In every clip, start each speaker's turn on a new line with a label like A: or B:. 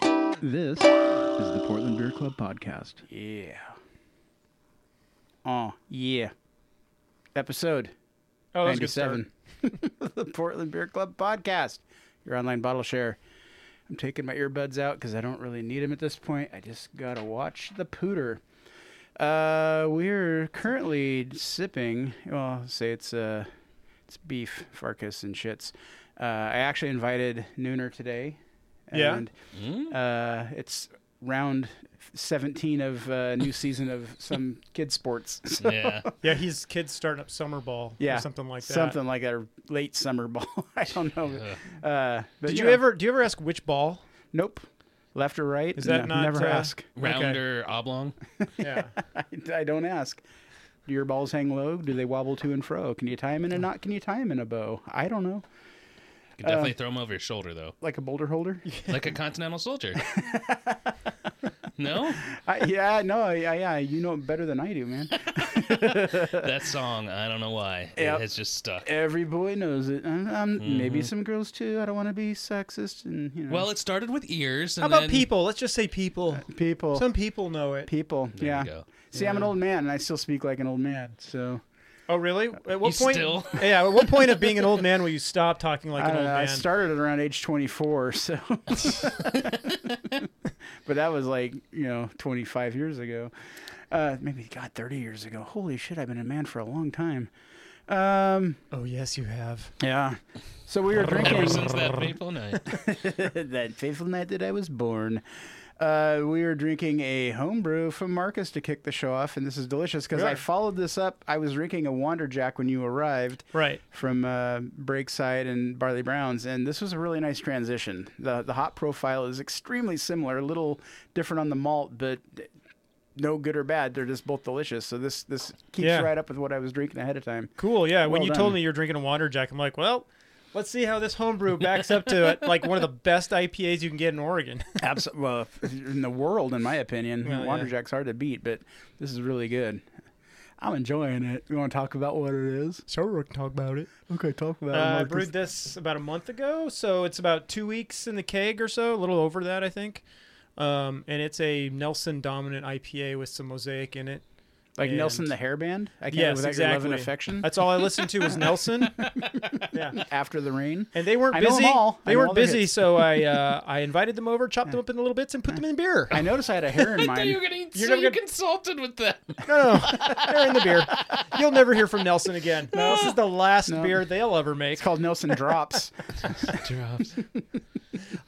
A: This is the Portland Beer Club podcast.
B: Yeah. Oh, yeah. Episode
C: Oh, that's a good start.
B: 97. the Portland Beer Club podcast, your online bottle share. I'm taking my earbuds out because I don't really need them at this point. I just got to watch the pooter. Uh, we're currently sipping, well, say it's uh, it's beef, farkas, and shits. Uh, I actually invited Nooner today.
C: Yeah.
B: And uh, it's round 17 of uh, new season of some kid sports. So-
D: Yeah.
C: Yeah, he's kids starting up summer ball
B: yeah,
C: or something like that.
B: Something like that, or late summer ball. I don't know. Uh, but
C: Did you
B: know,
C: ever do you ever ask which ball?
B: Nope. Left or right?
C: Is that
B: No,
C: not,
B: never
C: uh,
B: ask?
D: Rounder oblong.
C: Yeah.
B: I, I don't ask. Do your balls hang low? Do they wobble to and fro? Can you tie them in a knot? Can you tie them in a bow? I don't know.
D: You can
C: Uh.
D: definitely throw him over your shoulder though,
B: Like a boulder holder?
D: like a continental soldier. no,
B: I, yeah, no, yeah, yeah. You know it better than I do, man.
D: that song. I don't know why
B: Yep.
D: it has just stuck.
B: Every boy knows it. Um, um, Maybe some girls too. I don't want to be sexist and you know.
D: Well, it started with ears. And
C: How about
D: then-
C: people? Let's just say people.
B: Uh, people,
C: Some people know it.
B: people,
D: There
B: yeah.
D: you go.
B: See, I'm an old man, and I still speak like an old man. So
C: Oh, really? At what
D: You
C: point?
D: still-
C: Yeah. At what point of being an old man will you stop talking like
B: I,
C: an
B: don't
C: old
B: know, I
C: man?
B: started around age 24, so. but that was like you know 25 years ago, uh, maybe God 30 years ago. Holy shit, I've been a man for a long time. Um,
C: oh, yes, you have.
B: yeah. So we were
D: Ever
B: drinking
D: since that fateful night.
B: that fateful night that I was born. Uh, we were drinking a homebrew from Marcus to kick the show off, and this is delicious because I
C: Sure.
B: followed this up. I was drinking a Wander Jack when you arrived,
C: Right.
B: from uh, Breakside and Barley Browns, and this was a really nice transition. the The hop profile is extremely similar, a little different on the malt, but no good or bad. They're just both delicious. So this this keeps
C: Yeah.
B: right up with what I was drinking ahead of time.
C: Cool. Yeah. when
B: Well
C: you told
B: done.
C: me you're drinking a Wander Jack, I'm like, well, let's see how this homebrew backs up to it. Like one of the best IPAs you can get in Oregon.
B: Absolutely, well, in the world, in my opinion,
C: Well, yeah.
B: Wander Jack's hard to beat, but this is really good. I'm enjoying it. You want to talk about what it is?
C: so we can talk about it.
B: Okay, talk about
C: Uh, I
B: it. Marcus.
C: brewed this about a month ago, so it's about two weeks in the keg or so, a little over that, I think. Um, and it's a Nelson dominant IPA with some mosaic in it.
B: like
C: and-
B: Nelson the Hairband. I can't
C: Yes,
B: without your love and
C: exactly.
B: affection.
C: That's all I listened to was Nelson. yeah,
B: After the rain.
C: and they weren't
B: I know 'em
C: busy.
B: all. I
C: They
B: know
C: weren't
B: all their
C: busy,
B: hits.
C: so I uh, I invited them over, chopped them up into little bits, and put them in beer.
B: I noticed I had a hair in
D: Thought
B: mine.
D: you were getting
C: You're
D: so
C: never
D: you
C: gonna-
D: consulted with them.
C: No, no, they're in the beer. You'll never hear from Nelson again. This is the last
B: No.
C: beer they'll ever make.
B: It's called Nelson Drops.
D: Drops.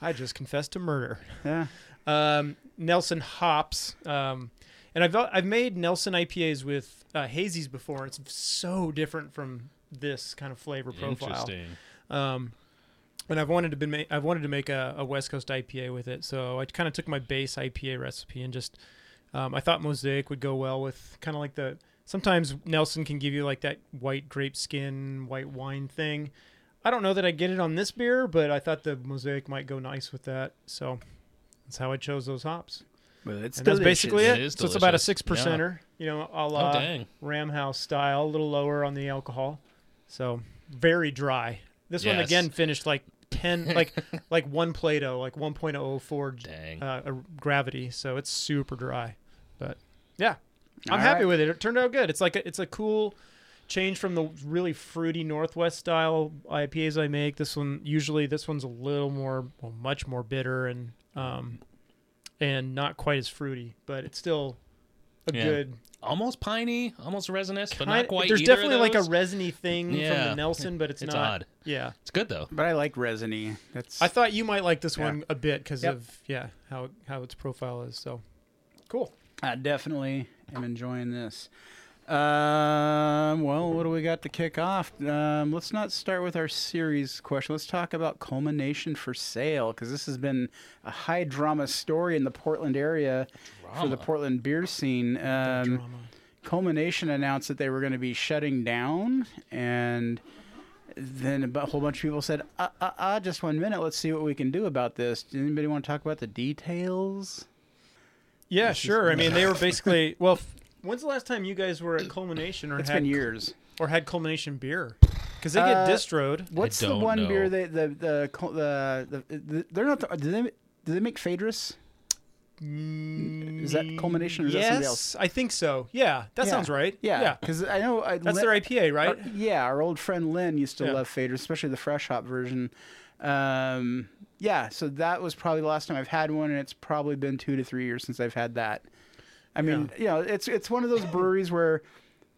C: I just confessed to murder.
B: yeah.
C: um, Nelson hops. Um, and I've I've made Nelson IPAs with uh, hazies before. It's so different from this kind of flavor profile.
D: Interesting.
C: Um, and I've wanted to been ma- I've wanted to make a, a West Coast IPA with it. So I kind of took my base IPA recipe and just um, I thought mosaic would go well with kind of like the sometimes Nelson can give you like that white grape skin, white wine thing. I don't know that I get it on this beer, but I thought the mosaic might go nice with that. So that's how I chose those hops.
B: Well, it's
C: And that's basically
D: It
C: it.
D: is
C: so it's about a
D: delicious.
C: six percenter, you know, a
D: Oh
C: la
D: dang.
C: Ram House style, a little lower on the alcohol. So very dry. This one
D: Yes.
C: again finished like ten, like like one Play-Doh, like one point oh four
D: Dang.
C: uh, uh, gravity. So it's super dry. But yeah, I'm
B: All
C: happy
B: right.
C: with it. It turned out good. It's like a, it's a cool change from the really fruity Northwest style IPAs I make. This one usually this one's a little more, well, much more bitter and um and not quite as fruity, but it's still a
D: Yeah.
C: good.
D: Almost piney, almost resinous, but
C: kind-
D: not quite.
C: there's
D: either of
C: definitely like a
D: those.
C: resiny thing from
D: Yeah.
C: the Nelson, but it's,
D: It's
C: not.
D: odd.
C: Yeah,
D: It's good though.
B: But I like resiny. That's
C: I thought you might like this
B: Yeah.
C: one a bit because
B: Yep.
C: of yeah how how its profile is. So cool.
B: I definitely am enjoying this. Um, well, what do we got to kick off? Um, let's not start with our series question. Let's talk about culmination for sale because this has been a high drama story in the Portland area for the
D: Drama.
B: Portland beer scene. Um, Culmination announced that they were going to be shutting down, and then a bu- whole bunch of people said, "Uh, uh, uh, just one minute. Let's see what we can do about this." Does anybody want to talk about the details?
C: Yeah, sure. I mean, they were basically well. f- When's the last time you guys were at Culmination or
B: It's been
C: had
B: years.
C: or had Culmination beer? Because they
B: Uh,
C: get distroed.
B: What's the
D: don't
B: one beer
D: know.
B: they the the co- the, the, the they're not the, do they do they make Phaedrus?
C: Is
B: mm, Is that culmination or is that
C: yes,
B: somebody else?
C: I think so. Yeah, that
B: Yeah.
C: sounds right.
B: Yeah, because I know I
C: That's
B: Lin-
C: their IPA, right?
B: our- yeah, our old friend Lynn used to
C: Yeah.
B: love Fader, especially the fresh hop version. Um, yeah, so that was probably the last time I've had one, and it's probably been two to three years since I've had that. I mean, you know, it's it's one of those breweries where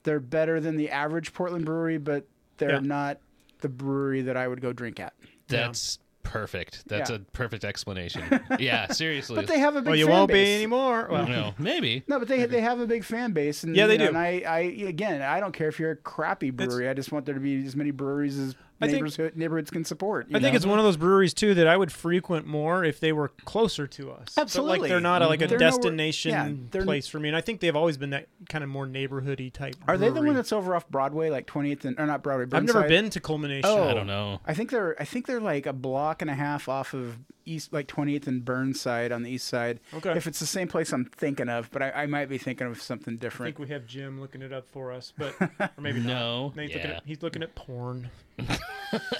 B: they're better than the average Portland brewery, but they're
C: Yeah.
B: not the brewery that I would go drink at.
D: That's perfect. That's
B: Yeah.
D: a perfect explanation. yeah, seriously.
B: But they have a big
C: Well, you
B: fan
C: won't be
B: base.
C: anymore. Well,
D: no, maybe.
B: No, but they they have a big fan base, and
C: Yeah, they
B: you know, And
C: do.
B: I, I again, I don't care if you're a crappy brewery. I just want there to be as many breweries as
C: I think-
B: neighborhood neighborhoods can support. you
C: I think
B: know?
C: it's one of those breweries too that I would frequent more if they were closer to us. But,
B: Absolutely.
C: like they're not a, like a
B: They're nowhere-
C: destination
B: yeah, they're-
C: place for me, and I think they've always been that kind of more neighborhoody type.
B: Are they the
C: brewery.
B: one that's over off Broadway, like 28th and or not Broadway?
C: I've
B: Burnside?
C: never been to Culmination.
B: Oh.
D: I don't know.
B: I think they're I think they're like a block and a half off of East, like 28th and Burnside on the east side.
C: Okay.
B: If it's the same place I'm thinking of, but I, I might be thinking of something
C: I
B: different.
C: think we have Jim looking it up for us, but or maybe
D: No,
C: not. Nate's looking
D: yeah.
C: at- he's looking at porn.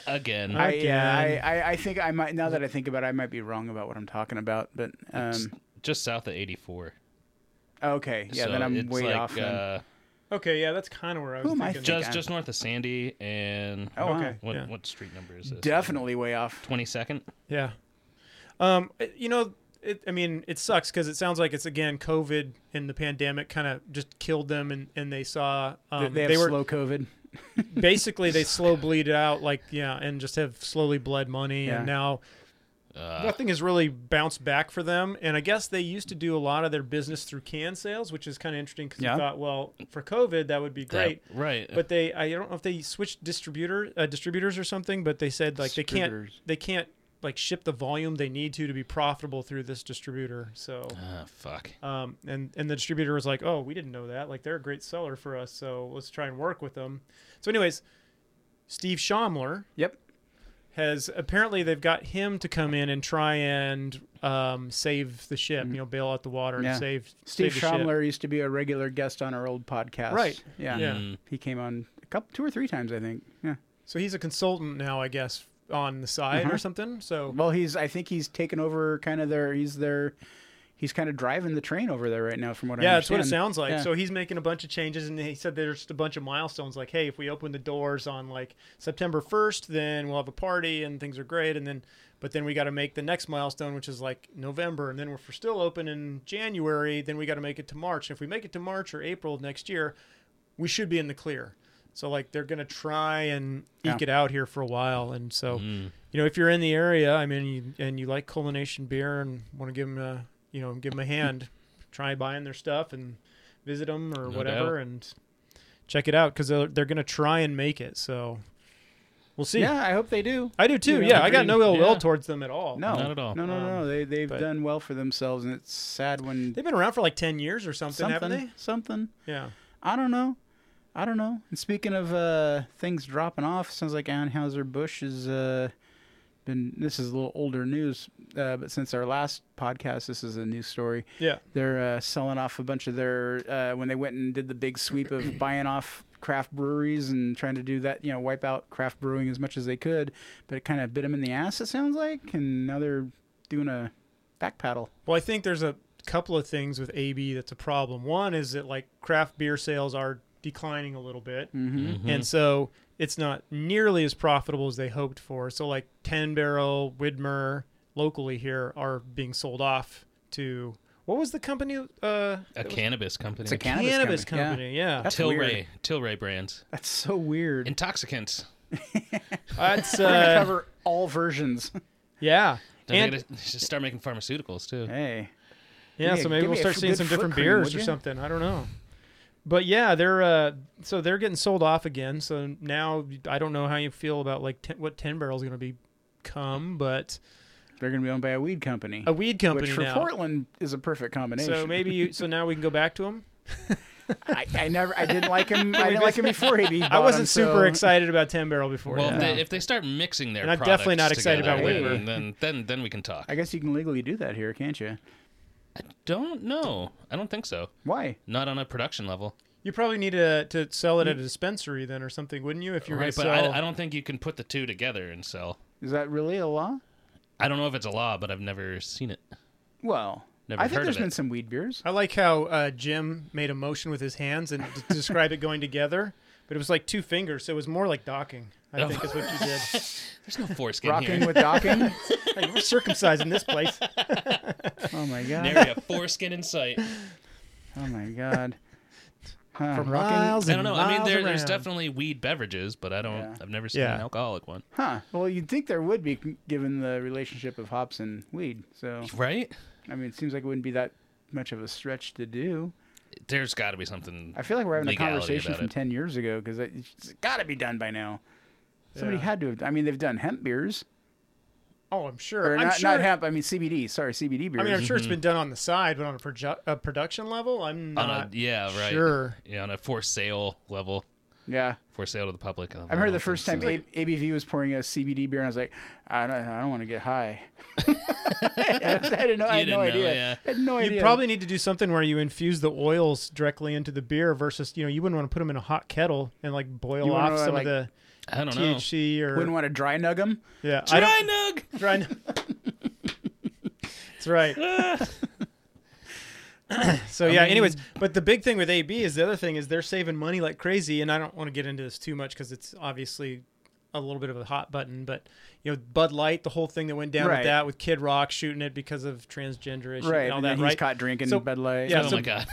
D: Again.
B: I,
C: I-
B: yeah,
C: again.
B: I, I, I think I might now that I think about it, I might be wrong about what I'm talking about. But um,
D: just south of 84.
B: okay, yeah,
D: so
B: then I'm
D: it's
B: way
D: like,
B: off. then.
D: Uh,
C: Okay, yeah, that's kind of where I was
B: Who am I
C: thinking.
B: thinking?
D: just just north of Sandy and
B: Oh, wow.
C: okay.
D: what
C: yeah.
D: what street number is this?
B: definitely way off.
D: 22nd.
C: Yeah. Um, it- you know, it, I mean, it sucks because it sounds like it's again COVID and the pandemic kind of just killed them, and, and they saw um,
B: they
C: they,
B: have
C: were
B: slow COVID.
C: basically they slow bleed out, like yeah, and just have slowly bled money,
B: Yeah.
C: and now
D: Uh,
C: nothing has really bounced back for them. And I guess they used to do a lot of their business through can sales, which is kind of interesting because
B: Yeah.
C: you thought, well, for COVID that would be
D: that-
C: great.
D: right.
C: but they I don't know if they switched distributor uh, distributors or something, but they said like they can't
B: Distributors.
C: they can't like ship the volume they need to to be profitable through this distributor. So
D: Ah, fuck.
C: um and and the distributor was like, "Oh, we didn't know that. Like they're a great seller for us, so let's try and work with them." So anyways, Steve Schaumler
B: Yep.
C: has apparently they've got him to come in and try and um, save the ship, you know, bail out the water
B: Mm-hmm. Yeah.
C: and save
B: Steve
C: save the ship.
B: Schaumler used to be a regular guest on our old podcast.
C: Right.
B: Yeah.
C: Yeah.
D: Mm-hmm.
B: He came on a couple, two or three times, I think. Yeah.
C: So he's a consultant now, I guess, on the side
B: Uh-huh.
C: or something. So
B: Well, he's. I think he's taken over kind of their. He's their. He's kind of driving the train over there right now, from what I
C: yeah, that's
B: understand.
C: what it sounds like.
B: Yeah.
C: So he's making a bunch of changes, and he said there's just a bunch of milestones. Like, hey, if we open the doors on like September 1st, then we'll have a party and things are great. And then, but then we got to make the next milestone, which is like November. And then if we're still open in January, then we got to make it to March. If we make it to March or April of next year, we should be in the clear. So like they're gonna try and eke
B: Yeah. Mm-hmm.
C: it out here for a while, and
B: Oh.
C: so you know if you're in the area, I mean, you, and you like Culmination Beer and want to give them a you know give them a hand, try buying their stuff and visit them or
D: No
C: whatever and check it out because they're, they're gonna try and make it. So we'll see.
B: Yeah, I hope they do.
C: I do too.
B: You know,
C: yeah, I got
D: agreed.
C: no ill will
D: Yeah.
C: towards them at all.
B: No,
D: Not at all.
B: No, no, no.
C: Um,
B: They they've
C: but-
B: done well for themselves, and it's sad when
C: they've been around for like ten years or something,
B: something,
C: haven't
B: something.
C: they? Yeah.
B: I don't know. I don't know. And speaking of uh, things dropping off, sounds like Anheuser Busch has uh, been. This is a little older news, uh, but since our last podcast, this is a new story.
C: Yeah.
B: They're uh, selling off a bunch of their uh, when they went and did the big sweep of buying off craft breweries and trying to do that, you know, wipe out craft brewing as much as they could. But it kind of bit them in the ass. It sounds like, and now they're doing a back paddle.
C: Well, I think there's a couple of things with AB that's a problem. One is that like craft beer sales are declining a little bit, and so it's not nearly as profitable as they hoped for. So like Ten Barrel, Widmer, locally here are being sold off to what was the company? Uh,
D: A cannabis company.
B: It's a cannabis,
C: cannabis,
B: Yeah.
C: company. Yeah,
B: That's
D: Tilray.
B: weird.
D: Tilray brands.
B: That's so weird.
D: Intoxicants.
C: that's
B: We're gonna
C: uh,
B: cover all versions.
C: yeah.
D: Don't
C: And-
D: they gotta should start making pharmaceuticals too.
B: Hey.
C: Yeah,
B: Give me a-
C: so maybe
B: give
C: we'll
B: me a
C: start
B: f-
C: seeing
B: good
C: some
B: foot
C: different
B: cream,
C: beers
B: would
C: or
B: ya?
C: something. I don't know. But yeah, they're uh, so they're getting sold off again. So now I don't know how you feel about like ten, what ten barrels going to become, but
B: They're going to be owned by a weed company,
C: a weed company
B: which for
C: now.
B: Portland is a perfect combination.
C: so maybe you. So now we can go back to them.
B: I, I never, I didn't like him. I didn't like him before he.
C: I wasn't super excited about ten barrel before.
D: Well,
C: yeah.
D: if, they, if they start mixing their
C: And I'm definitely
D: products
C: not excited
D: together,
B: about Whitmer.
D: then- then then then we can talk.
B: I guess you can legally do that here, can't you?
D: Don't know. I don't think so.
B: Why?
D: Not on a production level.
C: you probably need to to sell it at a dispensary then or something, wouldn't you? If you're
D: Mm. Right,
C: going
D: but
C: to sell,
D: I, I don't think you can put the two together and sell.
B: Is that really a law?
D: I don't know if it's a law, but I've never seen it.
B: Well,
D: Never
B: I think
D: heard
B: there's
D: of
B: been
D: it.
B: some weed beers.
C: I like how uh, Jim made a motion with his hands and d- described it going together, but it was like two fingers, so it was more like docking. I
D: Oh.
C: think is what you did.
D: There's no foreskin
B: Rocking
D: here.
B: with docking.
C: Like, we're circumcising this place.
B: Oh my god.
D: Nary a foreskin in sight.
B: Oh my god. Huh,
C: From
B: rocking.
C: miles
D: I
C: and
D: don't know. I mean,
C: miles
D: there, there's
C: around.
D: definitely weed beverages, but I don't.
B: Yeah.
D: I've never seen
C: Yeah.
D: an alcoholic one.
B: Huh. Well, you'd think there would be, given the relationship of hops and weed. So,
D: Right?
B: I mean, it seems like it wouldn't be that much of a stretch to do.
D: There's got to be something.
B: I feel like we're having a
D: Legality
B: conversation
D: about
B: from
D: it.
B: 10 years ago because it's got to be done by now. Somebody
C: Yeah.
B: had to have. I mean, they've done hemp beers.
C: Oh, I'm sure.
B: Or
C: I'm
B: not,
C: sure.
B: not hemp, I mean CBD. Sorry, CBD beers.
C: I mean, I'm sure it's been done on the side, but on a, proju- a production level, I'm
D: on
C: not.
D: a, yeah, right.
C: sure.
D: Yeah, on a for sale level,
B: yeah.
D: for sale to the public. I
B: I remember
C: Oh,
B: the first time
D: So.
B: A- ABV was pouring a CBD beer, and I was like, I don't, I don't want to get high. I didn't know. I had
D: You
B: no
D: didn't know,
B: idea.
D: yeah.
B: I had no
C: You
B: idea.
C: probably need to do something where you infuse the oils directly into the beer versus, you know, you wouldn't want to put them in a hot kettle and like boil
B: You wouldn't
C: off
B: wanna,
C: some
B: like,
C: of
D: I
C: the
D: don't know.
C: THC or
B: wouldn't want to dry nug them.
C: yeah. I don't,
D: Dry nug.
C: Dry. That's right. so yeah. anyways, but the big thing with AB is the other thing is they're saving money like crazy, and I don't want to get into this too much because it's obviously a little bit of a hot button. But you know, Bud Light, the whole thing that went down
B: Right.
C: with that, with Kid Rock shooting it because of transgender issues
B: Right.
C: and all
B: and
C: that,
B: then he's
C: right?
B: caught drinking
C: So-
B: Bud Light.
C: yeah,
D: oh
C: so
D: my god.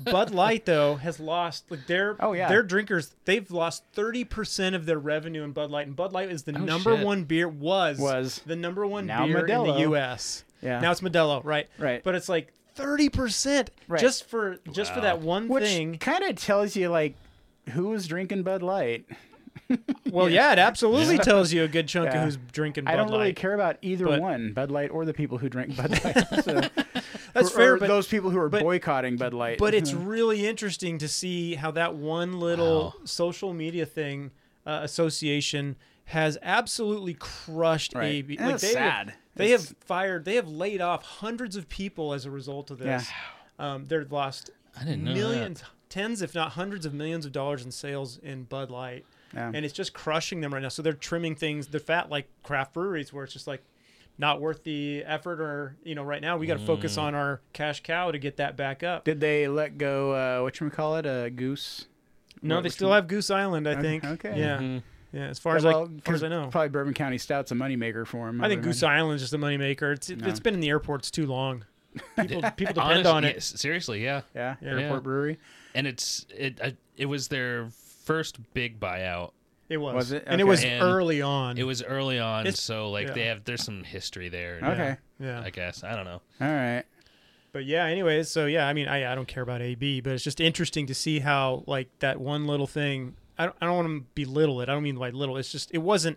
C: Bud Light though has lost like their
B: Oh, yeah.
C: their drinkers they've lost thirty percent of their revenue in Bud Light, and Bud Light is the
D: Oh,
C: number
D: shit.
C: one beer was
B: Was.
C: the number one
B: Now
C: beer in
B: Modelo.
C: the U.S.
B: Yeah.
C: now it's Modelo, right?
B: Right.
C: but it's like thirty percent
B: Right.
C: just for just for
D: Wow.
C: that one
B: Which
C: thing.
B: kind of tells you like who was drinking Bud Light.
C: Well, yeah, it absolutely
D: Yeah.
C: tells you a good chunk
B: Yeah.
C: of who's drinking Bud
B: I don't
C: Light.
B: really care about either
C: But-
B: one, Bud Light or the people who drink Bud Light. So, or,
C: That's fair,
B: or
C: but
B: those people who are
C: but-
B: boycotting Bud Light.
C: but it's really interesting to see how that one little
D: Wow.
C: social media thing uh, association has absolutely crushed
B: Right.
C: AB.
B: And that's
C: they
B: sad.
C: Have, they
B: It's-
C: have fired. They have laid off hundreds of people as a result of this. Um, they've lost
D: I didn't know that.
C: millions, tens, if not hundreds of millions of dollars in sales in Bud Light,
B: Yeah.
C: and it's just crushing them right now. So they're trimming things. They're fat like craft breweries, where it's just like not worth the effort. Or you know, right now we got to focus
D: Mm.
C: on our cash cow to get that back up.
B: did they let go? Uh, what call it? A goose.
C: No,
B: What-
C: they
B: which
C: still
B: one?
C: have Goose Island, I think.
B: okay.
C: Yeah.
D: Mhm.
C: Yeah. As far as,
B: Mm-hmm. well,
C: I, as far as I know,
B: probably Bourbon County Stout's a moneymaker for him.
C: I think Goose Island is just a moneymaker. It's
B: No.
C: it's been in the airports too long. People people depend
D: Honest-
C: on it.
D: yeah, s- seriously, yeah.
B: Yeah,
C: Yeah.
B: Airport Brewery.
D: And it's it I, it was their first big buyout.
C: It was.
B: Was it?
C: And it
B: Okay.
C: was
D: And
C: early on.
D: It was early on,
C: It's-
D: so like
C: yeah.
D: they have there's some history there.
B: Okay.
C: yeah.
D: I guess I don't know.
B: All right.
C: But yeah, anyways, so yeah, I mean, I, I don't care about AB, but it's just interesting to see how like that one little thing. I don't, I don't want to belittle it. I don't mean by little. It's just it wasn't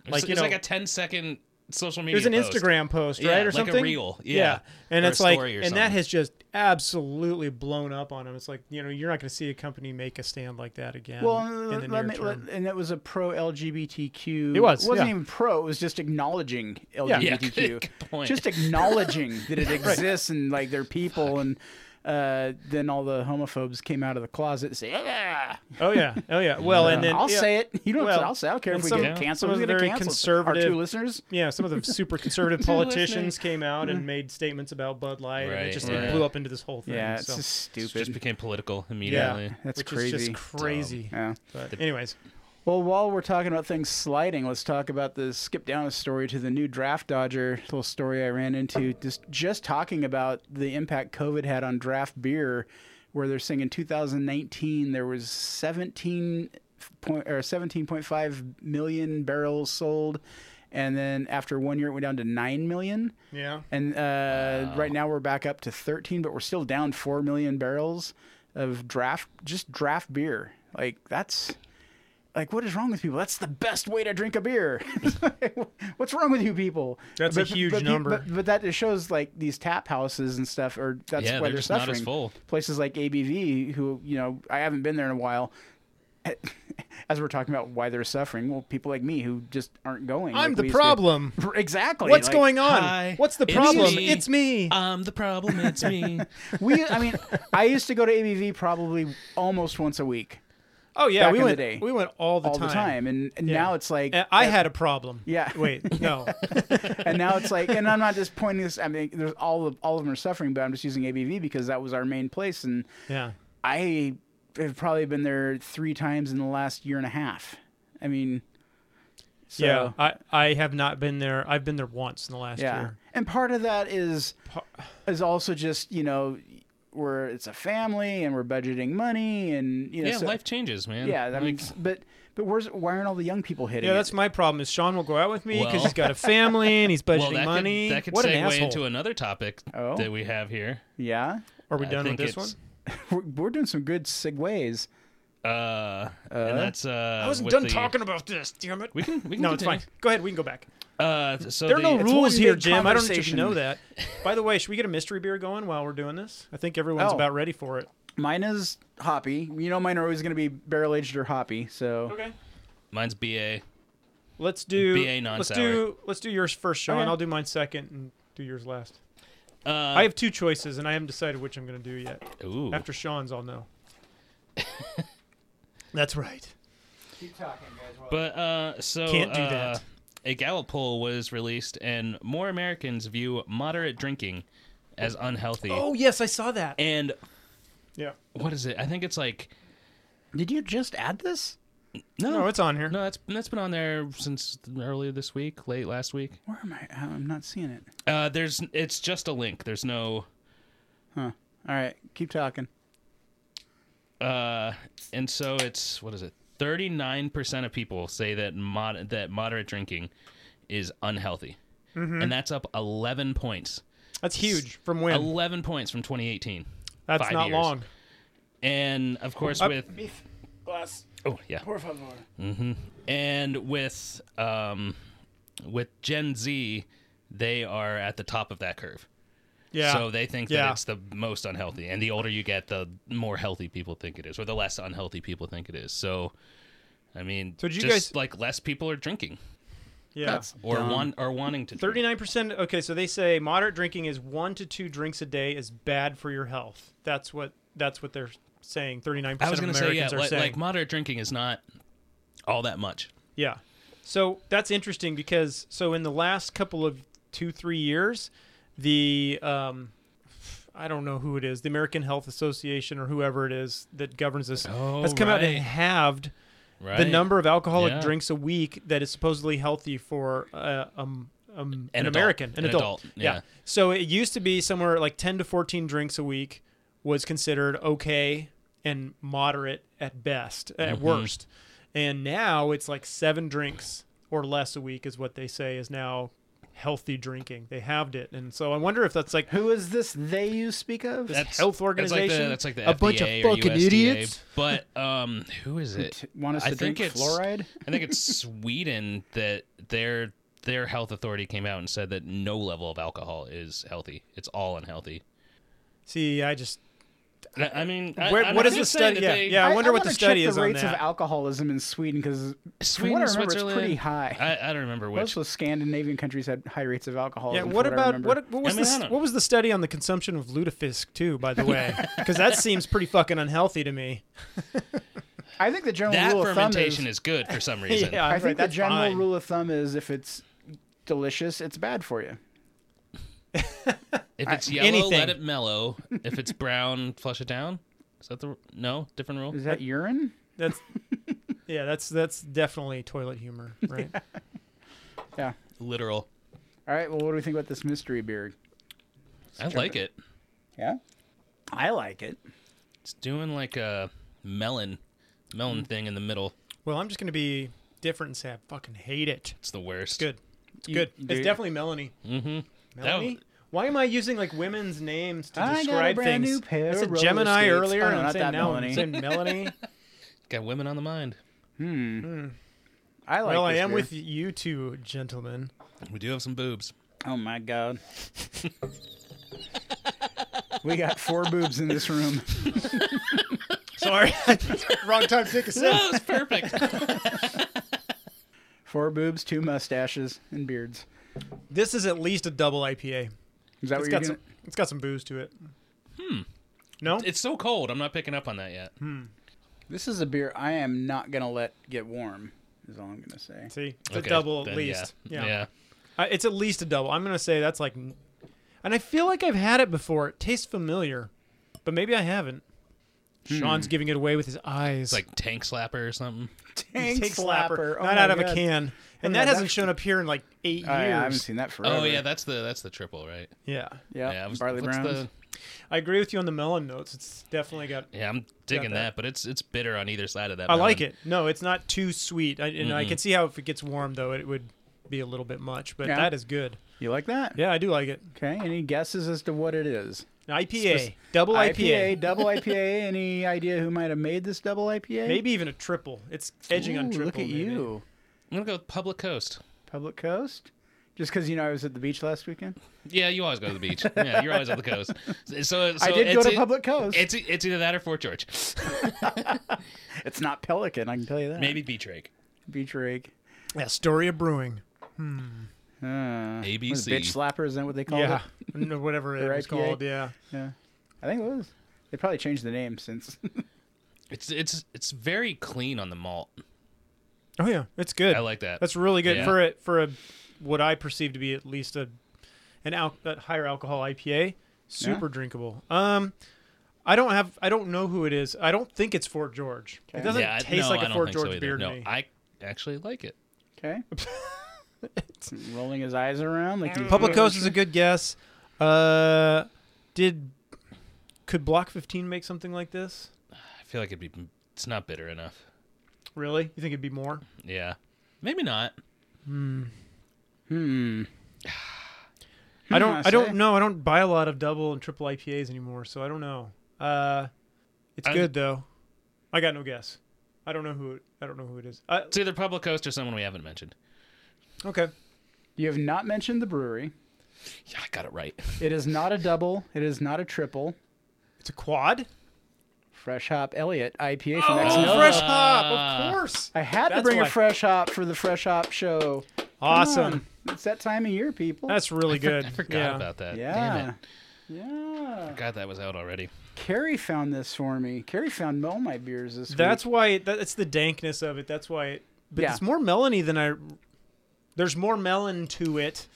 D: It's
C: like
D: like,
C: you
D: it's
C: know
D: like a 10 second social media.
C: it was an
D: post.
C: Instagram post,
D: Yeah,
C: right, or
D: like a
C: something.
D: reel, yeah.
C: and
D: Or a
C: it's like,
D: story or
C: and that
D: something.
C: has just absolutely blown up on him. It's like you know, you're not going to see a company make a stand like that again.
B: Well,
C: in
B: let
C: the near
B: me- let-
C: term.
B: and it was a pro LGBTQ.
C: It was,
B: It wasn't
C: yeah.
B: even pro. It was just acknowledging
D: Yeah,
B: LGBTQ.
D: good, good point.
B: Just acknowledging that it exists and like they're people and. Uh, then all the homophobes came out of the closet and say, "Yeah,
C: oh yeah, oh yeah. Well, and then
B: I'll
C: yeah,
B: say it. You know,
C: Well,
B: I'll say. I don't care if
C: and
B: we
C: some-
B: get canceled.
C: some
B: Who's
C: of the
B: gonna
C: very
B: cancel us? Our
C: conservative-
B: two listeners.
C: Yeah, some of the super conservative
D: listening.
C: politicians came out
B: Mm.
C: and made statements about Bud Light, and
D: Right,
C: it just
D: yeah.
C: it blew up into this whole thing.
B: Yeah, it's
C: so.
B: just
D: It
B: stupid.
D: just became political
C: yeah,
D: immediately.
B: That's
C: which Is
B: crazy.
C: just crazy.
B: yeah.
C: But anyways,
B: Well, while we're talking about things sliding, let's talk about the skip down a story to the new draft dodger little story I ran into. Just just talking about the impact COVID had on draft beer, where they're saying in 2019 there was 17 point or 17.5 million barrels sold, and then after one year it went down to nine million.
C: yeah.
B: And uh, right now we're back up to 13, but we're still down 4 million barrels of draft, just draft beer. Like, that's like, what is wrong with people? That's the best way to drink a beer. What's wrong with you people?
C: That's a huge
B: but, pe-
C: number.
B: But, but that just shows like these tap houses and stuff, or that's
D: Yeah,
B: why
D: they're
B: they're
D: just not as
B: suffering.
D: full.
B: Places like ABV, who, you know, I haven't been there in a while. As we're talking about why they're suffering, well, people like me who just aren't going.
C: I'm
B: like
C: the
B: we used to-
C: problem.
B: Exactly.
C: What's
B: like- Uh,
C: going on?
D: "Hi,
C: What's the
D: it's
C: problem?
D: me."
C: It's me.
D: I'm the problem. It's me.
B: We, I mean, I used to go to ABV probably almost once a week.
C: Oh yeah,
B: back
C: we
B: in the
C: went
B: day.
C: we went all the
B: all
C: time.
B: the time, and, and
C: Yeah.
B: now it's like
C: And Uh, I had a problem.
B: Yeah.
C: Wait, no.
B: and now it's like, and I'm not just pointing this. I mean, there's all of all of them are suffering, but I'm just using ABV because that was our main place, and
C: yeah.
B: I have probably been there three times in the last year and a half. I mean, so,
C: yeah. I I have not been there. I've been there once in the last
B: yeah.
C: year.
B: And part of that is
C: Pa-
B: is also just you know we're it's a family and we're budgeting money and you know
D: yeah,
B: so-
D: life changes, man.
B: yeah that
D: Like,
B: makes but but where's why aren't all the young people hitting
C: Yeah,
B: it?
C: that's my problem. Is Sean will go out with me because
D: Well-
C: he's got a family and he's budgeting
D: well, that
C: money.
D: could, that could
C: what an
D: segue
C: asshole.
D: into another topic
B: Oh.
D: that we have here.
B: yeah
C: Are we
D: I
C: done with
D: think
C: this one?
D: it's-
B: we're, we're doing some good segues
D: Uh, and that's uh.
C: I wasn't
D: with
C: done
D: the-
C: talking about this. Damn it.
D: We can. We can
C: no, it's fine. Go ahead. We can go back.
D: Uh, th- so
C: There are
D: the-
C: no
B: It's
C: rules
B: one
C: here,
B: big
C: Jim. I don't think
B: conversation.
C: you know that. By the way, should we get a mystery beer going while we're doing this? I think everyone's
B: Oh.
C: about ready for it.
B: mine is hoppy you know mine are always going to be barrel aged or hoppy so
C: Okay.
D: mine's BA.
C: Let's do.
D: BA
C: let's
D: non-sour.
C: do. Let's do yours first, Sean.
B: Okay.
C: I'll do mine second, and do yours last.
D: Uh,
C: I have two choices, and I haven't decided which I'm going to do yet.
D: ooh.
C: After Sean's, I'll know. That's right.
B: keep talking guys
D: But uh, so
C: Can't do
D: uh,
C: that.
D: A Gallup poll was released, and more Americans view moderate drinking as unhealthy.
C: Oh yes, I saw that.
D: And
C: Yeah.
D: what is it? I think it's like
B: did you just add this
D: no,
C: No, it's on here.
D: no. That's that's been on there since earlier this week, late last week.
B: where am i Oh, i'm not seeing it
D: Uh, there's it's just a link. There's no
B: huh all right keep talking
D: uh, and so it's what is it? Thirty nine percent of people say that mod that moderate drinking is unhealthy, and that's up eleven points.
C: That's huge. From Mm-hmm. when?
D: Eleven points from 2018,
C: That's
D: five
C: not
D: years.
C: long.
D: and of course
C: Uh,
D: with
B: beef glass
D: oh yeah,
B: por favor
D: and with um, with Gen Z, they are at the top of that curve.
C: Yeah.
D: So they think
C: Yeah.
D: that it's the most unhealthy, and the older you get, the more healthy people think it is, or the less unhealthy people think it is. So, I mean,
C: So did you
D: just
C: guys-
D: like less people are drinking
C: yeah.
B: that's
D: or
B: dumb.
D: want or wanting to. drink.
C: Thirty-nine percent. Okay, so they say moderate drinking is one to two drinks a day is bad for your health. That's what that's what they're saying. Thirty-nine percent
D: I was
C: of
D: going to
C: Americans
D: say, yeah,
C: are
D: like,
C: saying.
D: like moderate drinking is not all that much.
C: yeah. So that's interesting because so in the last couple of two three years, the um, I don't know who it is, the American Health Association or whoever it is that governs this
D: Oh,
C: has come out and
D: right.
C: halved
D: Right.
C: the number of alcoholic
D: Yeah.
C: drinks a week that is supposedly healthy for uh, um, um, an,
D: An adult.
C: American, an,
D: An
C: adult.
D: adult,
C: Yeah.
D: yeah.
C: So it used to be somewhere like 10 to 14 drinks a week was considered okay and moderate at best, at
D: Mm-hmm.
C: worst. And now it's like seven drinks or less a week is what they say is now healthy drinking. They halved it. And so I wonder if that's like
B: who is this they you speak of
C: this
D: That's-
C: health
D: That's like
C: organization.
D: the, that's like the
C: a bunch of
D: FDA or
C: fucking
D: USDA,
C: idiots.
D: But um, who is it?
B: T- want us
D: I
B: to drink
D: think it's-
B: fluoride
D: I think it's Sweden that their their health authority came out and said that no level of alcohol is healthy. It's all unhealthy.
C: See, I just
D: I, I mean, I,
C: Where-
D: I'm
C: what
D: not
C: is the
D: just saying
C: study-
D: that
C: yeah,
D: they-
C: yeah. I wonder what the
B: wanna
C: study
B: check
C: is
B: the
C: on
B: rates
C: that.
B: of alcoholism in Sweden because
D: Sweden,
B: what I remember, it's
D: Switzerland,
B: pretty high.
D: I, I don't remember
B: most
D: which.
B: of the Scandinavian countries had high rates of
C: Yeah,
B: alcoholism. from
C: what
B: I
C: about
B: remember.
C: what, what was
D: I mean, I
C: the
D: don't-
C: what was the study on the consumption of lutefisk too? By the way, because that seems pretty fucking unhealthy to me.
B: I think the general
D: That
B: rule of thumb is,
D: fermentation is, good for some reason.
C: yeah,
B: I
C: right,
B: think the
C: that's
B: general
C: fine.
B: rule of thumb is if it's delicious, it's bad for you.
D: If it's yellow,
C: anything.
D: let it mellow. If it's brown, flush it down. Is that the no different rule?
B: Is that urine?
C: That's yeah, that's that's definitely toilet humor, right?
B: Yeah.
D: Literal.
B: All right. Well, what do we think about this mystery beer?
D: I like it.
B: Yeah, I like it.
D: It's doing like a melon melon
B: Mm.
D: thing in the middle.
C: Well, I'm just gonna be different and say I fucking hate it.
D: It's the worst.
C: Good, it's
B: You-
C: good.
B: you
C: it's
B: do-
C: definitely Melanie. Mm-hmm. Melanie.
D: That-
C: Why am I using like women's names to
B: I got a
C: describe
B: brand new
C: things?
B: pair
C: I said
B: of
C: Gemini
B: roller skates. Oh,
C: earlier,
B: no,
C: and I'm
B: not
C: saying
B: that
C: now
B: Melanie.
C: I'm saying Melanie.
D: Got women on the mind.
B: I like.
C: well, I
B: this
C: am
B: beer.
C: with you two gentlemen.
D: We do have some boobs.
B: Oh my god. we got four boobs in this room.
C: Sorry, wrong time to take a sip.
D: That was perfect.
B: Four boobs, two mustaches, and beards.
C: This is at least a double IPA.
B: Is that what
C: It's
B: you're
C: got
B: gonna?
C: some. It's got some booze to it. Hmm. No.
B: Hmm.
D: it's so cold. I'm not picking up on that yet.
B: This is a beer I am not gonna let get warm. Is all I'm gonna say.
C: See, it's
D: Okay,
C: a double at
D: then
C: least.
D: Yeah.
C: yeah. I, it's at least a double. I'm gonna say that's like, n- and I feel like I've had it before. It tastes familiar, but maybe I haven't.
B: Hmm.
C: Sean's giving it away with his eyes.
D: It's Hmm. like tank slapper or something.
B: Tank Oh
C: not
B: my
C: out of
B: God.
C: a can. And
B: Yeah,
C: that hasn't
B: that's-
C: shown up here in like eight
B: Oh, yeah, I haven't
C: years.
B: seen that forever.
D: Oh yeah, that's the that's the triple, right?
C: Yeah,
B: yeah.
D: yeah, I was-
B: barley
D: what's
B: browns.
D: the-
C: I agree with you on the melon notes. It's definitely got.
D: yeah, I'm digging
C: that.
D: that. but it's it's bitter on either side of that.
C: I like
D: melon.
C: it. No, it's not too sweet. I, and I can see how if it gets warm though, it would be a little bit much. But
B: Yeah.
C: that is good.
B: You like that?
C: Yeah, I do like it.
B: Okay. Any guesses as to what it is?
C: IPA, double IPA,
B: double IPA. Any idea who might have made this double IPA?
C: maybe even a triple. It's edging on
B: Ooh,
C: triple.
B: Look at
C: maybe.
B: you,
D: I'm gonna go with Public Coast.
B: Public Coast. Just because you know I was at the beach last weekend.
D: Yeah, you always go to the beach. yeah, you're always on the coast. So, so
B: I did go
D: it's
B: to
D: e-
B: Public Coast.
D: It's e- it's either that or Fort George.
B: It's not Pelican, I can tell you that.
D: Maybe Beach Rake.
B: Beach Rake.
C: Astoria Brewing.
B: Uh, was
D: ABC.
B: it bitch slapper is that what they called
C: yeah,
B: it?
C: No, whatever it
B: Their
C: was
B: IPA?
C: called. Yeah,
B: Yeah, I think it was. They probably changed the name since.
D: It's it's it's very clean on the malt.
C: Oh yeah, it's good.
D: I like that.
C: That's really good
D: Yeah.
C: for it for a what I perceive to be at least a an al- a higher alcohol IPA. Super drinkable. Um, I don't have I don't know who it is. I don't think it's Fort George. It
B: Okay.
C: doesn't
D: yeah, I-
C: taste
D: no,
C: like
D: I
C: a
D: don't
C: Fort
D: think so
C: George
D: either.
C: beer to
D: No,
C: me.
D: I actually like it.
B: Okay. Rolling his eyes around like he's-
C: Public Coast is a good guess. Uh, did could Block 15 make something like this?
D: I feel like it'd be. It's not bitter enough.
C: Really? You think it'd be more?
D: Yeah, maybe not.
B: Hmm.
C: I don't.
B: I
C: I
B: see.
C: don't know. I don't buy a lot of double and triple IPAs anymore, so I don't know. Uh, it's
D: I-
C: good though. I got no guess. I don't know who. It, I don't know who it is. Uh,
D: It's either Public Coast or someone we haven't mentioned.
C: okay.
B: You have not mentioned the brewery.
D: Yeah, I got it right.
B: It is not a double. It is not a triple.
C: It's a quad.
B: Fresh hop Elliott IPA from
C: Oh,
B: Ex-
C: fresh hop. Of course.
B: I had to
C: That's
B: bring a
C: why-
B: fresh hop for the fresh hop show. Come
C: Awesome.
B: on. It's that time of year, people.
C: That's really good.
D: I forgot
C: yeah.
D: about that. Oh, Damn
B: yeah.
D: it.
B: Yeah.
D: God, that was out already.
B: Carrie found this for me. Carrie found all my beers this week.
C: That's why. It, that, it's the dankness of it. That's why. It, but
B: Yeah.
C: it's more melony than I. There's more melon to it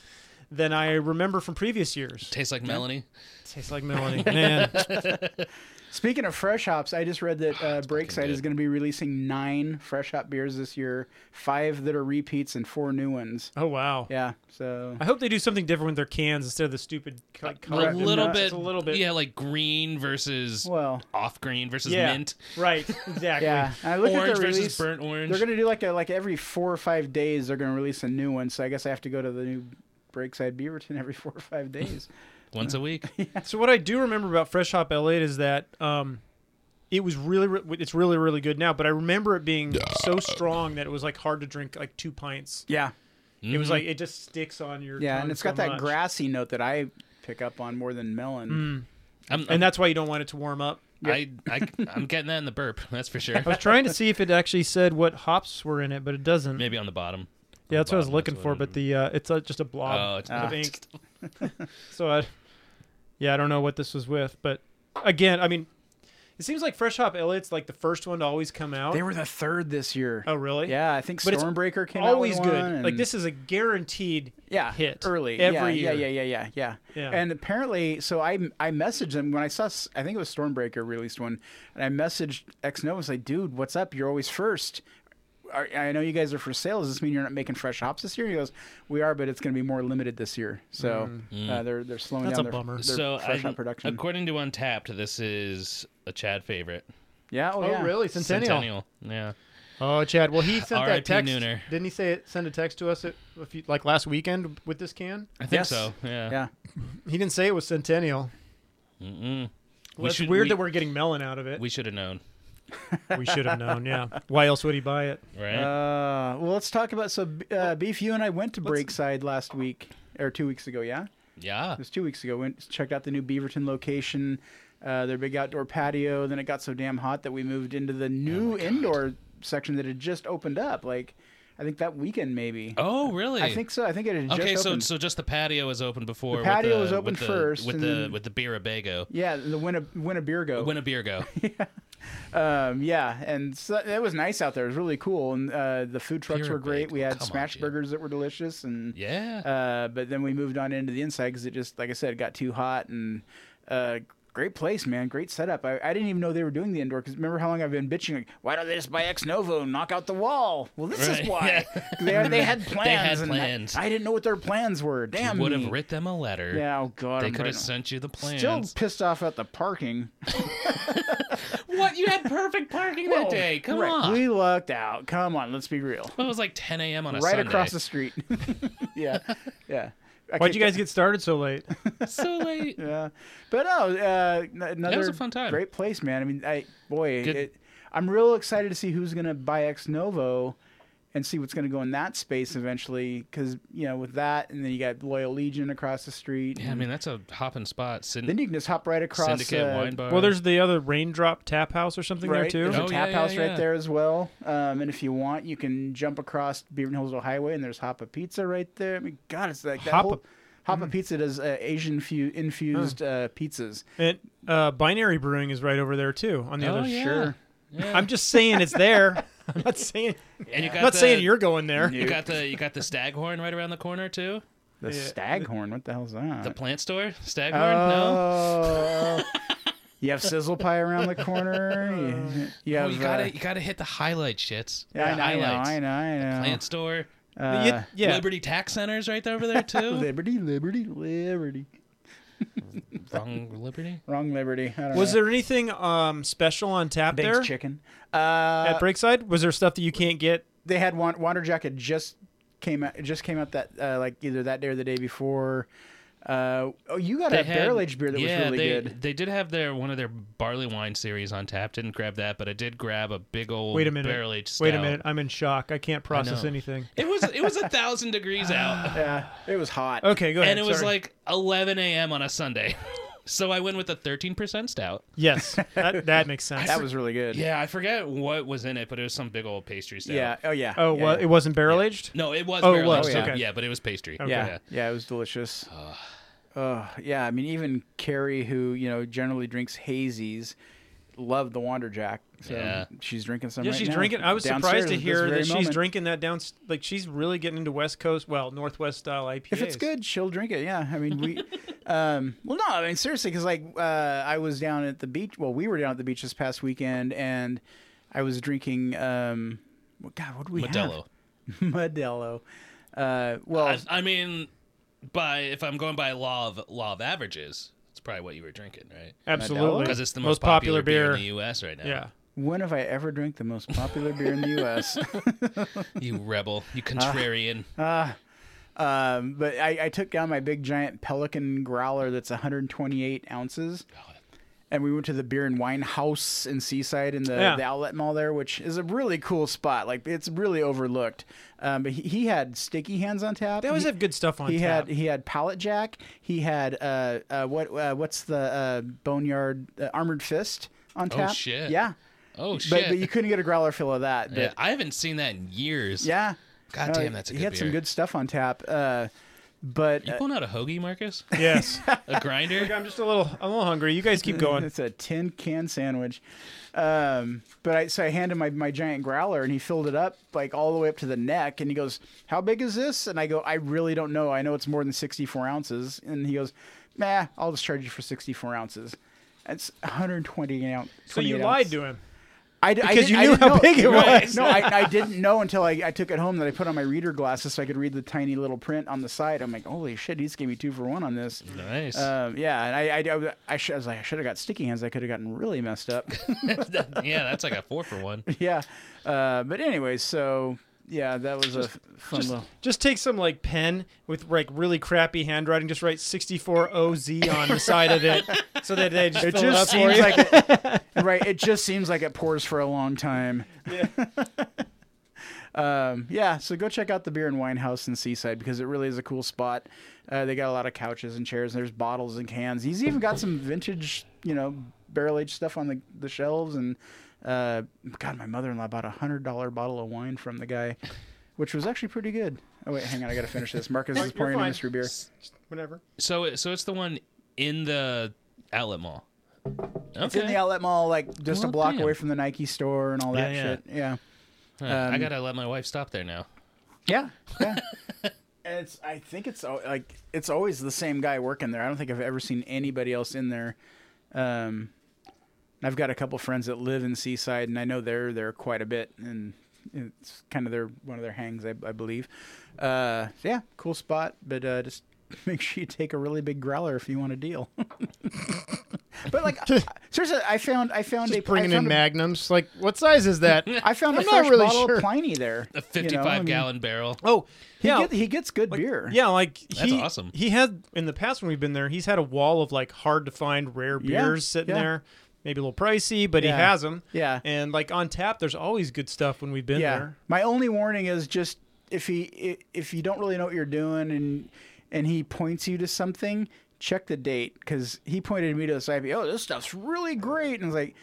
C: than I remember from previous years.
D: Tastes like Melanie.
C: Tastes like melony, man.
B: Speaking of fresh hops, I just read that uh, Breakside
D: Ah, good.
B: is going to be releasing nine fresh hop beers this year, five that are repeats and four new ones.
C: Oh wow.
B: Yeah, so
C: I hope they do something different with their cans instead of the stupid like
D: A
C: color.
B: Correct.
D: little
B: Nuts.
D: bit.
C: It's a little bit.
D: Yeah, like green versus
B: well,
D: off green versus
C: Yeah.
D: mint.
C: Right. Exactly.
B: yeah. I looked
D: Orange
B: at their
D: versus
B: release.
D: burnt orange.
B: They're going to do like a, like every four or five days. They're going to release a new one. So I guess I have to go to the new Breakside Beaverton every four or five days.
D: Once a week.
C: So what I do remember about Fresh Hop Elliott is that um, it was really, re- it's really, really good now. But I remember it being so strong that it was like hard to drink like two pints.
B: yeah,
C: It
D: Mm-hmm.
C: was like it just sticks on your.
B: yeah,
C: tongue
B: and it's
C: so
B: got that
C: much. Mm.
B: grassy note that I pick up on more than melon.
D: Mm-hmm. I'm,
C: and that's why you don't want it to warm up.
D: I, I, I'm getting that in the burp. That's for sure.
C: I was trying to see if it actually said what hops were in it, but it doesn't.
D: Maybe on the bottom.
C: Yeah, that's what I was
D: Bottom,
C: looking
D: that's
C: for.
D: what-
C: But the uh, it's uh, just a blob.
D: Oh, it's
B: Ah.
C: of ink. so I, yeah, I don't know what this was with, but again, I mean, it seems like Fresh Hop Elliott's like the first one to always come out.
B: They were the third this year.
C: oh, really?
B: Yeah, I think
C: But it's
B: Stormbreaker came out. with
C: always good.
B: one,
C: Like
B: and-
C: this is a guaranteed.
B: yeah,
C: hit
B: early
C: every
B: yeah,
C: year.
B: Yeah, yeah, yeah, yeah, yeah.
C: Yeah.
B: And apparently, so I I messaged them when I saw s- I think it was Stormbreaker released one, and I messaged X Nova was like, dude, what's up? You're always first. Are, I know you guys are for sale. Does this mean you're not making fresh hops this year? He goes, we are, but it's going to be more limited this year. So uh, they're they're slowing
C: Mm. That's
B: down
C: a
B: their,
C: bummer.
B: their
D: so
B: fresh
D: I-
B: hop production.
D: according to Untapped, this is a Chad favorite.
B: yeah. Oh, yeah.
C: Centennial.
D: Yeah.
C: Oh, Chad. Well, he sent
D: R.I.P.
C: that text.
D: Nooner.
C: Didn't he say it, send a text to us at, a few- like last weekend with this can?
D: I think
B: Yes.
D: so. Yeah.
B: Yeah.
C: He didn't say it was Centennial. Well,
D: Mm-mm. We
C: it's
D: should-
C: weird
D: we-
C: that we're getting melon out of it.
D: We should have known,
C: we should have known. Yeah. Why else would he buy it?
D: right?
B: Uh, well, let's talk about so uh, beef. You and I went to
C: Let's-
B: Breakside last week or two weeks ago. Yeah.
D: yeah.
B: It was two weeks ago. Went checked out the new Beaverton location, uh, their big outdoor patio. Then it
D: Oh
B: got so damn hot that we moved into the new indoor section that had just opened up. Like, I I think that weekend maybe.
D: Oh, really?
B: I think so. I think it had
D: Okay,
B: just
D: so
B: opened.
D: so just the patio was open before. with
B: patio
D: the-
B: was open
D: with the,
B: first,
D: with
B: and
D: the
B: then- Oh.
D: with the Birabago.
B: yeah, the Winna Winnebergo.
D: Winnebago.
B: Um, yeah, and so it was nice out there. It was really cool, and uh, the food trucks were
D: Pyramid.
B: great. We
D: Oh,
B: had
D: come on,
B: smash
D: dude.
B: burgers that were delicious, and
D: Yeah.
B: Uh, but then we moved on into the inside because it just, like I said, got too hot and uh, great place, man. Great setup. I, I didn't even know they were doing the indoor because remember how long I've been bitching? Like, why don't they just buy Ex Novo and knock out the wall? Well, this
D: Right,
B: is why
D: yeah.
B: they, they had plans.
D: had
B: and
D: plans.
B: I, I didn't know what their plans were. Damn,
D: Would
B: me.
D: have writ them a letter.
B: Um, Yeah, oh god,
D: They
B: I'm
D: could have
B: right-
D: sent you the plans.
B: Still pissed off at the parking.
D: What? You had perfect parking that
B: Oh,
D: day. Come
B: right.
D: on.
B: we lucked out. Come on, let's be real.
D: it was like 10 a.m. on a
B: right
D: Sunday.
B: across the street. yeah, yeah. I
C: Why'd you
B: kicked-
C: guys get started so late?
D: so late.
B: Yeah, but no, uh, n- another
D: a fun time.
B: great place, man. I mean, I boy,
D: Good-
B: it, I'm real excited to see who's gonna buy Ex Novo, and see what's gonna go in that space eventually. Because you know, with that, and then you got Loyal Legion across the street.
D: Yeah, I
B: and
D: mean that's a hopping spot. Syn-
B: Mm. then you can just hop right across.
D: Syndicate
B: uh,
D: wine bar.
C: Well, there's the other raindrop tap house or something
B: Right,
C: there
B: there's
C: too.
B: a
D: Oh,
B: tap
D: yeah,
B: house
D: yeah,
B: right
D: yeah.
B: there as well. Um, and if you want, you can jump across Beaver Hills Highway, and there's Hoppa Pizza right there. I mean, God, it's like that
C: Hoppa-
B: whole Hoppa
D: Hmm.
B: Pizza does uh, Asian fu- infused uh, pizzas.
C: And uh, Binary Brewing is right over there too. On the
D: Oh,
C: other,
D: yeah.
B: Sure.
D: Yeah.
C: I'm just saying it's there. I'm not saying.
D: and you got
C: I'm not
D: the,
C: saying you're going there.
D: You got the you got the Staghorn right around the corner too.
B: The
C: Yeah.
B: Staghorn, what the hell's that?
D: The plant store, Staghorn. no,
B: Oh. you have sizzle pie around the corner. You, you
D: Oh,
B: have.
D: you
B: uh,
D: gotta you gotta hit the highlight shits.
B: yeah, I know,
D: Highlights.
B: I know, I know. I know.
D: Plant store,
B: Uh,
C: You- yeah.
D: Liberty Tax Center's right over there too.
B: Liberty, liberty, liberty.
D: Wrong Liberty.
B: Wrong liberty. I don't
C: Was
B: know.
C: there anything um, special on tap
B: Big's
C: there
B: chicken? Uh,
C: at Breakside? Was there stuff that you can't get?
B: they had Wan- Wander Jacket just came out. it Just came out that uh, like either that day or the day before. Uh, oh, you got a
D: had-
B: barrel aged beer that
D: yeah,
B: was really
D: they,
B: good.
D: They did have their one of their barley wine series on tap. Didn't grab that, but I did grab a big old
C: Wait a minute.
D: barrel aged.
C: Wait a minute. I'm in shock. I can't process
D: know.
C: anything.
D: It was it was a thousand degrees out.
B: Yeah, it was hot.
C: Okay, go ahead.
D: and it was
C: sorry.
D: like 11 a.m. on a Sunday. so I went with a 13% stout.
C: yes, that, that makes sense.
B: That was really good.
D: Yeah, I forget what was in it, but it was some big old pastry stout.
B: Yeah. Oh yeah.
C: oh,
B: yeah,
C: well,
B: yeah.
C: it wasn't barrel aged.
D: No, it was.
C: Oh, it
D: barrel
C: was,
D: aged.
B: okay.
D: Yeah, but it was pastry.
B: Yeah,
D: Yeah.
B: yeah, it was delicious. Uh, yeah, I mean, even Carrie, who you know generally drinks hazies, loved the Wander Jack. So
D: Yeah.
B: she's drinking some.
C: Yeah,
B: right
C: she's
B: now,
C: drinking. I was
B: downstairs
C: surprised to
B: at this
C: hear
B: very
C: that she's
B: moment.
C: drinking that down. Like she's really getting into West Coast, well, Northwest style IPAs.
B: If it's good, she'll drink it. Yeah, I mean, we. um, well, no, I mean seriously, because like uh, I was down at the beach. Well, we were down at the beach this past weekend, and I was drinking. Um, well, God, what do we
D: Modelo.
B: have? Modelo. Uh, well,
D: I, I mean, by if I'm going by law of law of averages, it's probably what you were drinking, right?
C: absolutely,
D: Because it's the most, popular, beer, in the U.S. right now.
C: Yeah,
B: when have I ever drank the most popular beer in the U.S.?
D: You rebel. You
B: Uh,
D: contrarian.
B: Um, but I, I took down my big giant pelican growler that's 128 ounces.
D: Oh,
B: And we went to the beer and wine house in Seaside in the,
C: Yeah.
B: the outlet mall there, which is a really cool spot. Like it's really overlooked. Um, but he, he had sticky hands on tap.
C: they always
B: he,
C: have good stuff on
B: he
C: tap.
B: had he had pallet jack. He had uh, uh what uh, what's the uh, boneyard uh, armored fist on
D: Oh,
B: tap.
D: shit.
B: Yeah,
D: oh shit.
B: but but you couldn't get a growler fill of that. But
D: yeah, I haven't seen that in years.
B: yeah,
D: God
B: No,
D: damn, that's a
B: he
D: good
B: had
D: beer.
B: some good stuff on tap. Uh, but
D: You pulling out a hoagie, Marcus?
C: yes,
D: A grinder?
C: I'm just a little, I'm a little hungry. You guys keep going.
B: It's a tin can sandwich. Um, but I so I handed my my giant growler and he filled it up like all the way up to the neck and he goes, "How big is this?" And I go, "I really don't know. I know it's more than 64 ounces." And he goes, "Nah, I'll just charge you for 64 ounces." It's 120 ounce.
C: So you lied to him.
B: I, d- I
C: because
B: didn't-
C: you
B: I
C: knew
B: didn't
C: how
B: know.
C: big it
B: Right.
C: was.
B: No, I, I didn't know until I, I took it home that I put on my reader glasses so I could read the tiny little print on the side. I'm like, holy shit, he's gave me two for one on this.
D: Nice.
B: Um, yeah, and I, I, I, I, sh- I was like, I should have got sticky hands. I could have gotten really messed up.
D: yeah, that's like a four for one.
B: yeah, uh, but anyway, so yeah, that was a f- fun
C: Just,
B: little.
C: just take some like pen with like really crappy handwriting. Just write 64 OZ on the side of it, so that they just
B: It
C: fill it up
B: just
C: for
B: seems
C: you.
B: like it, right. It just seems like it pours for a long time.
C: Yeah.
B: Um, yeah, so go check out the beer and wine house in Seaside because it really is a cool spot. Uh, they got a lot of couches and chairs, and there's bottles and cans. He's even got some vintage, you know, barrel aged stuff on the, the shelves. And uh, God, my mother in law bought a hundred dollar bottle of wine from the guy, which was actually pretty good. Oh wait, hang on, I gotta finish this. Marcus
C: You're
B: is pouring a
C: fine.
B: mystery beer.
C: Whatever.
D: So it, so it's the one in the outlet mall. Okay.
B: It's in the outlet mall, like just
C: Oh,
D: Well,
B: a block
D: damn.
B: away from the Nike store and all that
D: Yeah, yeah.
B: shit. Yeah.
D: Huh, I
B: um,
D: gotta let my wife stop there now.
B: Yeah, yeah. and it's I think it's al- like it's always the same guy working there. I don't think I've ever seen anybody else in there. Um, and I've got a couple friends that live in Seaside, and I know they're there quite a bit, and it's kind of their one of their hangs, I, I believe. Uh, so yeah, cool spot, but uh, just make sure you take a really big growler if you want a deal. but like seriously, I found I found
E: Just
B: a
E: bringing
B: I
E: in
B: found a-
E: magnums. Like, what size is that?
B: I found a
E: I'm not
B: fresh
E: really
B: bottle
E: sure.
B: of Pliny there. you
D: A
B: know, I
D: fifty-five
B: mean,
D: gallon barrel.
C: Oh,
B: He,
C: yeah.
B: get- he gets good
C: like-
B: beer.
C: Yeah, like
D: That's
C: he,
D: awesome.
C: He had in the past when we've been there, he's had a wall of like hard to find rare
B: Yeah,
C: beers sitting
B: yeah.
C: there. Maybe a little pricey, but
B: Yeah.
C: he has them.
B: Yeah.
C: And like on tap, there's always good stuff when we've been there.
B: My only warning is just if he i- if you don't really know what you're doing and and he points you to something, check the date because he pointed me to this IPA. Oh, this stuff's really great, and I was like.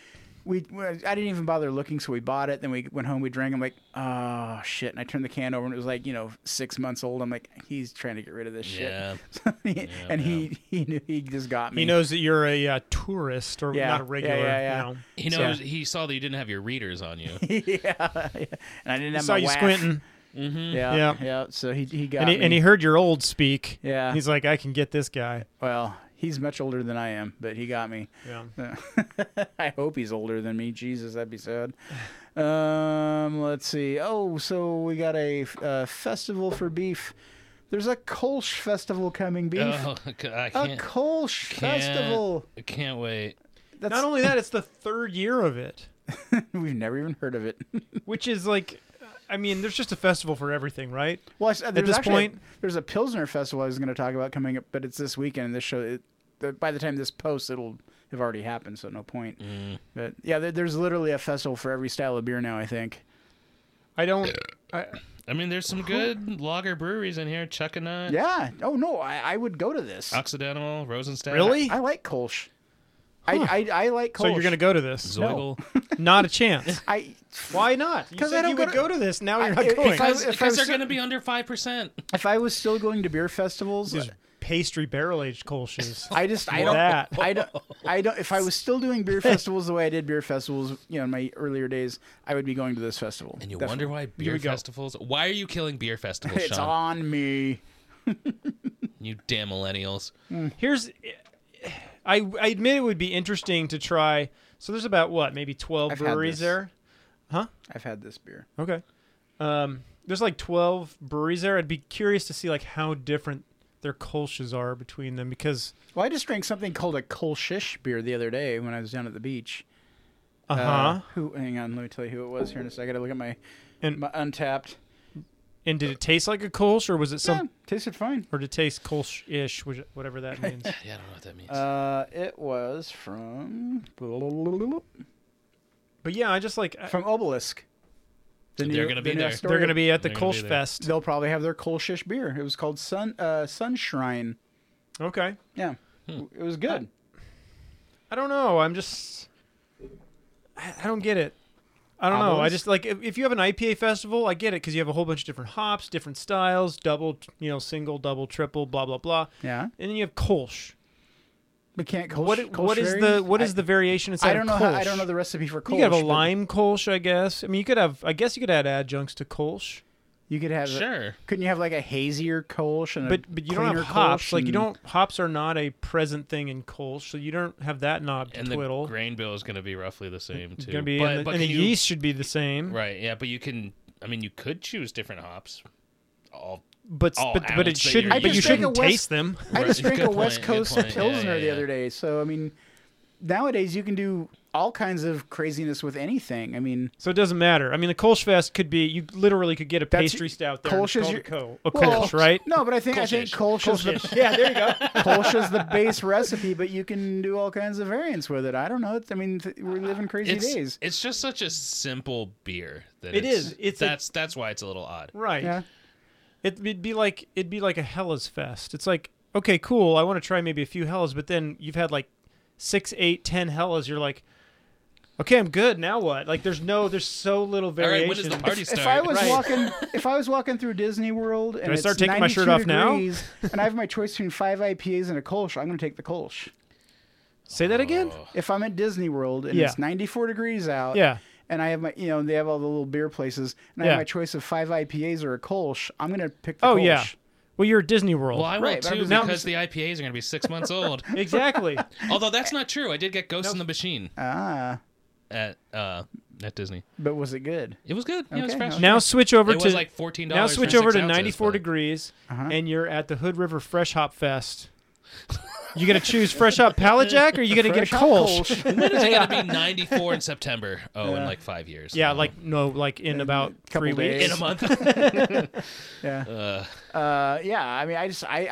B: We, I didn't even bother looking, so we bought it. Then we went home, we drank. I'm like, oh shit! And I turned the can over, and it was like, you know, six months old. I'm like, he's trying to get rid of this
D: Yeah.
B: shit. So he- and he he knew he just got me.
C: He knows that you're a uh, tourist or
B: Yeah,
C: not a
B: yeah,
C: regular.
B: yeah, yeah.
C: You know.
D: He knows. He saw that you didn't have your readers on you.
B: yeah, yeah, and I didn't have
C: saw
B: my
C: you
B: WAF.
C: squinting,
B: Yeah, yeah,
C: Yeah.
B: So he he got
C: and he,
B: me.
C: and he heard your old speak.
B: Yeah.
C: he's like, I can get this guy.
B: Well, he's much older than I am, but he got me.
C: Yeah,
B: I hope he's older than me. Jesus, that'd be sad. Um, let's see. Oh, so we got a uh, festival for beef. There's a Kolsch festival coming, beef.
D: Oh, I
B: a
D: can't.
B: Kolsch
D: can't-
B: festival.
D: I can't wait.
B: That's
C: not only that, it's the third year of it,
B: we've never even heard of it.
C: which is like, I mean, there's just a festival for everything, right?
B: well, I s- there's
C: this
B: actually-
C: point-
B: there's a Pilsner festival I was going to talk about coming up, but it's this weekend. This show, it, the, by the time this posts, it'll have already happened, so no point.
C: Mm.
B: But yeah, there, there's literally a festival for every style of beer now. I think.
C: I don't. I,
D: I mean, there's some good lager breweries in here. Chuckanut,
B: Yeah. Oh no, I, I would go to this.
C: Uh,
D: Occidental, Rosenstadt.
C: really?
B: I like Kolsch. I, I I like Kolsch.
C: so you're gonna go to this?
D: Zoigel.
C: not a chance.
B: I
C: Why not? You
B: 'Cause I
C: said
B: don't
C: you
B: go
C: would
B: to-
C: go to this. Now
B: I-
C: you're not
B: if- if
C: going.
B: I-
D: Because because they're
B: was-
D: going to be under 5%.
B: if I was still going to beer festivals,
C: These pastry barrel aged Kolsch's.
B: I just I don't
C: that.
B: I don't I don't if I was still doing beer festivals the way I did beer festivals, you know, in my earlier days, I would be going to this festival.
D: And you
B: Definitely.
D: wonder why beer festivals. Why are you killing beer festivals,
B: it's
D: Sean?
B: on me.
D: You damn millennials.
C: Here's, I I admit it would be interesting to try. So there's about what maybe 12
B: I've had
C: breweries
B: this.
C: there.
B: I've had this beer.
C: Okay. Um, there's like 12 breweries there. I'd be curious to see like how different their Kolsch's are between them because
B: Well, I just drank something called a Kolschish beer the other day when I was down at the beach. Uh,
C: uh-huh.
B: Who? Hang on, let me tell you who it was here in a second. I gotta look at my
C: And-
B: my untapped.
C: And did it taste like a Kolsch or was it some
B: yeah, tasted fine.
C: or did it taste Kolsch-ish, which- whatever that means?
D: Yeah, I don't know what that means.
B: Uh, it was from
C: but yeah, I just like I-
B: from Obelisk. The
D: They're gonna be
B: the new
D: there.
B: Astoria-
C: they're going to be at the
D: They're gonna be
C: Kolsch
D: there.
C: Fest.
B: They'll probably have their Kolschish beer. It was called Sun uh, Sunshrine.
C: Okay.
B: Yeah,
C: Hmm.
B: it was good.
C: I don't know. I'm just. I, I don't get it. I don't know. I
B: Obelisk?
C: just like if, if you have an IPA festival, I get it because you have a whole bunch of different hops, different styles, double, you know, single, double, triple, blah blah blah,
B: Yeah,
C: and then you have Kolsch.
B: we can't Kolsch.
C: What
B: Kolsch
C: what is
B: berries?
C: the what is
B: I,
C: the variation inside
B: I don't know.
C: of
B: How,
C: Kolsch?
B: I don't know the recipe for Kolsch.
C: you could have a
B: but
C: lime Kolsch, I guess. I mean, you could have. I guess you could add adjuncts to Kolsch,
B: You could have. A,
D: sure.
B: couldn't you have like a hazier Kolsch and a
C: but but you don't
B: cleaner
C: have hops.
B: Kolsch
C: Like you
B: and-
C: don't hops are not a present thing in Kolsch, so you don't have that knob to
D: And
C: twiddle.
D: the grain bill is going to be roughly the same, too.
C: Gonna be
D: but,
C: and the,
D: but
C: and
D: can
C: the
D: you-
C: yeast should be the same.
D: Right, yeah, but you can. I mean, you could choose different hops. All
C: but
D: all
C: but, but it
D: outlets that
C: shouldn't.
D: you're
B: using.
C: But you
B: I just
C: shouldn't
B: think a West-
C: taste them.
B: I
D: Right.
B: just drank
D: Good
B: a West
D: point, good
B: Coast
D: point. Yeah,
B: Pilsner
D: yeah,
B: the
D: yeah.
B: other day. So I mean, nowadays you can do all kinds of craziness with anything. I mean,
C: So it doesn't matter. I mean, the Kolsch Fest could be. You literally could get a
B: That's-
C: pastry stout there. and it's
B: Kolsch is
C: called
B: your-
C: a, co- a
B: well,
C: Kolsch, right?
B: No, but I think I think Kolsch is the
C: Yeah, there you go.
B: Kolsch is the base recipe, but you can do all kinds of variants with it. I don't know. It's- I mean, th- we live in crazy
D: it's,
B: days.
D: it's just such a simple beer that
C: It
D: it's,
C: is. It's a-
D: that's that's why it's a little odd.
C: Right.
B: Yeah.
C: It, would be like it'd be like a Hellas Fest. It's like okay, cool. I want to try maybe a few Hellas, but then you've had like six, eight, ten Hellas. You're like, okay, I'm good. Now what? Like, there's no, there's so little
D: All
C: variation.
D: right, when does the party start?
B: If I was
C: Right.
B: walking, if I was walking through Disney World and
C: I
B: it's
C: start taking my shirt
B: 92
C: off now?
B: degrees and I have my choice between five IPAs and a Kolsch, I'm going to take the Kolsch.
C: Say
D: Oh,
C: that again.
B: If I'm at Disney World and
C: Yeah.
B: it's 94 degrees out,
C: Yeah.
B: and I have my, you know, they have all the little beer places, and I
C: Yeah.
B: have my choice of five IPAs or a Kolsch, I'm going to pick the
C: Oh
B: Kolsch.
C: yeah. Well, you're at Disney World.
D: well, I
B: Right,
D: won't
B: but I'm
D: too
B: just-
D: because the IPAs are going to be six months old.
C: exactly.
D: Although that's not true. I did get Ghost in the Machine
B: Ah,
D: at uh, at Disney.
B: but was it good?
D: It was good. Yeah, it was
B: Okay,
D: fresh.
B: okay.
C: now switch over
D: it
C: to
D: was like fourteen
C: now
D: dollars.
C: switch over to 94 degrees,
B: Uh-huh.
C: and you're at the Hood River Fresh Hop Fest. You gonna choose Fresh Hop Pallet Jack, or you gonna get a
B: Fresh hot
C: Kolsch?
D: When is it going to be ninety four in September? Oh, in like five years.
C: Yeah,
D: Oh.
C: like no, like in about
B: couple
C: three weeks.
B: days.
D: in a month.
B: Yeah.
D: uh,
B: Uh, yeah, I mean, I just, I,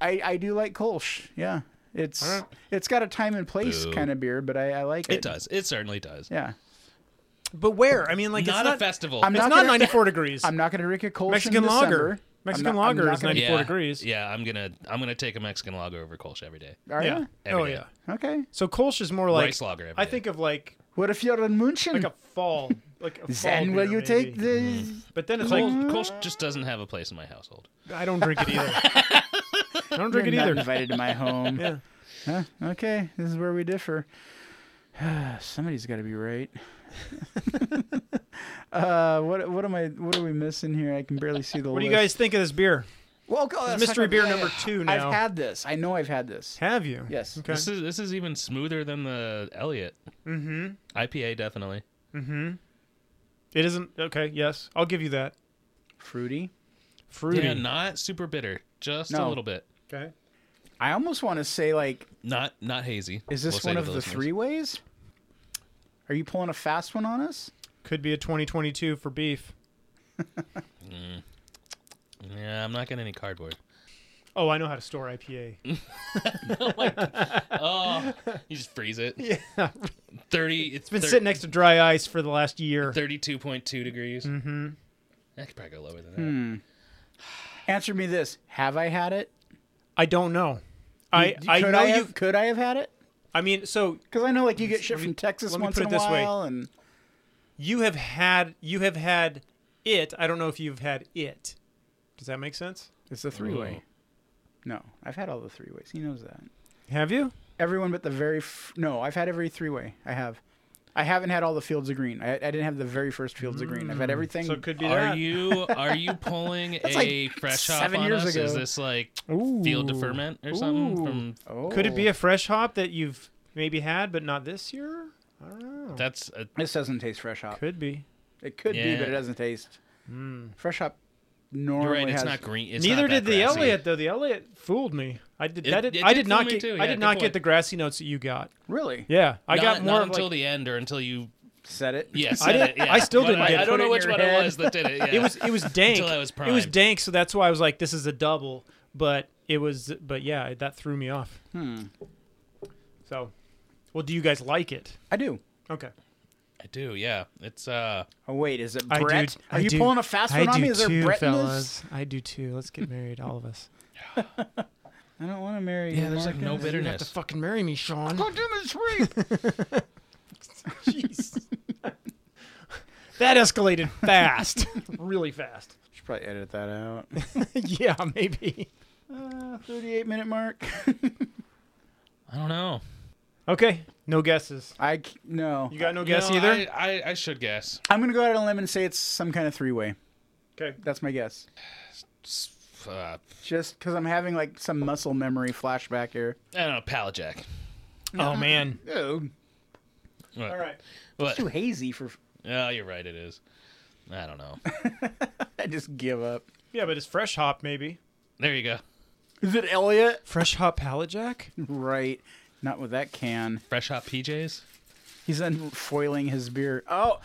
B: I, I, I do like Kolsch. Yeah. It's, it's got a time and place
D: Boo.
B: kind of beer, but I, I like it.
D: it does. It certainly does.
B: Yeah.
C: But where? I mean, like
D: not,
C: it's not
D: a festival.
B: I'm
C: It's
B: not
C: not,
B: gonna-
C: 94 degrees.
B: I'm not going to drink a Kolsch
C: Mexican
B: in
C: lager.
B: December.
C: Mexican
B: I'm not-
C: lager
B: I'm not
C: is
B: gonna-
C: 94 degrees.
D: Yeah, I'm gonna I'm gonna take a Mexican lager over Kolsch every day.
B: Are
C: yeah.
B: ya?
D: Every
C: Oh
D: day.
C: yeah.
B: Okay.
C: So Kolsch is more like
D: Rice lager every
C: I
D: day.
C: think of like
B: What if you're in München?
C: like a fall like a fall
B: then will
C: beer,
B: you
C: maybe. Mm.
B: take the?
C: But then it's
D: Kol-
C: like
D: Kolsch just doesn't have a place in my household.
C: I don't drink it either. I don't drink
B: You're
C: it
B: not
C: either.
B: invited to my home.
C: Yeah.
B: Huh? Okay, this is where we differ. Somebody's got to be right. uh, what what am I? What are we missing here? I can barely see the
C: What do
B: list.
C: you guys think of this beer?
B: Well, go- let's
C: mystery
B: talk
C: beer
B: about-
C: number two now.
B: I've had this. I know I've had this.
C: Have you?
B: Yes.
C: Okay.
D: This is this is even smoother than the Elliot. Mm-hmm. IPA definitely.
C: Hmm? It isn't okay. Yes, I'll give you that.
B: Fruity.
C: Fruity.
D: Yeah, not super bitter, just a
B: No.
D: little bit.
C: okay.
B: I almost want to say like,
D: Not not hazy.
B: is
D: we'll
B: this
D: say
B: one
D: to
B: of the
D: listeners.
B: three ways? Are you pulling a fast one on us?
C: Could be a 2022 for beef.
D: Yeah, I'm not getting any cardboard.
C: Oh, I know how to store IPA.
D: Oh, you just freeze it. Yeah. Thirty. It's
C: Been sitting next to dry ice for the last year.
D: Thirty-two point two degrees. Mm-hmm. Hmm. I could probably go lower than that.
B: Answer me this: Have I had it?
C: I don't know. I
B: Could
C: I know
B: have-
C: you.
B: Could I have had it?
C: I mean, so
B: Because I know, like, you get shit from Texas
C: let me
B: once
C: put
B: in a
C: it this way.
B: while, and
C: you have had you have had it. I don't know if you've had it. Does that make sense?
B: it's a three-way. No, I've had all the three ways. He knows that.
C: Have you?
B: Everyone but the very f- no. I've had every three-way. I have. I haven't had all the fields of green. I, I didn't have the very first fields of green. I've had everything.
C: Mm. So it could be
D: Are
C: that.
D: you are you pulling a fresh hop
B: seven
D: on
B: years
D: us? Is
B: ago.
D: this like field to
C: Ooh.
D: ferment or something?
C: Ooh.
D: From
B: oh.
C: Could it be a fresh hop that you've maybe had but not this year? I don't know.
D: that's a,
B: Oh. This doesn't taste fresh hop.
C: Could Mm. be.
B: It could be, but
D: Yeah.
B: it doesn't taste fresh hop. Normally
D: you're right. It's
B: has.
D: not green. It's
C: Neither
D: not
C: did
D: that
C: the
D: grassy.
C: Elliot though. The Elliot fooled me. I did.
D: It-
C: that did,
D: it
C: I
D: did
C: did
D: fool
C: not
D: me
C: get.
D: too.
C: I
D: Yeah,
C: did
D: good
C: not
D: point.
C: get the grassy notes that you got.
B: really.
C: Yeah, I
D: Not,
C: got more
D: not
C: of
D: until
C: like.
D: the end or until you.
B: Said it.
D: Yes,
C: I
D: said
C: didn't-
D: it, yeah.
C: I still
D: But
C: didn't get
D: I,
C: it.
D: I don't
B: Put it
D: know
B: in
D: which
B: your
D: one
B: head.
D: it was that did it. Yeah.
C: it was it was dank.
D: I was
C: it was
D: primed.
C: dank, so that's why I was like, this is a double. But it was. But yeah, that threw me off. Hmm. So, well, do you guys like it?
B: I do.
C: Okay.
D: I do. Yeah. It's uh.
B: Oh wait, is it
C: I do-
B: Brett? Are
C: I
B: you
C: do-
B: pulling a fast one on me? Is there Brett in this?
C: I do too. Let's get married, all of us.
B: I don't want to marry you.
D: Yeah. There's like
B: Marcus.
D: no
C: You have to
D: bitterness.
C: fucking marry me, Sean.
B: God damn it, it's rape.
C: Jeez. that escalated fast, really fast.
B: Should probably edit that out.
C: yeah, maybe.
B: Uh, 38 minute mark.
D: I don't know.
C: Okay, no guesses.
B: I c- no.
C: You got no
D: You
C: guess
D: know,
C: either.
D: I, I I should guess.
B: I'm gonna go out on a limb and say it's some kind of three way.
C: Okay.
B: That's my guess.
D: S- Uh,
B: Just because I'm having like some muscle memory flashback here.
D: I don't know. Pallet Jack.
C: Oh man.
B: Oh,
D: What?
C: All right.
D: What?
B: too hazy for.
D: Oh, you're right. It is. I don't know.
B: I just give up.
C: Yeah, but it's fresh hop maybe.
D: There you go.
B: Is it Elliot?
C: Fresh hop pallet jack.
B: Right. Not with that can.
D: Fresh hop PJs.
B: He's unfoiling his beer. Oh,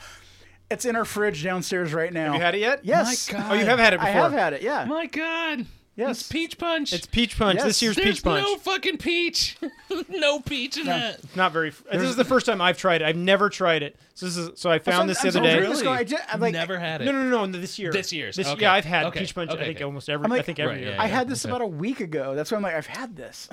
B: it's in our fridge downstairs right now.
C: Have you had it yet?
B: Yes.
D: My God.
C: Oh, you have had it before.
B: I have had it. Yeah.
D: My God.
B: Yes.
D: It's peach punch.
C: It's peach punch.
B: Yes.
C: This year's
D: There's
C: peach punch. Oh,
D: no fucking peach. no peach in that.
C: It's not very. This is the first time I've tried it. I've never tried it. So this is. So I found
B: I'm-
C: this
B: I'm
C: the
B: so
C: other day.
B: curious. I ju- I'm like-
D: Never had it.
C: No, no, no, no. This year.
D: This year's, okay.
C: Yeah, I've had
D: Okay.
C: peach punch. I
D: Okay,
C: think
D: okay.
C: almost every.
B: I'm like-
C: I think every
D: Right,
C: year.
D: yeah,
B: I had this
D: Okay.
B: about a week ago. That's why I'm like, I've had this.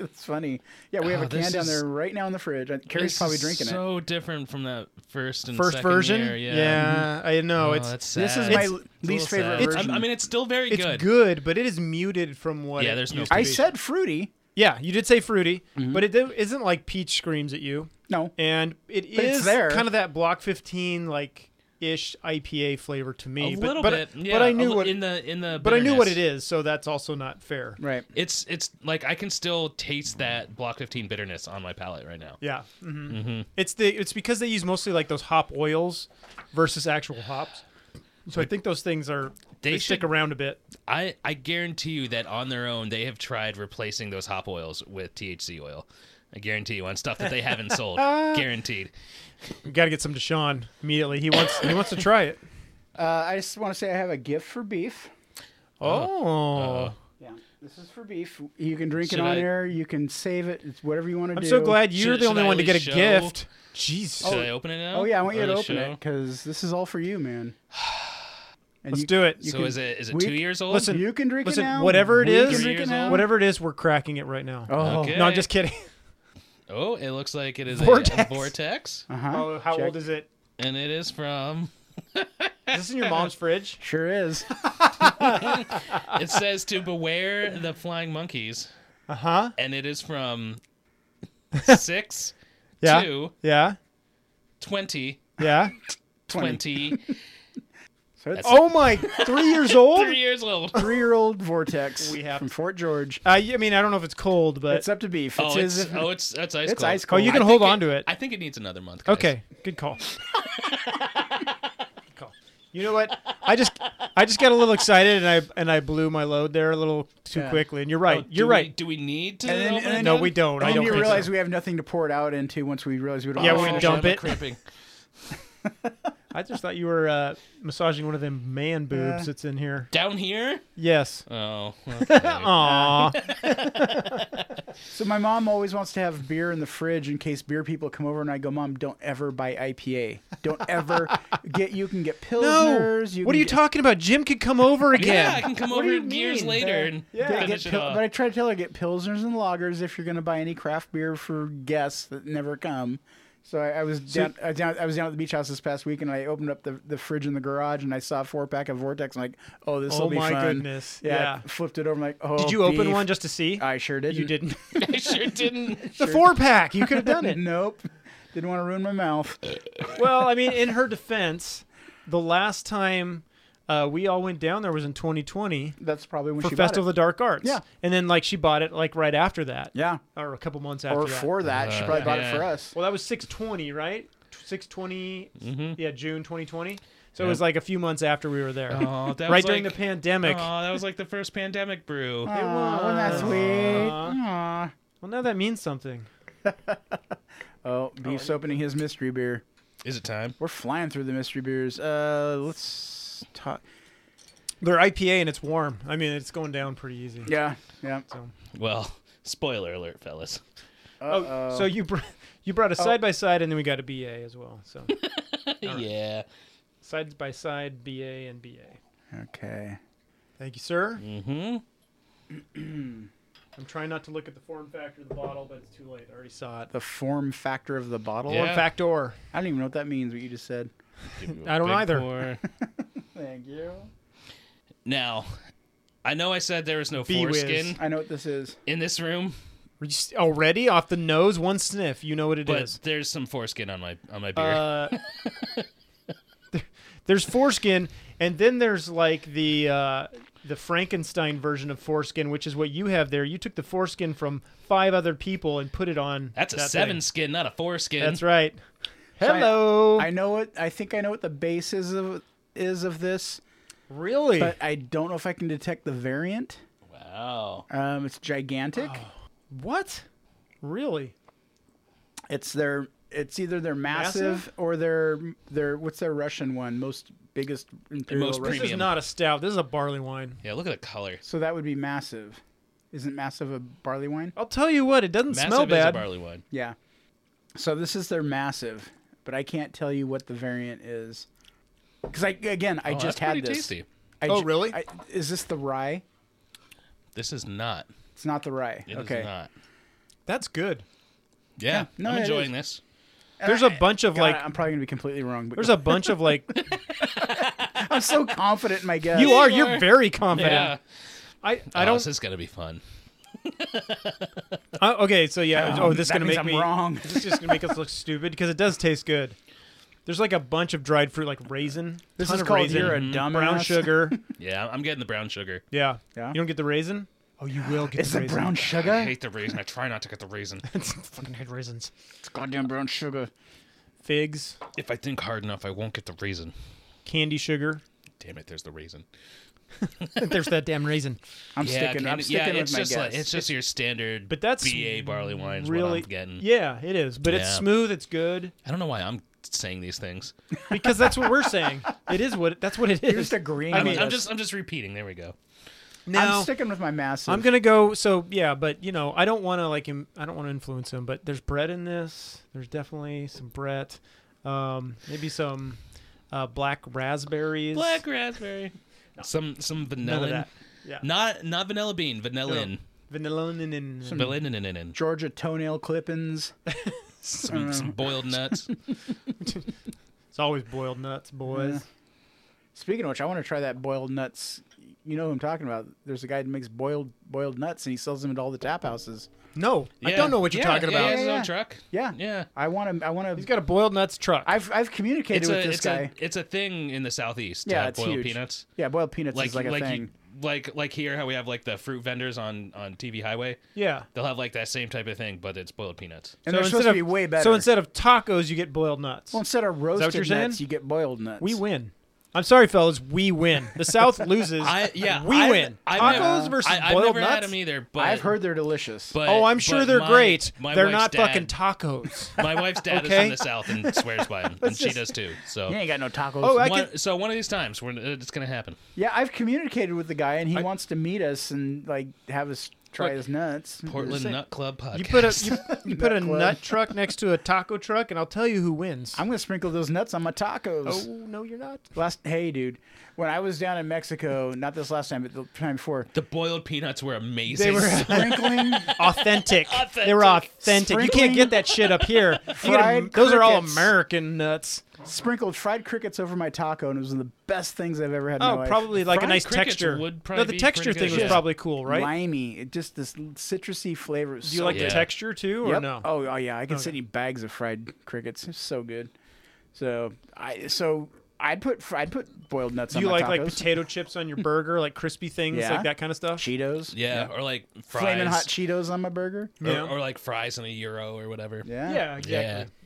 B: It's funny. Yeah, we have
D: Hmm. Oh,
B: a can
D: this
B: down
D: is-
B: there right now in the fridge. I- Carrie's
D: This
B: probably
D: is
B: drinking it.
D: So different from that first and
E: First
D: second
E: version?
D: year, Yeah,
C: yeah, I know
D: Oh,
C: it's
D: that's sad.
B: This is my
D: It's-
B: l-
D: it's a
B: least
D: little
B: favorite
D: sad.
B: version.
D: I'm- I mean, it's still very
C: it's
D: good.
C: good. but it is muted from what.
D: Yeah,
C: it
D: there's no Mm-hmm.
C: used to
B: I
C: be.
B: said fruity.
C: Yeah, you did say fruity, but it do- isn't like peach screams at you,
B: No,
C: and it is
B: But it's there.
C: kind of that block fifteen like ish IPA flavor to
D: A
C: me. but,
D: little
C: but,
D: bit. yeah,
C: but I
D: a
C: knew
D: li-
C: what.
D: in the in the.
C: but I knew what
D: bitterness.
C: it is, so that's also not fair.
B: right.
D: It's it's like I can still taste that block 15 bitterness on my palate right now.
C: Yeah, hmm
D: Mm-hmm.
C: it's the it's because they use mostly like those hop oils versus actual hops. So I think those things are
D: They
C: they, stick
D: should-
C: around a bit.
D: I I guarantee you that on their own they have tried replacing those hop oils with THC oil. I guarantee you on stuff that they haven't sold. Guaranteed.
C: We got to get some to Sean immediately. He wants he wants to try it.
B: Uh, I just want to say I have a gift for beef.
C: Oh,
B: Yeah, this is for beef. You can drink
D: Should
B: it on
D: I-
B: air. You can save it. It's whatever you want to
C: I'm
B: do.
C: so glad you're
D: Should-
C: the
D: should
C: only
D: I
C: one to
D: at
C: get a
D: least show-
C: gift. Jeez.
D: Should I open it now?
B: Oh yeah, I want you
D: Or
B: to
D: the
B: open it
D: show?
B: because this is all for you, man. And
C: Let's
B: you-
C: do it.
B: you
D: So
B: can-
D: is it is it
B: we-
D: 2 years old?
C: Listen,
B: You can drink
C: Listen,
B: it now.
C: whatever it
B: We
C: is-
B: can drink it
D: Years
B: now.
D: old?
C: Whatever it is, we're cracking it right now.
B: Oh,
D: Okay.
C: No, I'm just kidding.
D: Oh, it looks like it is a
C: Vortex.
D: vortex
B: Uh-huh.
C: how
B: Check.
C: old is it?
D: and it is from
C: Is this in your mom's fridge?
B: Sure is.
D: it says to beware the flying monkeys
C: Uh huh.
D: and it is from 6
C: Yeah.
D: to
C: Yeah.
D: 20
C: Yeah.
D: 20
B: So it's
D: That's-
C: Oh my! Three years old.
D: 3 years old.
B: a three-year-old vortex
C: We have
B: from Fort George.
C: Uh, yeah, I mean, I don't know if it's cold, but
B: It's up to beef.
D: Oh,
B: his-
D: it's, oh, it's that's ice
B: it's
D: cold.
B: ice
C: oh,
B: cold.
C: you can
D: I
C: hold
D: think
C: on to it.
D: I think it needs another month. guys.
C: Okay, good call. Good call. You know what? I just I just got a little excited and I and I blew my load there a little too
B: Yeah.
C: quickly. And you're right.
D: Oh, do
C: you're
D: we-
C: right.
D: do we need to?
B: And then-
D: open
B: and
D: it
B: then-
C: No,
D: up?
C: Oh, we don't. I
B: And
C: don't
B: then you
C: think
B: realize
C: so.
B: oh, we have nothing to pour it out into once we realize we don't.
C: Yeah,
B: have
C: we
B: to
D: Oh,
B: finish
C: can dump
D: I'm
C: it.
D: Creeping.
C: I just thought you were uh, massaging one of them man boobs
B: Yeah.
C: that's in here.
D: Down here?
C: Yes.
D: Oh. okay.
C: Aw.
B: So my mom always wants to have beer in the fridge in case beer people come over, and I go, "Mom, don't ever buy IPA. Don't ever get. You can get
C: no.
B: pilsners. You
C: What
B: can
C: are you
B: get,
C: talking about? Jim could come over
D: yeah, I
C: again.
D: can come
C: What
D: over
C: do you
D: years
C: mean?
D: later and
C: Yeah.
B: Get
D: finish it
B: pil-
D: off.
B: but I try to tell her get pilsners and lagers if you're going to buy any craft beer for guests that never come. So I, I was down, I, down, I was down at the beach house this past week, and I opened up the, the fridge in the garage, and I saw a four pack of Vortex. I'm like, oh, this will
C: Oh
B: be
C: my
B: fun.
C: goodness.
B: Yeah,
C: Yeah.
B: I flipped it over. I'm like, oh,
C: Did you open
B: beef.
C: one just to see?
B: I sure did.
C: you didn't.
D: I sure didn't.
C: The four pack. You could have done it.
B: nope. Didn't want to ruin my mouth.
C: well, I mean, in her defense, the last time uh, we all went down there was in 2020
B: That's probably when
C: for
B: she
C: Festival
B: bought
C: of the
B: it.
C: Dark Arts.
B: Yeah.
C: and then like she bought it like right after that,
B: Yeah,
C: or a couple months after
B: or
C: that.
B: for that, she
D: Uh,
B: probably bought
D: yeah.
B: it for us.
C: well, that was 620, right? 620,
D: Mm-hmm.
C: yeah, June 2020. So it
D: Yep.
C: was like a few months after we were there,
D: Oh, that
C: right
D: was
C: during
D: like-
C: the pandemic.
D: Oh, that was like the first pandemic brew.
B: Aw, wasn't that sweet? Aw.
C: Well, now that means something.
B: Oh, Beef's opening his mystery beer.
D: Is it time?
B: We're flying through the mystery beers. Uh, let's talk.
C: They're IPA and it's warm. I mean, it's going down pretty easy.
B: Yeah, yeah.
D: Well, spoiler alert, fellas.
C: Oh, so you br- you brought a side by side, and then we got a BA as well. So
D: yeah.
C: side by side, BA and BA.
B: Okay.
C: Thank you, sir.
D: Mm-hmm.
C: I'm trying not to look at the form factor of the bottle, but it's too late. I already saw it.
B: The form factor of the bottle.
D: Yeah.
C: Form factor.
B: I don't even know what that means. What you just said.
C: I don't either.
B: Thank you.
D: Now, I know I said there was no
C: Bee-whiz.
D: foreskin
B: I know what this is.
D: in this room,
C: Were you s- Already off the nose, one sniff. You know what it
D: but
C: is.
D: there's some foreskin on my on my beer.
C: Uh, there's foreskin, and then there's like the uh, the Frankenstein version of foreskin, which is what you have there. You took the foreskin from five other people and put it on.
D: That's a
C: that
D: seven
C: thing.
D: skin, not a foreskin.
C: That's right.
B: So I-
C: Hello.
B: I know what. I think I know what the base is of is of this,
C: really?
B: but I don't know if I can detect the variant.
D: Wow.
B: Um, it's gigantic.
D: Oh.
C: what? Really?
B: It's their. It's either their massive,
C: Massive?
B: or their their what's their Russian one most biggest imperial.
D: Most
B: Russian.
C: This is
D: Premium.
C: not a stout. This is a barley wine.
D: Yeah, look at the color.
B: So that would be massive. Isn't massive a barley wine?
C: I'll tell you what, it doesn't
D: Massive
C: smell
D: is a
C: bad.
D: barley wine.
B: Yeah. So this is their massive, but I can't tell you what the variant is. Because I again, I
D: Oh,
B: just
D: that's
B: had
D: pretty
B: this.
D: tasty.
B: I
C: Oh,
B: ju-
C: really?
B: I, is this the rye?
D: This is not.
B: It's not the rye.
D: It is
B: okay.
D: not.
C: That's good.
D: Yeah,
B: no,
D: I'm
B: it
D: enjoying
B: is.
D: this.
B: Uh,
C: There's a bunch of
B: God,
C: like.
B: I'm probably gonna be completely wrong, but
C: There's a bunch of like.
B: I'm so confident in my guess.
C: You are. You're very confident.
D: Yeah,
B: um,
C: I.
D: Oh,
C: I don't.
D: This is gonna be fun.
C: Uh, okay, so yeah. oh, this is
B: that
C: gonna
B: means
C: make
B: I'm
C: me
B: wrong.
C: This is just gonna make us look stupid because it does taste good. There's like a bunch of dried fruit, like raisin.
B: This
C: ton
B: is
C: of
B: called
C: raisin,
B: you're a dumbass.
C: brown sugar.
D: Yeah, I'm getting the brown sugar.
C: Yeah.
B: Yeah.
C: You don't get the raisin. Oh, you will get
B: It's
C: the
B: a
C: raisin.
B: brown
D: I
B: sugar.
D: hate the raisin. I try not to get the raisin.
C: fucking hate raisins.
B: It's goddamn brown sugar.
C: Figs,
D: if I think hard enough, I won't get the raisin.
C: candy sugar.
D: Damn it, there's the raisin.
C: There's that damn raisin.
B: I'm sticking.
D: can-
B: I'm sticking
D: yeah,
B: with
D: it's
B: my
D: just
B: guess.
D: like it's just your standard
C: But that's
D: BA barley wine is what
C: Really?
D: I'm getting.
C: Yeah, it is. But it's
D: Yeah.
C: smooth. It's good
D: I don't know why I'm saying these things.
C: because that's what we're saying. It is what. That's what it is.
B: You're just agreeing.
D: I
B: with
D: mean, I'm
B: us.
D: just I'm just repeating. There we go.
C: now,
B: I'm sticking with my massive.
C: I'm gonna go. So yeah, but you know, I don't want to like him. I don't want to influence him. But there's bread in this. There's definitely some bread. Um, maybe some uh, black raspberries.
D: Black raspberry. Some some
C: None of
D: vanilla.
C: that. Yeah.
D: Not not vanilla bean. Vanillin.
C: Vanilla and- and
D: No. Vanillin.
B: Georgia toenail clippings.
D: Some, some boiled nuts.
C: it's always boiled nuts, boys.
B: Yeah. Speaking of which, I want to try that boiled nuts. You know who I'm talking about. There's a guy that makes boiled boiled nuts, and he sells them at all the tap houses.
C: No, I
D: Yeah.
C: don't know what you're
D: Yeah,
C: talking
D: Yeah, he
C: about.
D: has his
B: Yeah.
D: own truck.
B: Yeah,
D: Yeah.
B: I want to. I want
C: He's
B: to.
C: got a boiled nuts truck.
B: I've I've communicated
D: It's
B: with
D: a
B: this
D: it's
B: guy.
D: a it's a thing in the southeast. to
B: Yeah,
D: have
B: it's
D: boiled
B: huge.
D: peanuts.
B: yeah, boiled peanuts
D: Like
B: is like a
D: like
B: thing.
D: you, like like here how we have like the fruit vendors on on TV Highway.
C: yeah.
D: They'll have like that same type of thing, but it's boiled peanuts.
B: and they're supposed
C: instead
B: to be
C: of-
B: way better.
C: So instead of tacos, you get boiled nuts.
B: well, instead of
C: what you're
B: roasted
C: saying?
B: nuts, you get boiled nuts.
C: we win. I'm sorry, fellas. We win. The South loses.
D: I yeah,
C: we
D: I've-
C: win.
D: I've
C: Tacos
D: never-
C: versus
D: I, I've
C: boiled
D: never
C: nuts.
D: Had them either, but
B: I've heard they're delicious.
D: But,
C: oh, I'm sure
D: but
C: they're
D: my-
C: great.
D: my
C: they're
D: wife's
C: not
D: dad-
C: fucking tacos.
D: My wife's dad is
C: Okay.
D: from the south and swears by them, and she does too. So
B: you ain't got no tacos.
C: Oh, I
D: one,
C: can-
D: so one of these times, we're, it's gonna happen.
B: yeah, I've communicated with the guy, and he wants to meet us and like have us try his nuts.
D: Portland
B: Sick.
D: Nut Club podcast.
C: You put a you, you put a
B: Nut club.
C: nut truck next to a taco truck, and I'll tell you who wins.
B: I'm gonna sprinkle those nuts on my tacos.
C: oh no, you're not.
B: Last hey, dude, when I was down in Mexico, not this last time, but the time before,
D: the boiled peanuts were
C: They
D: amazing.
C: were
B: sprinkling
C: authentic. They were authentic. You can't
B: Sprinkling
C: get that shit up here. You get a-
B: fried
C: those are all
B: crickets.
C: American nuts.
B: sprinkled fried crickets over my taco, and it was one of the best things I've ever had. in
C: Oh,
B: my
C: probably like
D: Fried
C: a nice
D: crickets
C: texture.
D: would probably
C: No, the
D: be
C: texture
D: pretty
C: thing
D: good.
C: was
D: Yeah.
C: probably cool,
B: life.
C: right?
B: limey. It just this citrusy flavor.
C: Do you like the
D: Yeah.
C: texture too, or
B: Yep.
C: no?
B: Oh, oh yeah, I can send you bags of fried crickets. It's so good. So I so I'd put fr- I'd put boiled nuts
C: Do
B: on
C: you
B: my
C: like like
B: tacos.
C: potato chips on your burger, like crispy things,
B: Yeah.
C: like that kind of stuff?
B: Cheetos.
D: yeah, or like fries,
B: Flaming hot Cheetos on my burger.
D: or,
C: Yeah.
D: or like fries and a euro or whatever.
B: Yeah.
C: yeah, exactly.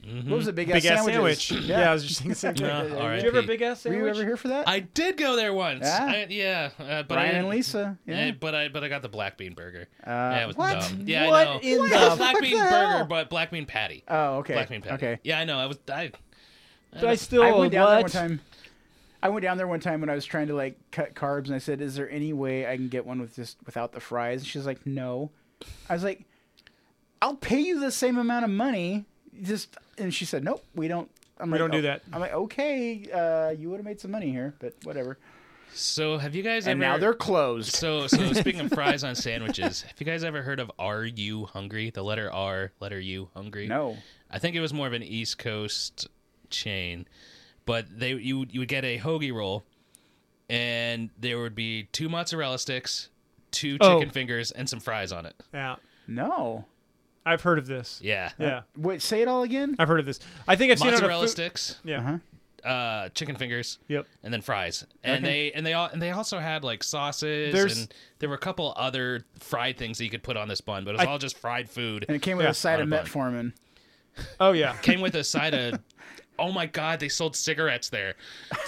D: Yeah. Mhm.
B: What was it? Big,
C: Big ass
B: sandwiches?
C: sandwich. Yeah. I was just thinking the same thing.
D: Yeah,
C: Did you ever
D: R.I.P..
C: big ass
B: Were
C: sandwich?
B: you ever here for that?
D: I did go there once.
B: Yeah?
D: I, yeah uh, but I
B: Brian
D: didn't-
B: and Lisa. Yeah.
D: Eh, but I but I got the black bean burger.
B: Uh,
D: yeah, it was
B: what?
D: dumb. Yeah,
B: What
D: I
B: in
D: know. It
B: the-
D: was
B: what
D: black bean
B: the hell?
D: burger, but black bean patty.
B: oh, okay.
D: Black bean patty.
B: Okay.
D: Yeah, I know. I was I.
C: But I still
B: I went down there one
C: what?
B: time. I went down there one time when I was trying to like cut carbs, and I said, "Is there any way I can get one with just without the fries?" And she's like, "No." I was like, "I'll pay you the same amount of money." Just and she said, "Nope, we don't." I'm like,
C: We don't do
B: "Oh."
C: that."
B: I'm like, "Okay, uh, you would have made some money here, but whatever."
D: So have you guys
B: And
D: ever?
B: now they're closed.
D: So, so speaking of fries on sandwiches, have you guys ever heard of Are You Hungry? The letter R, letter U, Hungry.
B: No.
D: I think it was more of an East Coast chain, but they you you would get a hoagie roll, and there would be two mozzarella sticks, two
C: Oh.
D: chicken fingers, and some fries on it.
C: Yeah,
B: No.
C: I've heard of this.
D: Yeah.
C: Yeah,
B: Wait, say it all again.
C: I've heard of this. I think I've seen it on a
D: Mozzarella
C: food.
D: sticks,
C: Yeah.
B: Uh-huh.
D: uh, chicken fingers,
C: Yep.
D: and then fries. And
B: Okay.
D: they and they all and they also had like sauces
C: There's-
D: and there were a couple other fried things that you could put on this bun, but it was
C: I-
D: all just fried food.
B: And it came with
C: Yeah.
B: a side of
D: Not a bun.
B: metformin.
C: Oh yeah.
D: Came with a side of Oh my god, they sold cigarettes there.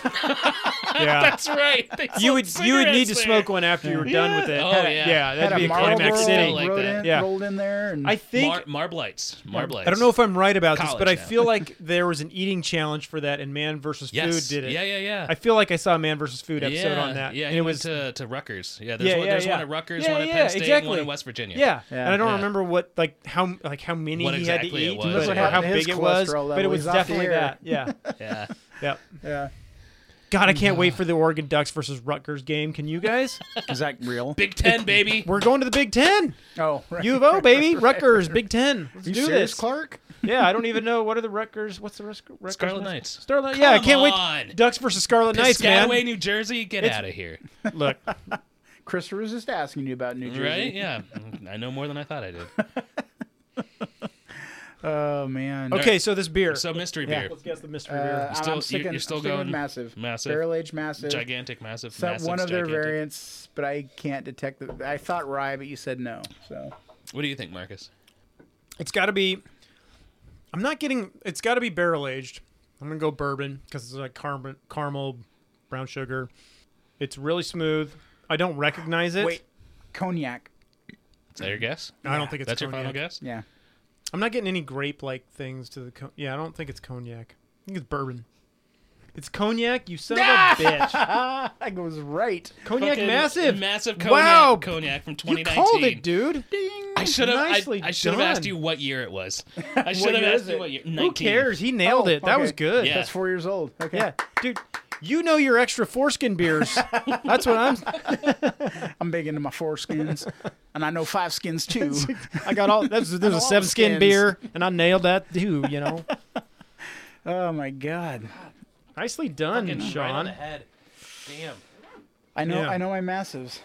C: Yeah.
D: That's right. They
C: Ah. you
D: sold
C: would you would need to
D: cigarettes there.
C: smoke one after you were done with it.
D: Oh,
C: Had a-
D: yeah.
B: Had
C: that'd
B: a
C: be a climax
B: Marlboro
C: city.
D: Roll. like
B: rolled
D: that.
B: in,
C: Yeah.
B: rolled in there, and
C: I think
D: Mar- marblites. Marblites.
C: I don't know if I'm right about this,
D: College
C: but I
D: now.
C: feel like there was an eating challenge for that, and Man versus
D: yes.
C: Food did it.
D: Yeah, yeah, yeah.
C: I feel like I saw a Man versus Food episode
D: yeah,
C: on that.
D: Yeah,
C: and
D: he
C: it
D: went
C: was
D: to, to Rutgers. Yeah, there's,
C: Yeah,
D: one,
C: yeah,
D: there's
C: yeah.
D: one at Rutgers,
C: Yeah,
D: one at
C: yeah,
D: Penn State, and one
C: exactly.
D: in West Virginia.
C: yeah.
B: Yeah.
C: and I don't
D: Yeah.
C: remember what like how like how many
D: What
C: he had
D: exactly it
C: to eat,
D: was. Look what
C: but- or
D: happened
C: how
B: to his
C: big it was,
B: cholesterol
C: but
B: level.
C: it was
B: He's off the
C: definitely
B: air.
C: that. Yeah,
D: yeah.
C: yeah.
B: yeah.
C: God, I can't wait for the Oregon Ducks versus Rutgers game. Can you guys?
B: Is that real?
D: Big Ten, baby.
C: We're going to the Big Ten.
B: Oh, right.
C: U of O, baby. Rutgers, Big Ten. Let's
B: you
C: do
B: serious,
C: this.
B: Clark?
C: Yeah, I don't even know what are the Rutgers. What's the Rus- Rutgers?
D: Scarlet
C: ones?
D: Knights.
C: Starlight. Yeah, I
D: Come
C: can't
D: on.
C: wait. Ducks versus Scarlet Knights, man.
D: Piscataway, New Jersey. Get out of here.
C: Look,
B: Chris was just asking you about New Jersey.
D: Right? Yeah. I know more than I thought I did.
B: Oh man.
C: okay, so this beer.
D: So mystery
B: Yeah.
D: beer,
C: Let's guess the mystery
B: Uh,
C: beer.
D: still-
B: I'm
D: you-
B: sticking,
D: you're still
B: I'm sticking with
D: going
B: massive,
D: massive.
B: barrel aged massive.
D: gigantic, massive,
B: It's not
D: massive,
B: one of their
D: gigantic.
B: variants, but I can't detect the. I thought rye, but you said no. So
D: What do you think, Marcus?
C: It's got to be. I'm not getting. It's got to be barrel aged. I'm gonna go bourbon because it's like caramel, caramel, brown sugar. It's really smooth. I don't recognize it.
B: wait, cognac.
D: Is that your guess?
C: I don't think it's
D: That's your
C: cognac.
D: final guess?
B: Yeah.
C: I'm not getting any grape like things to the. Co- yeah, I don't think it's cognac. I think it's bourbon. It's cognac. You son of a bitch.
B: I was right.
C: Cognac
D: Fucking
C: massive.
D: Massive cognac,
C: Wow.
D: cognac from
C: You
D: 2019.
C: called it, dude.
D: I should have.
C: Nicely
D: I, I should have asked
C: done.
D: you what year it was. I should
B: What
D: have
B: year
D: asked
B: is
D: you
B: it?
D: what year.
C: Who
D: 19.
C: cares? He nailed
B: Oh,
C: it. That was
B: okay.
C: good.
D: Yeah.
B: That's four years old. Okay.
C: Yeah, dude. You know your extra foreskin beers. That's what I'm.
B: I'm big into my foreskins, and I know five skins too.
C: I got all. That's, there's
B: all
C: a
B: the
C: seven skin
B: skins.
C: beer, and I nailed that too. You know,
B: oh my god.
C: nicely done,
D: Fucking right on
C: Sean.
D: the head. Damn.
B: I know.
C: Yeah.
B: I know my massives.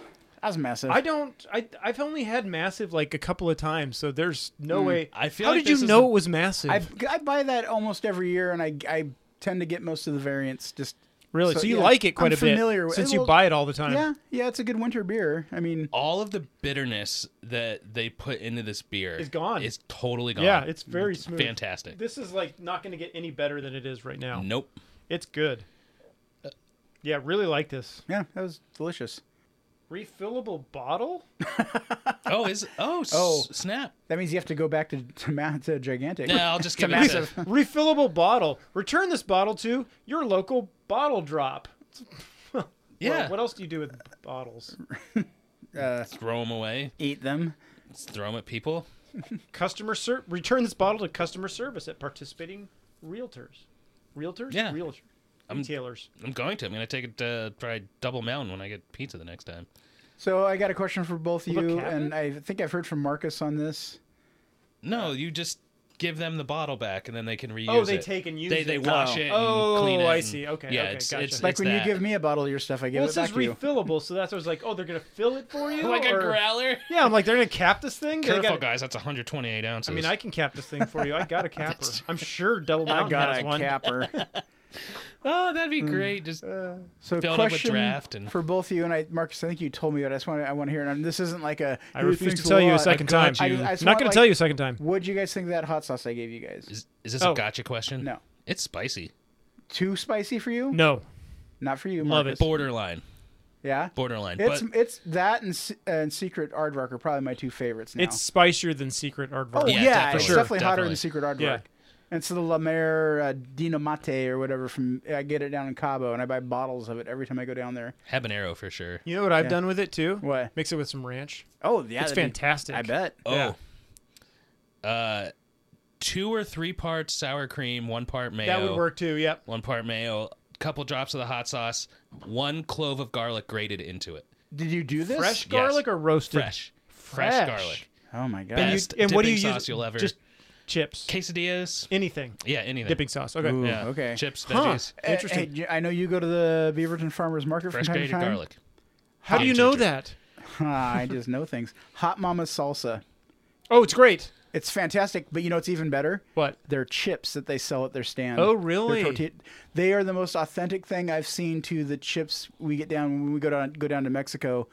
B: I was massive.
C: I don't. I I've only had massive like a couple of times, so there's no way.
D: I feel
C: How
D: like
C: did
D: this
C: you
D: is
C: know
D: the-
C: it was massive?
B: I, I buy that almost every year, and I I tend to get most of the variants. Just
C: really? So,
B: so,
C: you
B: yeah,
C: like it
B: I'm
C: quite a bit
B: familiar with-
C: since
B: well,
C: you buy it all the time.
B: yeah, yeah. It's a good winter beer. I mean,
D: All of the bitterness that they put into this beer
C: Is gone.
D: Is totally gone.
C: Yeah, it's very smooth.
D: fantastic.
C: This is like not going to get any better than it is right now.
D: Nope.
C: It's good. Yeah, really like this
B: yeah, that was delicious.
C: refillable bottle.
D: Oh, is oh,
B: Oh.
D: oh. snap.
B: That means you have to go back to to, ma- to gigantic.
D: No, I'll just give it to
B: massive.
C: refillable bottle. Return this bottle to your local bottle drop.
D: yeah.
C: Well, what else do you do with bottles?
D: Throw them away.
B: Uh, Eat them.
D: Throw them at people.
C: Customer ser- return this bottle to customer service at participating realtors. Realtors?
D: Yeah.
C: Realtors. Retailers.
D: I'm going to. I'm going to take it to try Double Mountain when I get pizza the next time.
B: So I got a question for both of
C: Look,
B: you,
C: Captain?
B: and I think I've heard from Marcus on this.
D: No, you just give them the bottle back and then they can reuse it.
C: Oh, they take and use
D: They
C: it.
D: they wash
B: Oh.
D: it. And
C: Oh,
D: clean it
C: I
D: and-
C: see. Okay,
D: Yeah,
C: okay,
D: it's,
C: gotcha.
D: it's
B: Like
D: it's
B: when
D: that.
B: you give me a bottle of your stuff, I give
C: Well, it
B: it back
C: says
B: to you.
C: refillable, so that's what I was like, oh, they're going to fill it for you?
D: like a
C: or-
D: growler.
C: Yeah, I'm like, they're going to cap this thing? They
D: Careful,
C: gotta-
D: guys. That's 128 ounces.
C: I mean, I can cap this thing for you. I got a capper. I'm sure Double
B: I
C: Mountain
B: got
C: has
B: a
C: one.
B: capper.
D: Oh, that'd
C: Mm.
D: be great. Just
C: Uh,
B: So
D: Filled up with
B: question
D: draft and-
B: for both of you and I, Marcus. I think you told me, but I just want to, I want to hear it. And this isn't like a.
C: I
B: "Ooh,
C: refuse
B: thanks
C: to tell you a
B: lot."
C: second
D: got
C: time.
D: you. I- I
C: I'm
B: just
C: not
B: want,
C: going
B: like-
C: to tell you a second time.
B: What'd you guys think of that hot sauce I gave you guys?
D: is, is this
C: Oh.
D: a gotcha question?
B: No.
D: It's spicy.
B: Too spicy for you?
C: No.
B: Not for you.
C: Love
B: Marcus.
C: it.
D: Borderline.
B: Yeah.
D: Borderline.
B: It's
D: but
B: it's that and Se- and Secret Aardvark are probably my two favorites now.
C: It's spicier than Secret Aardvark.
B: oh yeah,
D: yeah,
B: it's
D: definitely.
B: definitely hotter than
D: Definitely.
B: Secret Aardvark.
C: Yeah.
B: And it's the La Mer uh, Dinamate or whatever from I get it down in Cabo and I buy bottles of it every time I go down there.
D: habanero for sure.
C: You know what I've done with it too?
B: What?
C: Mix it with some ranch.
B: Oh yeah,
C: It's
B: that'd be-
C: fantastic.
B: I bet.
D: Oh.
C: Yeah.
D: Uh, two or three parts sour cream, one part mayo.
C: That would work too. Yep.
D: One part mayo, couple drops of the hot sauce, one clove of garlic grated into it.
B: Did you do this?
C: Fresh garlic or roasted?
D: Fresh. Fresh,
C: Fresh.
D: garlic.
B: Oh my god.
D: Best.
C: You- and what do you
D: dipping
C: use?
D: sauce you'll ever-
C: Just chips.
D: Quesadillas.
C: Anything.
D: Yeah, anything.
C: Dipping sauce. Okay.
B: Ooh,
D: Yeah.
B: okay.
D: Chips,
C: Huh.
D: veggies,
B: Hey,
C: Interesting.
B: hey, I know you go to the Beaverton Farmers Market
D: fresh
B: from time to
D: grated
B: time.
D: garlic.
C: How do
D: Hot
C: you know
D: ginger.
C: that?
B: Ah, I just know things. Hot Mama salsa.
C: Oh, it's great.
B: It's fantastic, but you know it's even better?
C: What?
B: They're chips that they sell at their stand.
C: Oh,
B: They're
C: really?
B: tortilla- They are the most authentic thing I've seen to the chips we get down when we go down go down to Mexico.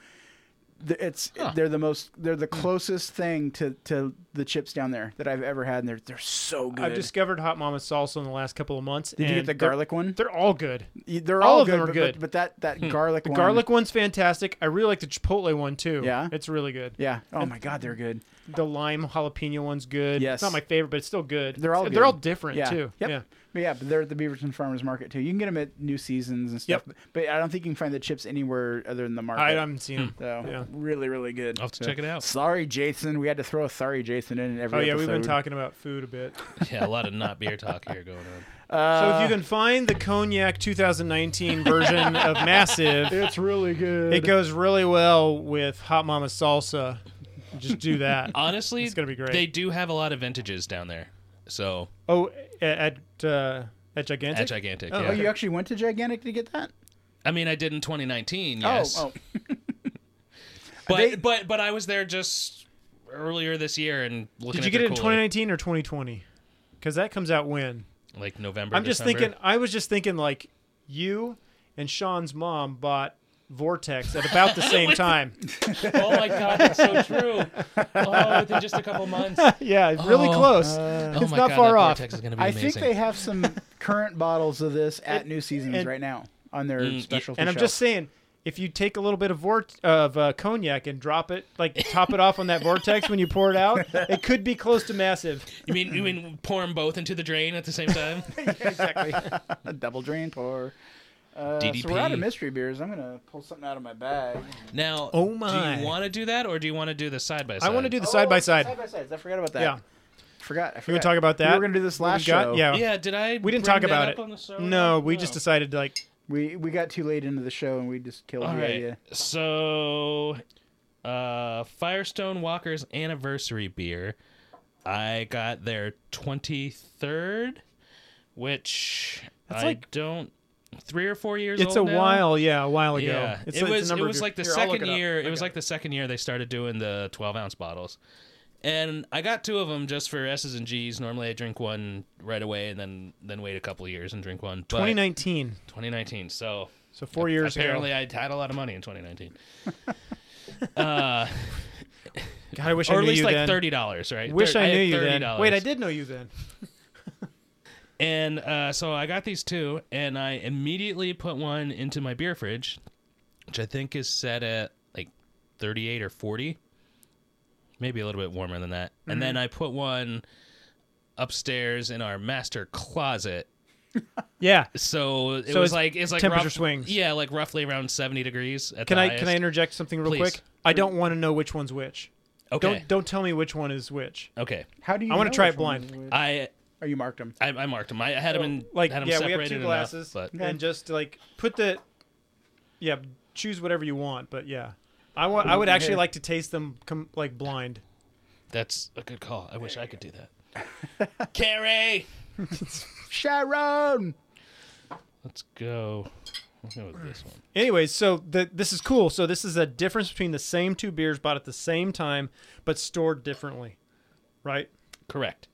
B: The- It's they're the most they're the
C: Hmm.
B: closest thing to, to the chips down there that I've ever had, and they're they're so good.
C: I've discovered hot mama salsa in the last couple of months.
B: Did you get the garlic one?
C: They're all good.
B: Y- They're
C: all
B: all,
C: of
B: good,
C: them are
B: but,
C: good. Hmm.
B: But, but that that garlic
C: The
B: one,
C: garlic one's fantastic. I really like the chipotle one too.
B: Yeah?
C: It's really good.
B: yeah. Oh my god, they're good.
C: The lime jalapeno one's good.
B: Yes.
C: It's not my favorite, but it's still good.
B: They're all
C: they're all
B: good.
C: different
B: Yeah.
C: too.
B: Yep.
C: Yeah.
B: But yeah, but they're at the Beaverton Farmers Market too. You can get them at New Seasons and stuff.
C: Yep.
B: But I don't think you can find the chips anywhere other than the market.
C: I haven't
D: Hmm.
C: seen them.
B: so
C: yeah.
B: really, really good.
D: I'll have to
B: So-
D: check it out.
B: Sorry, Jason. We had to throw a sorry, Jason, in every.
C: Oh yeah, we've been
B: episode.
C: talking about food a bit.
D: Yeah, a lot of not beer talk here going on.
C: so if you can find the cognac 2019 version of Massive,
B: It's really good.
C: it goes really well with Hot Mama Salsa. Just do that.
D: Honestly,
C: It's gonna be great.
D: They do have a lot of vintages down there. So
C: Oh, at uh, at Gigantic.
D: at gigantic,
C: Oh,
D: yeah.
B: Oh, you actually went to Gigantic to get that?
D: I mean, I did in 2019. Yes,
B: Oh, oh.
D: but
B: They-
D: but but I was there just earlier this year and looking.
C: Did you
D: at
C: get
D: their
C: it in
D: Kool-Aid,
C: 2019 or 2020? Because that comes out when?
D: Like November.
C: I'm just
D: December.
C: thinking. I was just thinking like you and Sean's mom bought Vortex at about the same time.
D: Oh my god, that's so true. Oh, within just a couple months.
C: yeah, really
D: Oh,
C: close.
D: oh
C: it's
D: my
C: not
D: god,
C: far
D: that
C: off.
D: Vortex is gonna be
B: I
D: amazing.
B: think they have some current bottles of this at New Seasons
C: and-
B: right now on their
D: Mm,
B: specialty.
C: And I'm
B: shelf.
C: just saying, if you take a little bit of vort- of uh, cognac and drop it, like top it off on that Vortex when you pour it out, it could be cose to massive.
D: You mean you mean pour them both into the drain at the same time?
C: exactly.
B: a double drain pour. Uh, So
D: DDP.
B: we're out of mystery beers. I'm gonna pull something out of my bag.
D: Now,
C: Oh
D: do
C: my.
D: you want Oh, to do that or do you want to do the side by
C: I
D: side?
C: want to do the side by side.
B: Oh, Side by sides. I forgot about that.
C: Yeah.
B: Forgot. I forgot.
C: You want to talk about that?
B: We were gonna do this
C: What we
B: last
C: got?
B: show.
C: Yeah.
D: Yeah, did I?
C: We didn't
D: bring
C: talk
D: that
C: about
D: up
C: it.
D: on the show? Oh.
C: No, we just decided like
B: We we got too late into the show and we just killed
D: All
B: the
D: right.
B: idea.
D: So, uh, Firestone Walker's anniversary beer. I got their 23rd, which
C: That's
D: I
C: like-
D: don't. Three or four years
C: it's a
D: old now.
C: while, yeah, a while ago.
D: Yeah,
C: It's, it's
D: it
C: a
D: was. It
C: number of
D: was
C: years-
D: like the
C: Here, I'll look
D: second
C: it up.
D: year. It
C: I
D: was
C: got
D: like the second year they started doing the twelve ounce bottles, and I got two of them just for S's and G's. Normally, I drink one right away and then then wait a couple of years and drink one. But
C: 2019.
D: 2019. So
C: So four years
D: apparently,
C: ago.
D: I had a lot of money in 2019. uh,
C: God, I wish I
D: or
C: knew
D: at least
C: you
D: like
C: then.
D: thirty dollars, right?
C: Wish
D: Thir-
C: I knew
D: had
C: you then.
D: $30.
C: Wait, I did know you then.
D: And uh, so I got these two, and I immediately put one into my beer fridge, which I think is set at like 38 or 40, maybe a little bit warmer than that. And
C: Mm-hmm.
D: then I put one upstairs in our master closet.
C: Yeah.
D: So it
C: So
D: was
C: it's
D: like it's like
C: temperature
D: rough-
C: swings.
D: Yeah, like roughly around 70 degrees. At
C: Can
D: the
C: I
D: highest.
C: can I interject something real
D: Please.
C: quick? I don't want to know which one's which.
D: Okay.
C: Don't don't tell me which one is which.
D: Okay.
B: How do you?
C: I wanna
B: know
C: try
B: which
C: it
B: one
C: blind.
B: is which?
D: I
B: Oh, you marked them.
D: I, I marked them. I had them in
C: Oh, Like
D: had 'em
C: yeah, we
D: separated
C: have two
D: enough,
C: glasses
D: but
C: and just like put the yeah, choose whatever you want, but yeah. I want I would actually
B: Here.
C: like to taste them com- like blind.
D: that's a good call. I wish I could do that. Carrie.
B: Sharon.
D: Let's go. We'll go with this one.
C: Anyways, so the, this is cool. So this is a difference between the same two beers bought at the same time but stored differently. Right?
D: Correct.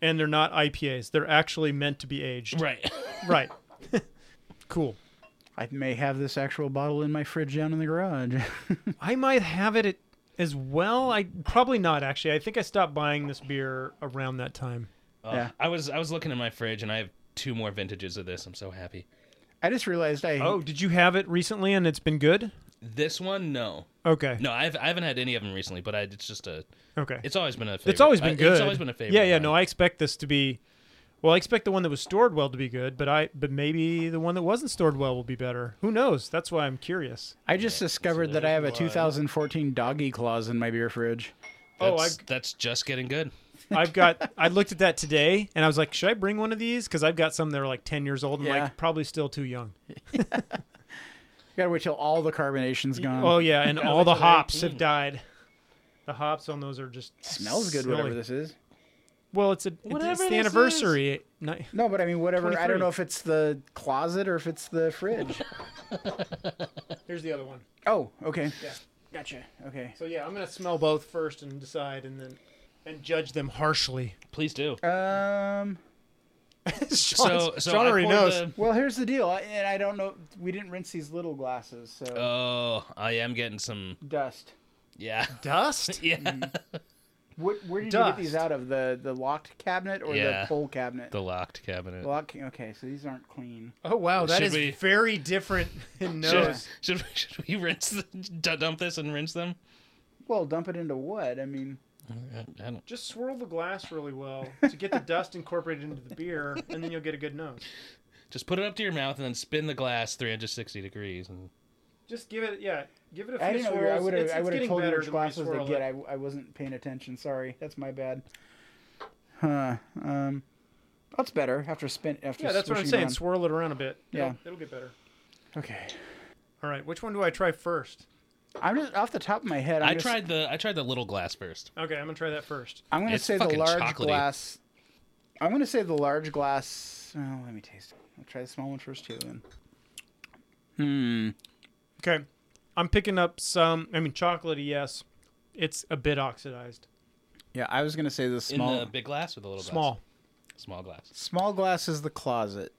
C: And they're not IPAs. They're actually meant to be aged.
D: Right.
C: Right. cool.
B: I may have this actual bottle in my fridge down in the garage.
C: I might have it at, as well. I probably not actually. I think I stopped buying this beer around that time.
B: Yeah.
D: I was I was looking in my fridge and I have two more vintages of this. I'm so happy.
B: I just realized I.
C: Oh, did you have it recently and it's been good?
D: This one, no,
C: Okay.
D: no, I've I haven't had any of them recently, but I, it's just a.
C: Okay.
D: It's always been a. Favorite.
C: It's always been
D: I-
C: good.
D: It's always been a favorite.
C: Yeah,
D: of
C: yeah.
D: mine.
C: No, I expect this to be. Well, I expect the one that was stored well to be good, but I but maybe the one that wasn't stored well will be better. Who knows? That's why I'm curious.
B: I just discovered that I have a 2014 doggy clause in my beer fridge.
C: Oh,
D: That's,
C: I've-
D: that's just getting good.
C: I've got I looked at that today and I was like, should I bring one of these? Because I've got some that are like ten years old and
B: Yeah.
C: like probably still too young.
B: You gotta wait till all the carbonation's
D: Um,
B: gone.
C: Oh yeah, and all the hops have died. The hops on those are just
B: smells good,
C: silly.
B: whatever this is.
C: Well, it's a it's-
D: Whatever
C: it's
D: this
C: the
D: is.
C: anniversary. Ni-
B: No, but I mean, whatever. I don't
C: 23.
B: know if it's the closet or if it's the fridge.
C: Here's the other one.
B: oh, okay. Gotcha. Okay.
C: So yeah, I'm gonna smell both first and decide, and then and judge them harshly.
D: Please do.
B: Um.
D: so so I poured the-
B: Well, here's the deal, I, and I don't know. We didn't rinse these little glasses, so
D: oh, I am getting some.
B: dust.
D: Yeah.
C: Dust.
D: Yeah.
B: What, where did you get these
C: Dust.
B: out of? The the locked cabinet or
D: Yeah.
B: the pole cabinet?
D: The locked cabinet.
B: Lock. Okay, so these aren't clean.
C: Oh wow, that
D: Should
C: is
D: we-
C: very different in
D: Should,
C: nose.
D: should, we- should we rinse the, dump this and rinse them?
B: Well, dump it into what? I mean,
D: I don't.
C: Just swirl the glass really well to get the dust incorporated into the beer, and then you'll get a good nose.
D: Just put it up to your mouth and then spin the glass 360 degrees. And
C: Just give it, yeah, give it a few
B: I didn't know. where I
C: swirls.
B: would have.
C: It's-
B: I
C: it's
B: would have
C: getting
B: told you
C: better
B: which
C: the more
B: glasses to
C: swirl
B: get.
C: it.
B: I, I wasn't paying attention. Sorry, that's my bad. Huh. Um, that's better after spin. After
C: Yeah, that's what I'm
B: swishing
C: saying.
B: around.
C: Swirl it around a bit.
B: Yeah.
C: it'll, it'll get better.
B: Okay.
C: All right, which one do I try first?
B: I'm just off the top of my head. I'm
D: I
B: just-
D: tried the I tried the little glass first.
C: Okay, I'm gonna try that first.
B: I'm gonna
D: It's
B: say the
D: fucking
B: large
D: chocolatey.
B: glass. I'm gonna say the large glass. Oh, let me taste. it. I'll try the small one first too. Then. Hmm.
C: Okay, I'm picking up some. I mean, chocolatey, yes. It's a bit oxidized.
B: Yeah, I was gonna say the
D: In
B: small.
D: the big glass or the little
C: Small.
D: glass? Small glass.
B: small glass is the closet.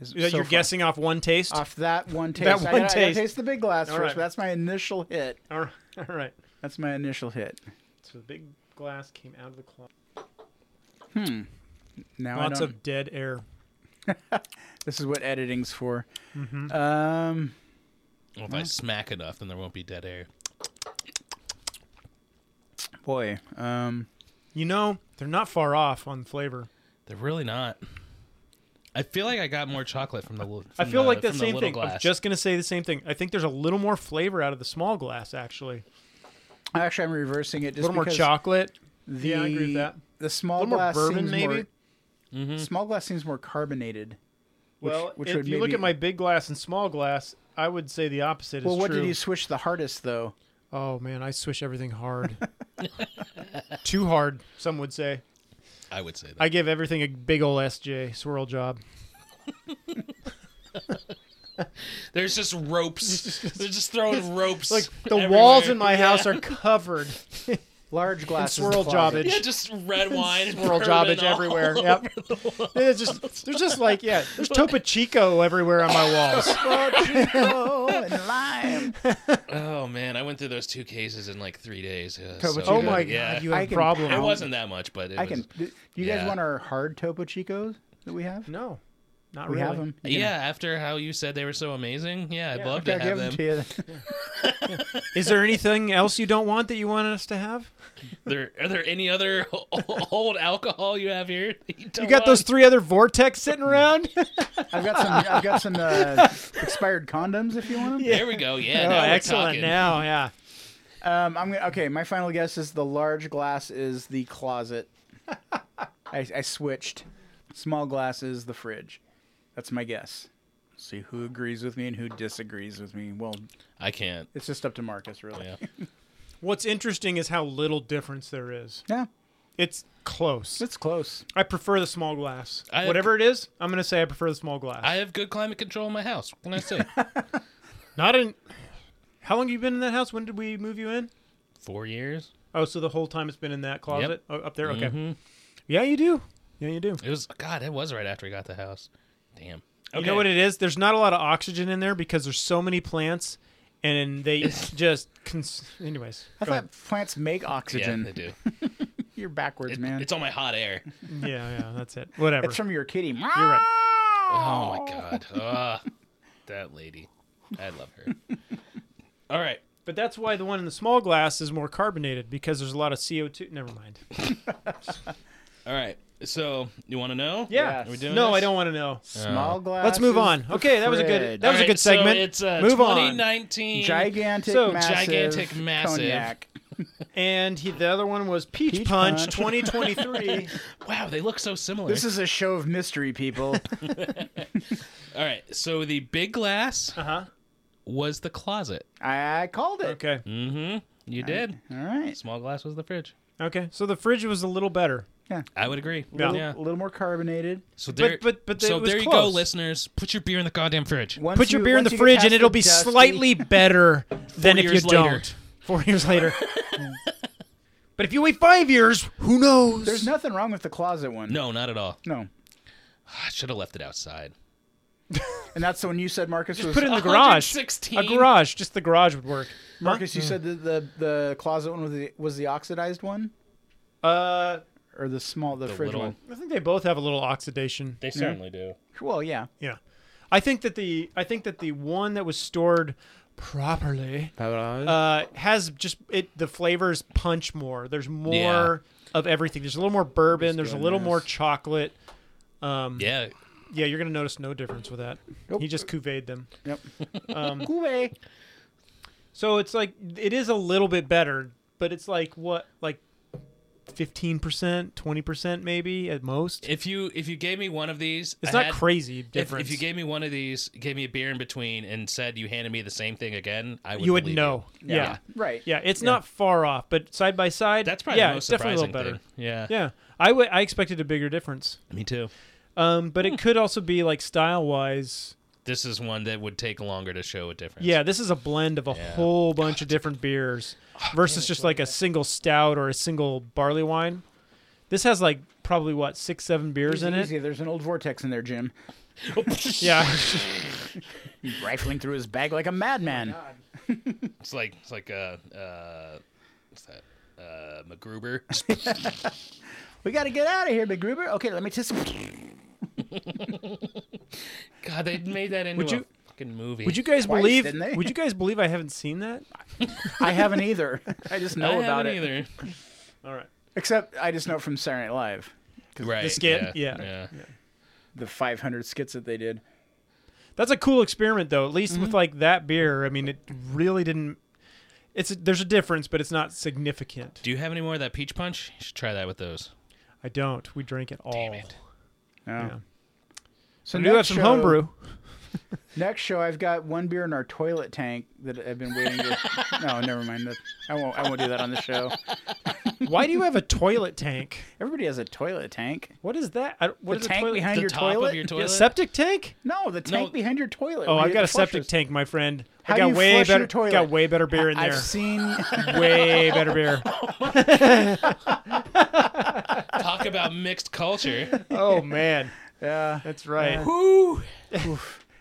B: Is,
C: Is that
B: so
C: you're
B: far.
C: guessing off one taste?
B: off that one taste.
C: That
B: I
C: one
B: gotta- I gotta
C: taste.
B: taste the big glass
C: All
B: first.
C: right.
B: But that's my initial hit.
C: All right. All right.
B: That's my initial hit.
C: So the big glass came out of the closet.
B: Hmm. Now I
C: Lots
B: don't,
C: of dead air.
B: this is what editing's for.
C: Mm-hmm.
B: Um,
D: Well, if I smack enough, then there won't be dead air.
B: boy. Um,
C: You know, they're not far off on flavor.
D: They're really not. I feel like I got more chocolate from the. li-
C: I
D: from
C: feel like
D: from
C: that same
D: little
C: thing. I'm
D: Glass.
C: just gonna say the same thing. I think there's a little more flavor out of the small glass, actually.
B: actually, I'm reversing it. Just
C: a little more
B: because
C: chocolate.
B: The,
C: Yeah, I agree with that.
B: The small
C: A little more
B: glass
C: bourbon,
B: seems
C: maybe? Mm-hmm.
B: more. Small glass seems more carbonated. Which,
C: well,
B: which
C: if
B: would
C: you look
B: maybe-
C: at my big glass and small glass, I would say the opposite
B: well,
C: is
B: what
C: true.
B: did you swish the hardest though?
C: Oh man, I swish everything hard. Too hard, some would say.
D: I would say that.
C: I give everything a big ol' SJ swirl job.
D: There's just ropes. They're just throwing ropes.
C: Like the
D: everywhere.
C: walls in my house are covered
B: Large
C: in
B: glass is the
C: swirl
B: closet.
C: jobbage.
D: Yeah, just red wine. and
C: swirl
D: bourbon
C: jobbage
D: all
C: everywhere.
D: over
C: Yep.
D: the wall.
C: There's just there's just like yeah, there's Topo Chico everywhere on my walls.
B: Oh, and lime.
D: Oh man, I went through those two cases in like three days. Yeah,
B: Topo
D: so
B: Chico.
C: oh
D: good.
C: my
D: yeah.
C: god, you
B: I
C: have a
B: can
C: problem.
D: It wasn't that much, but it
B: I
D: was,
B: can. do You guys
D: yeah.
B: want our hard Topo Chicos that we have?
C: No, not
B: we
C: really.
B: have them.
D: Yeah, after how you said they were so amazing, yeah, I'd love
B: Okay,
D: to
B: I'll give
D: have them.
B: them to you.
C: Is there anything else you don't want that you want us to have?
D: There, are there any other old alcohol you have here? that
C: You
D: don't
C: got those
D: want?
C: three other vortex sitting around? Oh,
B: I've got some. I've got some uh, expired condoms if you want them.
D: There we go. Yeah,
C: oh,
D: now we're
C: excellent.
D: talking.
C: Now, yeah.
B: Um, I'm gonna, okay. My final guess is the large glass is the closet. I, I switched. Small glass is the fridge. That's my guess. See who agrees with me and who disagrees with me. Well,
D: I can't.
B: it's just up to Marcus, really.
D: Yeah.
C: What's interesting is how little difference there is.
B: Yeah,
C: It's close.
B: it's close.
C: I prefer the small glass.
D: I-
C: Whatever it is, I'm going to say I prefer the small glass.
D: I have good climate control in my house. What can I say?
C: Not in. How long have you been in that house? When did we move you in?
D: Four years.
C: Oh, so the whole time it's been in that closet
D: Yep. Mm-hmm.
C: oh, up there. Okay. Yeah, you do. Yeah, you do.
D: It was God. It was right after I got the house. Damn. Okay.
C: You know what it is? There's not a lot of oxygen in there because there's so many plants, and they just. Cons- anyways,
B: I
C: go ahead.
B: thought plants make
D: Yeah,
B: oxygen.
D: they do.
B: You're backwards,
D: It-
B: man.
D: It's all my hot air.
C: yeah, yeah, that's it. Whatever.
B: It's from your kitty. You're
C: You're right.
D: Oh my god. Ah, that lady. I love her. All right.
C: But that's why the one in the small glass is more carbonated because there's a lot of CO2. Never mind.
D: All right. So you want to know? Uh,
B: Yeah.
D: Are we doing
C: no,
D: this?
C: I don't want to know.
B: Small glass.
C: Let's move
B: is
C: on.
B: the
C: Okay, that was a
B: fridge.
C: good. That was
D: All
C: a
D: right,
C: good segment.
D: So it's uh,
C: move on.
D: 2019.
B: Gigantic,
C: So,
B: massive,
D: gigantic, massive.
B: cognac.
C: And he, the other one was Peach,
B: Peach
C: Punch,
B: Punch.
C: 2023.
D: Wow, they look so similar.
B: This is a show of mystery, people.
D: All right. So the big glass
C: uh huh.
D: was the closet.
B: I, I called it.
C: Okay.
D: Mm-hmm. You did.
B: All right.
D: Small glass was the fridge.
C: Okay. So the fridge was a little better.
D: I would agree.
C: Yeah.
B: A little more carbonated.
D: So there,
C: but- but
D: so
C: it was
D: there you go,
C: close.
D: listeners. Put your beer in the goddamn fridge.
B: Once
C: Put your
B: you-
C: beer in
B: once
C: the
B: you get
C: fridge,
B: past
C: and it'll
B: the
C: be
B: dusty-
C: slightly better than if you
D: years later.
C: don't. Four years later. but if you wait five years, who knows?
B: There's nothing wrong with the closet one.
D: No, not at all. Ah,
B: No.
D: I should have left it outside.
B: And that's the one you said, Marcus. was,
C: Put it in the garage.
D: 116.
C: A garage. Just the garage would work.
B: Marcus, you said that the the closet one was the was the oxidized one
C: Uh,
B: or the small the,
D: The
B: fridge
D: little-
B: one.
C: I think they both have a little oxidation.
D: They
B: Hmm.
D: certainly do.
B: Well, yeah.
C: Yeah, I think that the I think that the one that was stored properly
B: Uh,
C: uh, has just it the flavors punch more. There's more
D: Yeah.
C: of everything. There's a little more bourbon. There's a
B: doing
C: little
B: this.
C: more chocolate. Um, yeah.
D: Yeah.
C: you're gonna notice no difference with that.
B: Nope.
C: He just cuvee them.
B: Yep.
C: Um, So it's like it is a little bit better, but it's like what like. 15%, 20% maybe at most.
D: If you if you gave me one of these,
C: It's
D: I
C: not
D: had-
C: crazy
D: If,
C: difference.
D: if you gave me one of these, gave me a beer in between, and said you handed me the same thing again, I would.
C: you would
D: believe
C: know. Yeah. yeah.
B: Right.
C: it's not far off, but side by side,
D: That's probably
C: yeah,
D: the most
C: it's definitely a
D: surprising
C: little better.
D: thing. Yeah.
C: Yeah, I would. I expected a bigger difference.
D: Me too.
C: Um, but it could also be like style wise.
D: This is one that would take longer to show a difference.
C: Yeah, this is a blend of a
D: Yeah.
C: whole bunch of different beers
D: Oh,
C: versus just like a single stout or a single barley wine. This has like probably what six, seven beers
B: Easy,
C: in it.
B: easy. There's an old vortex in there, Jim.
C: Yeah,
B: He's rifling through his bag like a madman.
D: It's like it's like a uh, what's that? Uh, MacGruber.
B: we got to get out of here, Big Gruber. Okay, let me just.
D: God, they made that into
C: Would
D: a
C: you-
D: fucking movie.
C: would you guys
B: Twice,
C: believe?
B: didn't they?
C: Would you guys believe I haven't seen that?
B: I haven't either. I just know
D: I
B: about
D: haven't
B: it.
D: either?
C: All right.
B: Except I just know from Saturday Night Live,
D: Right.
C: skit?
D: Yeah.
C: Yeah.
B: the 500 skits that they did.
C: That's a cool experiment, though. At least
B: Mm-hmm.
C: with like that beer, I mean, it really didn't. It's there's a difference, but it's not significant.
D: Do you have any more of that peach punch? You should try that with those.
C: I don't. We drink it all.
D: Damn it.
B: Oh.
C: Yeah.
B: So
C: we do have
B: next
C: some
B: show-
C: homebrew.
B: Next show, I've got one beer in our toilet tank that I've been waiting to. no, never mind. That- I won't. I won't do that on the show.
C: Why do you have a toilet tank?
B: Everybody has a toilet tank.
C: What is that? I, don't- what
B: the
C: is
B: tank
C: a toilet?
B: behind
D: the
B: your
D: top
B: toilet?
D: of your
B: Yeah,
D: toilet.
C: A septic tank?
B: No, the tank
D: No.
B: behind your toilet.
C: Oh,
B: where
C: I've
B: you
C: got a
B: have to flush
C: septic
B: it.
C: tank, my friend.
B: How
C: I
B: do
C: got
B: you
C: way
B: flush
C: better.
B: your toilet?
C: Got way better beer in
B: I've
C: there.
B: seen.
C: way better beer.
D: Talk about mixed culture.
C: Oh man,
B: Yeah.
C: that's right.
D: Woo!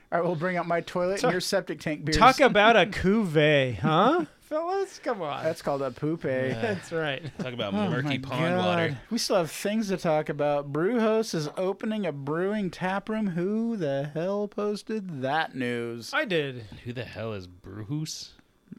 B: All right, we'll bring out my toilet and your septic tank beers.
C: Talk about a cuvee, huh, uh, fellas? Come on.
B: That's called a poupe.
C: that's right.
D: Talk about
B: My
D: murky pond
B: God.
D: water.
B: We still have things to talk about. Brewhost is opening a brewing tap room. Who the hell posted that news?
C: I did.
D: Who the hell is Bruce?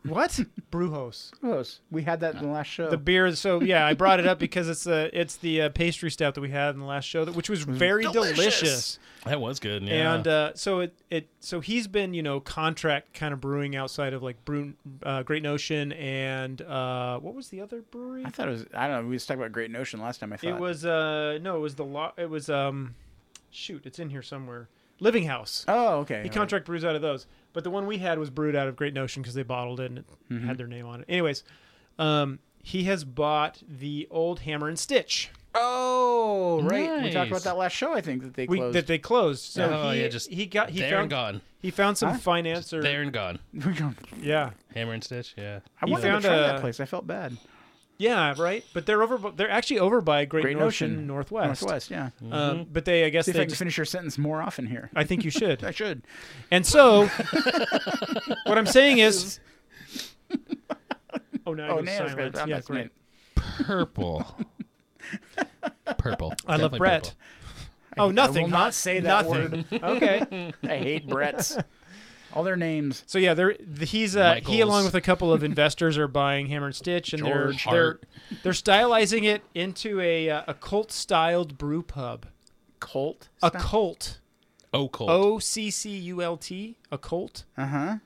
C: What? Brewhouse. Oh.
B: Brewhost. We had that in Uh, the last show.
C: the beer. So yeah, I brought it up because it's the it's the uh, pastry stout that we had in the last show, that, which was very delicious.
D: That was good. Yeah.
C: And uh, so it it so he's been you know contract kind of brewing outside of like brew, uh, Great Notion and uh, what was the other brewery?
B: I thought it was. I don't know. We was talking about Great Notion last time. I thought
C: It was uh no, it was the law. It was um, shoot, it's in here somewhere. Living House.
B: Oh, okay.
C: He contract brews out of those, but the one we had was brewed out of Great Notion because they bottled it and it
B: Mm-hmm.
C: had their name on it. Anyways, um, he has bought the old Hammer and Stitch.
B: Oh, right. We talked about
D: Nice.
B: that last show. I think that they
C: we,
B: closed.
C: that they closed. So
D: Oh,
C: he,
D: yeah, just
C: he got he
D: there
C: found
D: and gone.
C: he found some
B: Huh?
C: financer.
D: There and gone.
B: We go-
C: Yeah,
D: Hammer and Stitch. Yeah.
B: I
C: He
B: wanted
C: found
B: to try that
C: a-
B: place. I felt bad.
C: yeah, right. But they're over. bu- They're actually over by Great,
B: Great
C: Notion,
B: Notion,
C: Northwest.
B: Northwest, yeah.
C: Um, but they, I guess
B: See if
C: they.
B: I can
C: just-
B: finish your sentence more often here.
C: I think you should.
B: I should.
C: And so, what I'm saying is. Oh, now
B: Oh,
C: you're
B: Nana's
C: silent.
B: got- I'm
C: Yeah,
B: not-
C: great.
D: Purple. purple.
C: I love
D: Definitely
C: Brett.
D: purple.
C: Oh, nothing.
B: will
C: huh?
B: not say that
C: nothing. okay.
B: I hate Brett's. All their names.
C: So yeah, they're the- he's uh, he
D: Michaels.
C: along with a couple of investors are buying Hammer and Stitch, and they're
D: George
C: they're
D: Hart.
C: they're stylizing it into a uh, a cult styled brew pub.
B: Colt.
C: A cult,
D: Oh, cold.
C: O C C U L T, a cult.
B: Uh huh.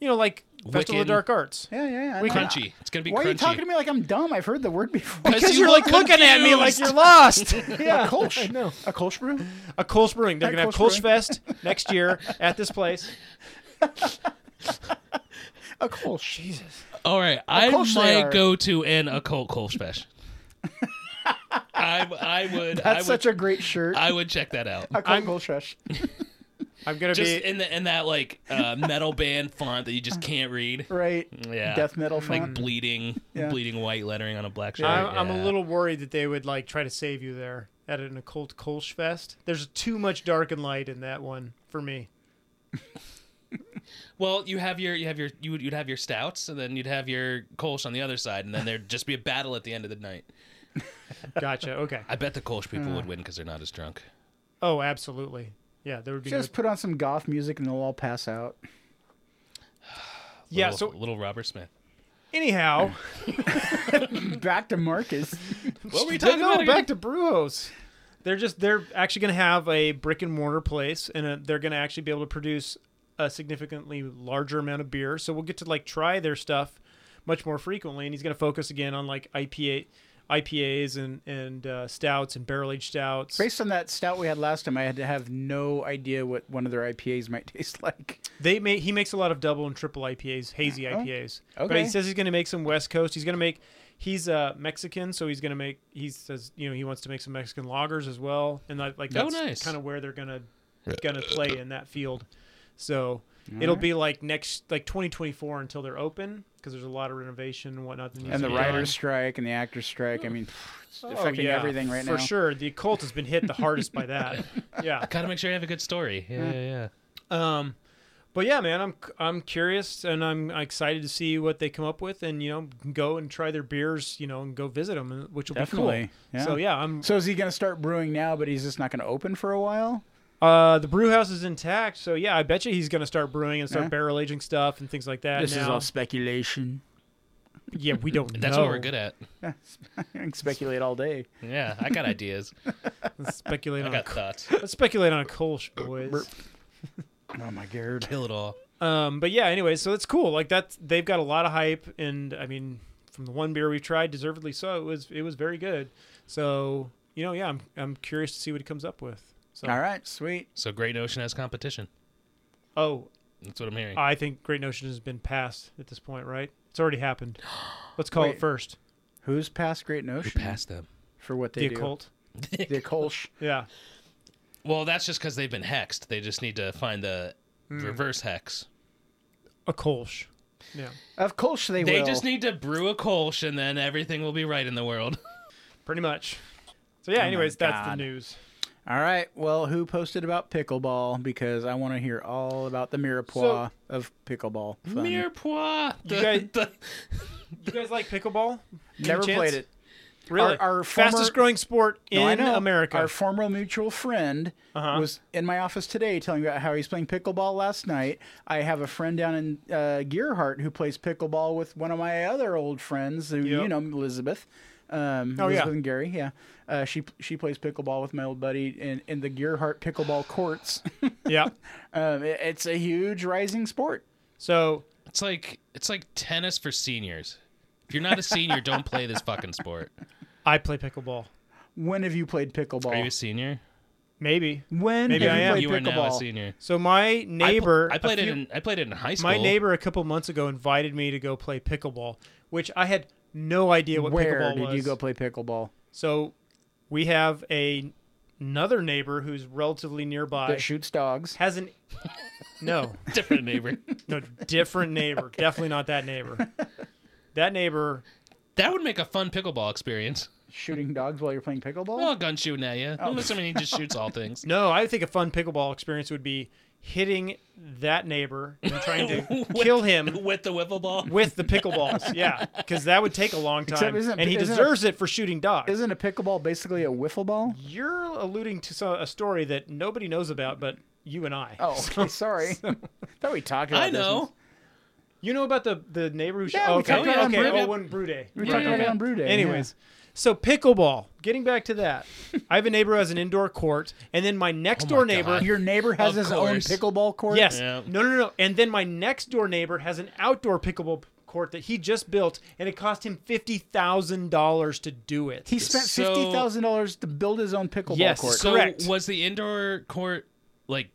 C: You know, like Festival of
D: Wiccan.
C: the Dark Arts.
B: Yeah, yeah. yeah.
D: crunchy. It's gonna be
B: Why
D: crunchy.
B: are you talking to me like I'm dumb? I've heard the word before.
C: Because you're like looking at me like you're lost. yeah,
B: A Kolsch.
C: I know.
B: A Kolsch brew?
C: A Kolsch Brewing. They're
B: At
C: gonna have
B: Kolsch
C: Kolsch Fest next year at this place.
B: A Kolsch. Jesus.
D: All right, I
B: course they
D: might
B: are.
D: go to an occult Kolschfest. I I would I would
B: That's such a great shirt.
D: I would check that out.
B: a Colt Kolsch.
C: I'm gonna
D: Just
C: be.
D: in the in that like uh, metal band font that you just can't read.
B: Right.
D: Yeah,
B: Death metal
D: like
B: font.
D: bleeding
B: Yeah.
D: bleeding white lettering on a black shirt.
C: I'm, I'm
D: Yeah.
C: a little worried that they would like try to save you there at an occult Kolsch Fest. There's too much dark and light in that one for me.
D: well. You have your you have your you would, you'd have your stouts and then you'd have your Kolsch on the other side and then there'd just be a battle at the end of the night.
C: Gotcha. Okay.
D: I bet the Kolsch people
C: Hmm.
D: would win because they're not as drunk.
C: Oh, absolutely. Yeah, there would be. no-
B: Just put on some goth music and they'll all pass out.
C: Yeah,
D: Little-
C: so-
D: little Robert Smith.
C: Anyhow,
B: Back to Marcus.
D: What were you talking
C: no,
D: about? again?
C: back to Brewhouse. They're just they're actually going to have a brick and mortar place, and uh they're going to actually be able to produce a significantly larger amount of beer. So we'll get to like try their stuff much more frequently. And he's going to focus again on like IPA, IPAs and and uh, stouts and barrel aged stouts.
B: Based on that stout we had last time, I had to have no idea what one of their IPAs might taste like.
C: They may, he makes a lot of double and triple IPAs, hazy IPAs. But
B: Oh, Okay.
C: he says he's going to make some West Coast. He's going to make he's uh, Mexican, so he's going to make he says you know he wants to make some Mexican lagers as well, and that, like
D: Oh,
C: that's
D: nice.
C: kind of where they're gonna gonna play in that field. So it'll be like next like 2024 until they're open because there's a lot of renovation and whatnot. that needs
B: And
C: to
B: the
C: be
D: Yeah.
B: writer's strike and the actor's strike. I mean, it's
C: done. Oh,
B: affecting
C: yeah,
B: everything right now.
C: for sure. The cult has been hit the hardest by that. Yeah.
D: Gotta make sure you have a good story. Yeah, yeah, yeah.
C: Um, but yeah, man, I'm I'm curious and I'm excited to see what they come up with, and you know, go and try their beers, you know, and go visit them, which will
B: Definitely.
C: be cool. So yeah, I'm.
B: So is he going to start brewing now, but he's just not going to open for a while?
C: Uh, the brew house is intact, so yeah, I bet you he's gonna start brewing and start
B: Yeah.
C: barrel aging stuff and things like that. now.
B: speculation.
C: yeah, we don't.
D: That's
C: know.
D: what we're good at.
B: I can speculate all day.
D: Yeah, I got ideas.
C: Let's speculate
D: I
C: on. A,
D: got thoughts.
C: let's speculate on a Kolsch, boys.
B: Oh my god.
D: Kill it all.
C: Um, but yeah, anyway, so it's cool. Like that's they've got a lot of hype, and I mean, from the one beer we've tried, deservedly so, it was it was very good. So you know, yeah, I'm I'm curious to see what he comes up with. So
B: All right, sweet.
D: So Great Ocean has competition.
C: oh,
D: That's what I'm hearing.
C: I think Great Notion has been passed at this point, right? It's already happened. Let's call
B: Wait.
C: it first.
B: Who's past Great
D: We
B: Notion
D: passed them.
B: for what
C: the
B: they do?
C: occult.
B: The occult.
C: Yeah.
D: Well, that's just because they've been hexed. They just need to find the
C: Hmm.
D: reverse hex.
C: A Kolsch. Yeah.
B: Of course they,
D: They
B: will.
D: just need to brew a Kolsch and then everything will be right in the world.
C: Pretty much. So yeah, anyways, that's the
B: Oh God.
C: news.
B: all right. Well, who posted about pickleball? Because I want to hear all about the mirepoix of pickleball. Fun.
D: Mirepoix. The,
C: guys-
D: the-
C: You guys like pickleball?
B: Never
C: Any
B: played
C: chance?
B: it.
C: Really?
B: Our- our former-
C: fastest growing sport in
B: No, I know.
C: America.
B: Our former mutual friend
C: Uh-huh.
B: was in my office today telling me about how he's playing pickleball last night. I have a friend down in uh, Gearhart who plays pickleball with one of my other old friends, who you
C: Yep.
B: know, Elizabeth. Um,
C: Oh, yeah.
B: Elizabeth and Gary, yeah. Uh, she she plays pickleball with my old buddy in, in the Gearhart pickleball courts.
C: yeah.
B: um, it- it's a huge rising sport.
C: So
D: it's like it's like tennis for seniors. If you're not a senior, don't play this fucking sport.
C: I play pickleball.
B: When have you played
D: Are you a
B: pickleball?
D: senior?
C: Maybe.
B: When
C: Maybe
B: have
C: I
B: you
C: am.
B: played
D: you are now a
B: pickleball?
D: senior.
C: So my
D: I pl-
C: neighbor,
D: I,
C: a
D: played
C: few-
D: it. In, I played it in high school.
C: My neighbor a couple months ago invited me to go play pickleball, which I had no idea what
B: Where
C: pickleball
B: did
C: was.
B: you go play pickleball?
C: so we have a another neighbor who's relatively nearby
B: That shoots dogs.
C: has an no
D: different neighbor.
C: no different neighbor, definitely not that neighbor. That neighbor,
D: That would make a fun pickleball experience.
B: Shooting dogs while you're playing pickleball?
D: Oh, gun shooting at you. Unless I mean, he just shoots all things.
C: no, I think a fun pickleball experience would be hitting that neighbor and trying to kill him
D: with the wiffle ball.
C: with the pickleballs. Yeah, because that would take a long time,
B: Except isn't-
C: and he
B: isn't a-
C: deserves it for shooting dogs.
B: Isn't a pickleball basically a wiffle ball?
C: You're alluding to so- a story that nobody knows about, but you and I.
B: Oh, okay, sorry. thought we talked about
D: I know.
C: You know about the the neighbor who.
B: Yeah,
C: oh,
B: we
C: okay,
B: talked
C: okay,
B: about it on
C: okay.
D: Brew Day.
C: Oh, one brew day.
B: We
D: Yeah,
B: talked about
D: okay.
B: it on Brew Day.
C: Anyways, so pickleball. Getting back to that, I have a neighbor who has an indoor court, and then my next door neighbor.
D: Oh God.
B: yeah. your neighbor has
D: Of
B: his
D: course.
B: own pickleball court.
C: Yes.
D: Yeah.
C: No, no, no. And then my next door neighbor has an outdoor pickleball p- court that he just built, and it cost him fifty thousand dollars to do it.
B: he spent
D: So-
B: fifty thousand dollars to build his own pickleball
C: Yes.
B: court.
D: So
C: Correct.
D: was the indoor court like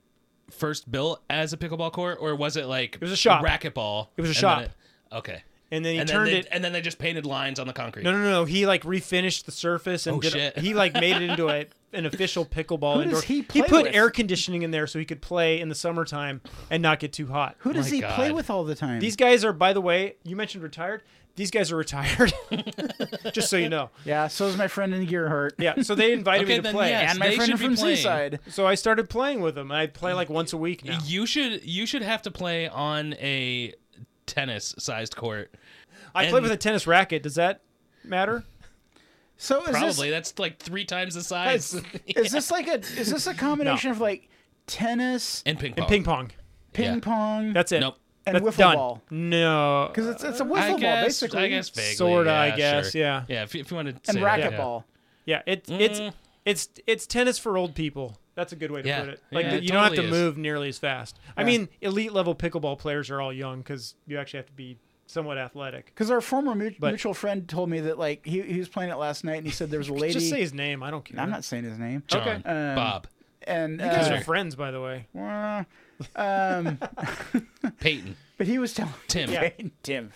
D: first built as a pickleball court, or was it like it
C: was a shop.
D: racquetball?
C: It was a
D: and
C: shop.
D: then it- okay.
C: and then he
D: and then
C: turned
D: they,
C: it.
D: and then they just painted lines on the concrete.
C: No, no, no. He like refinished the surface and
D: Oh,
C: did,
D: shit.
C: he like made it into a an official pickleball
B: Who
C: indoor.
B: does he play
C: put
B: with?
C: air conditioning in there so he could play in the summertime and not get too hot.
B: Who does
D: my
B: he play
D: God.
B: with all the time?
C: These guys are, by the way, you mentioned retired. These guys are retired, just so you know.
B: yeah, so is my friend in Gearhart.
C: Yeah. So they invited
D: Okay,
C: me to
D: then
C: play,
D: yes.
B: And my
D: They
B: friend
D: should be
B: from
D: playing.
B: Seaside.
C: so I started playing with them. I play like once a week now.
D: You should you should have to play on a tennis sized court.
C: I play
D: and-
C: with a tennis racket. Does that matter?
B: So is
D: Probably that's like three times the size.
B: this is this like a is this a combination of like tennis,
D: and ping pong.
C: And ping pong.
B: ping
D: Yeah.
B: pong?
C: That's it.
D: Nope.
B: and
C: That's
B: wiffle
C: done.
B: ball
C: No.
B: because it's it's a
D: Uh, I
B: wiffle
D: guess,
B: ball basically.
D: I guess vaguely.
C: Sorta,
D: yeah,
C: I guess,
D: sure.
C: yeah.
D: Yeah, if, if you want to
B: and
D: say that, yeah.
B: racquetball.
C: Yeah, it's
D: Mm.
C: it's it's it's tennis for old people. That's a good way to
D: Yeah.
C: put it. Like
D: Yeah,
C: the-
D: it
C: you don't have to
D: totally is.
C: move nearly as fast. I mean, elite level pickleball players are all young because you actually have to be somewhat athletic.
B: Because our former mu-
C: But-
B: mutual friend told me that like he, he was playing it last night and he said there was a lady.
C: Just say his name. I don't care.
B: I'm not saying his name.
D: John,
C: Okay.
B: Um,
D: Bob,
B: And
C: You guys
B: uh,
C: are friends, by the way.
B: wah, um,
D: Peyton,
B: but he was telling
D: Tim,
C: Yeah.
B: Tim.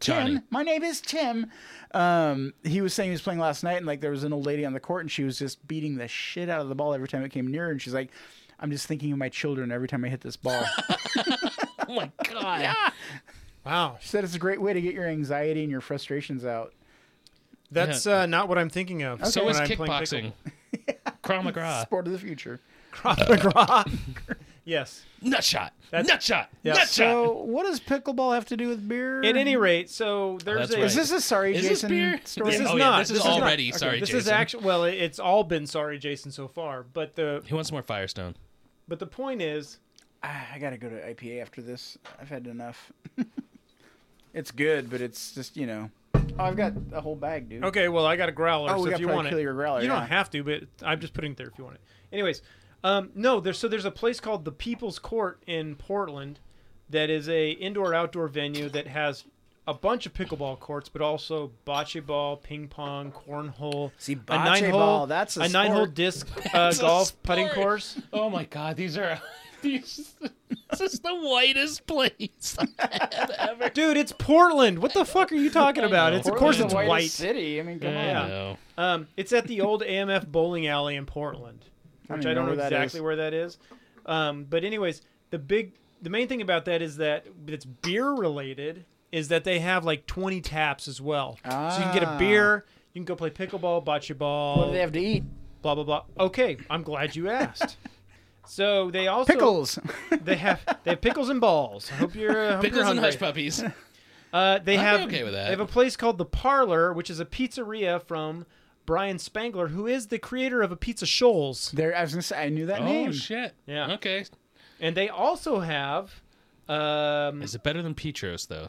D: Johnny.
B: Tim. My name is Tim. Um, he was saying he was playing last night, and like there was an old lady on the court, and she was just beating the shit out of the ball every time it came near. And she's like, "I'm just thinking of my children every time I hit this ball."
D: Oh my god.
C: Wow,
B: she said it's a great way to get your anxiety and your frustrations out.
C: that's uh, not what I'm thinking of.
D: So
C: when
D: is
C: I'm playing
D: kickboxing. Krav Maga.
B: Sport of the future.
C: pickleball. Krav Maga. yes.
D: Nutshot.
C: That's-
D: Nutshot.
C: Yeah.
D: Nutshot.
B: So, what does pickleball have to do with beer?
C: At any rate, so there's
D: that's
C: a.
D: right.
B: is this a sorry
D: Is this
B: Jason
D: beer?
B: story?
C: This
D: Yeah.
C: is
D: Oh,
C: not.
D: this is
C: not-
D: already
C: okay,
D: sorry,
C: This is
D: Jason.
C: actually well. it- It's all been sorry, Jason, so far. But the
D: he wants more Firestone.
C: but the point is,
B: Ah, I gotta go to IPA after this. I've had enough. it's good, but it's just you know. Oh, I've got a whole bag, dude.
C: Okay, well, I got a growler,
B: Oh, we
C: so if
B: gotta
C: you
B: probably
C: want
B: kill
C: it,
B: your growler,
C: you
B: yeah.
C: don't have to, but I'm just putting it there if you want it. Anyways, um, no, there's so there's a place called the People's Court in Portland that is a indoor outdoor venue that has a bunch of pickleball courts, but also bocce ball, ping pong, cornhole,
B: See,
C: a
B: bocce
C: nine hole,
B: ball, that's a
C: nine hole
B: sport.
C: disc uh,
D: That's a
C: golf putting
D: sport.
C: course.
D: Oh my god, these are these this is the whitest place I've ever
C: Dude, it's Portland. What the fuck are you talking
D: I
C: about?
D: know.
C: It's of course
D: Portland's the
C: it's
B: whitest
C: white.
B: city. I mean, come
D: I
C: Yeah.
B: on.
D: know.
C: Um, it's at the old AMF bowling alley in Portland,
B: I don't
C: which
B: even
C: I don't
B: know
C: know
B: where that
C: exactly
B: is.
C: where that is. Um, but anyways, the big, the main thing about that is that it's beer related. Is that they have like 20 taps as well, so you can get
B: Ah.
C: a beer. You can go play pickleball, bocce ball,
B: What do they have to eat?
C: blah blah blah. Okay, I'm glad you asked. so they also
B: Pickles.
C: they have they have pickles and balls. I hope you're, uh, hope you're
D: Pickles and
C: hungry.
D: hush puppies.
C: Uh, they
D: I'd be
C: have
D: okay with that.
C: They have a place called the Parlor, which is a pizzeria from Brian Spangler, who is the creator of a pizza Shoals.
B: there, I was gonna say, I knew that
D: Oh
B: name.
D: shit.
C: Yeah.
D: Okay.
C: And they also have um,
D: Is it better than Petros though?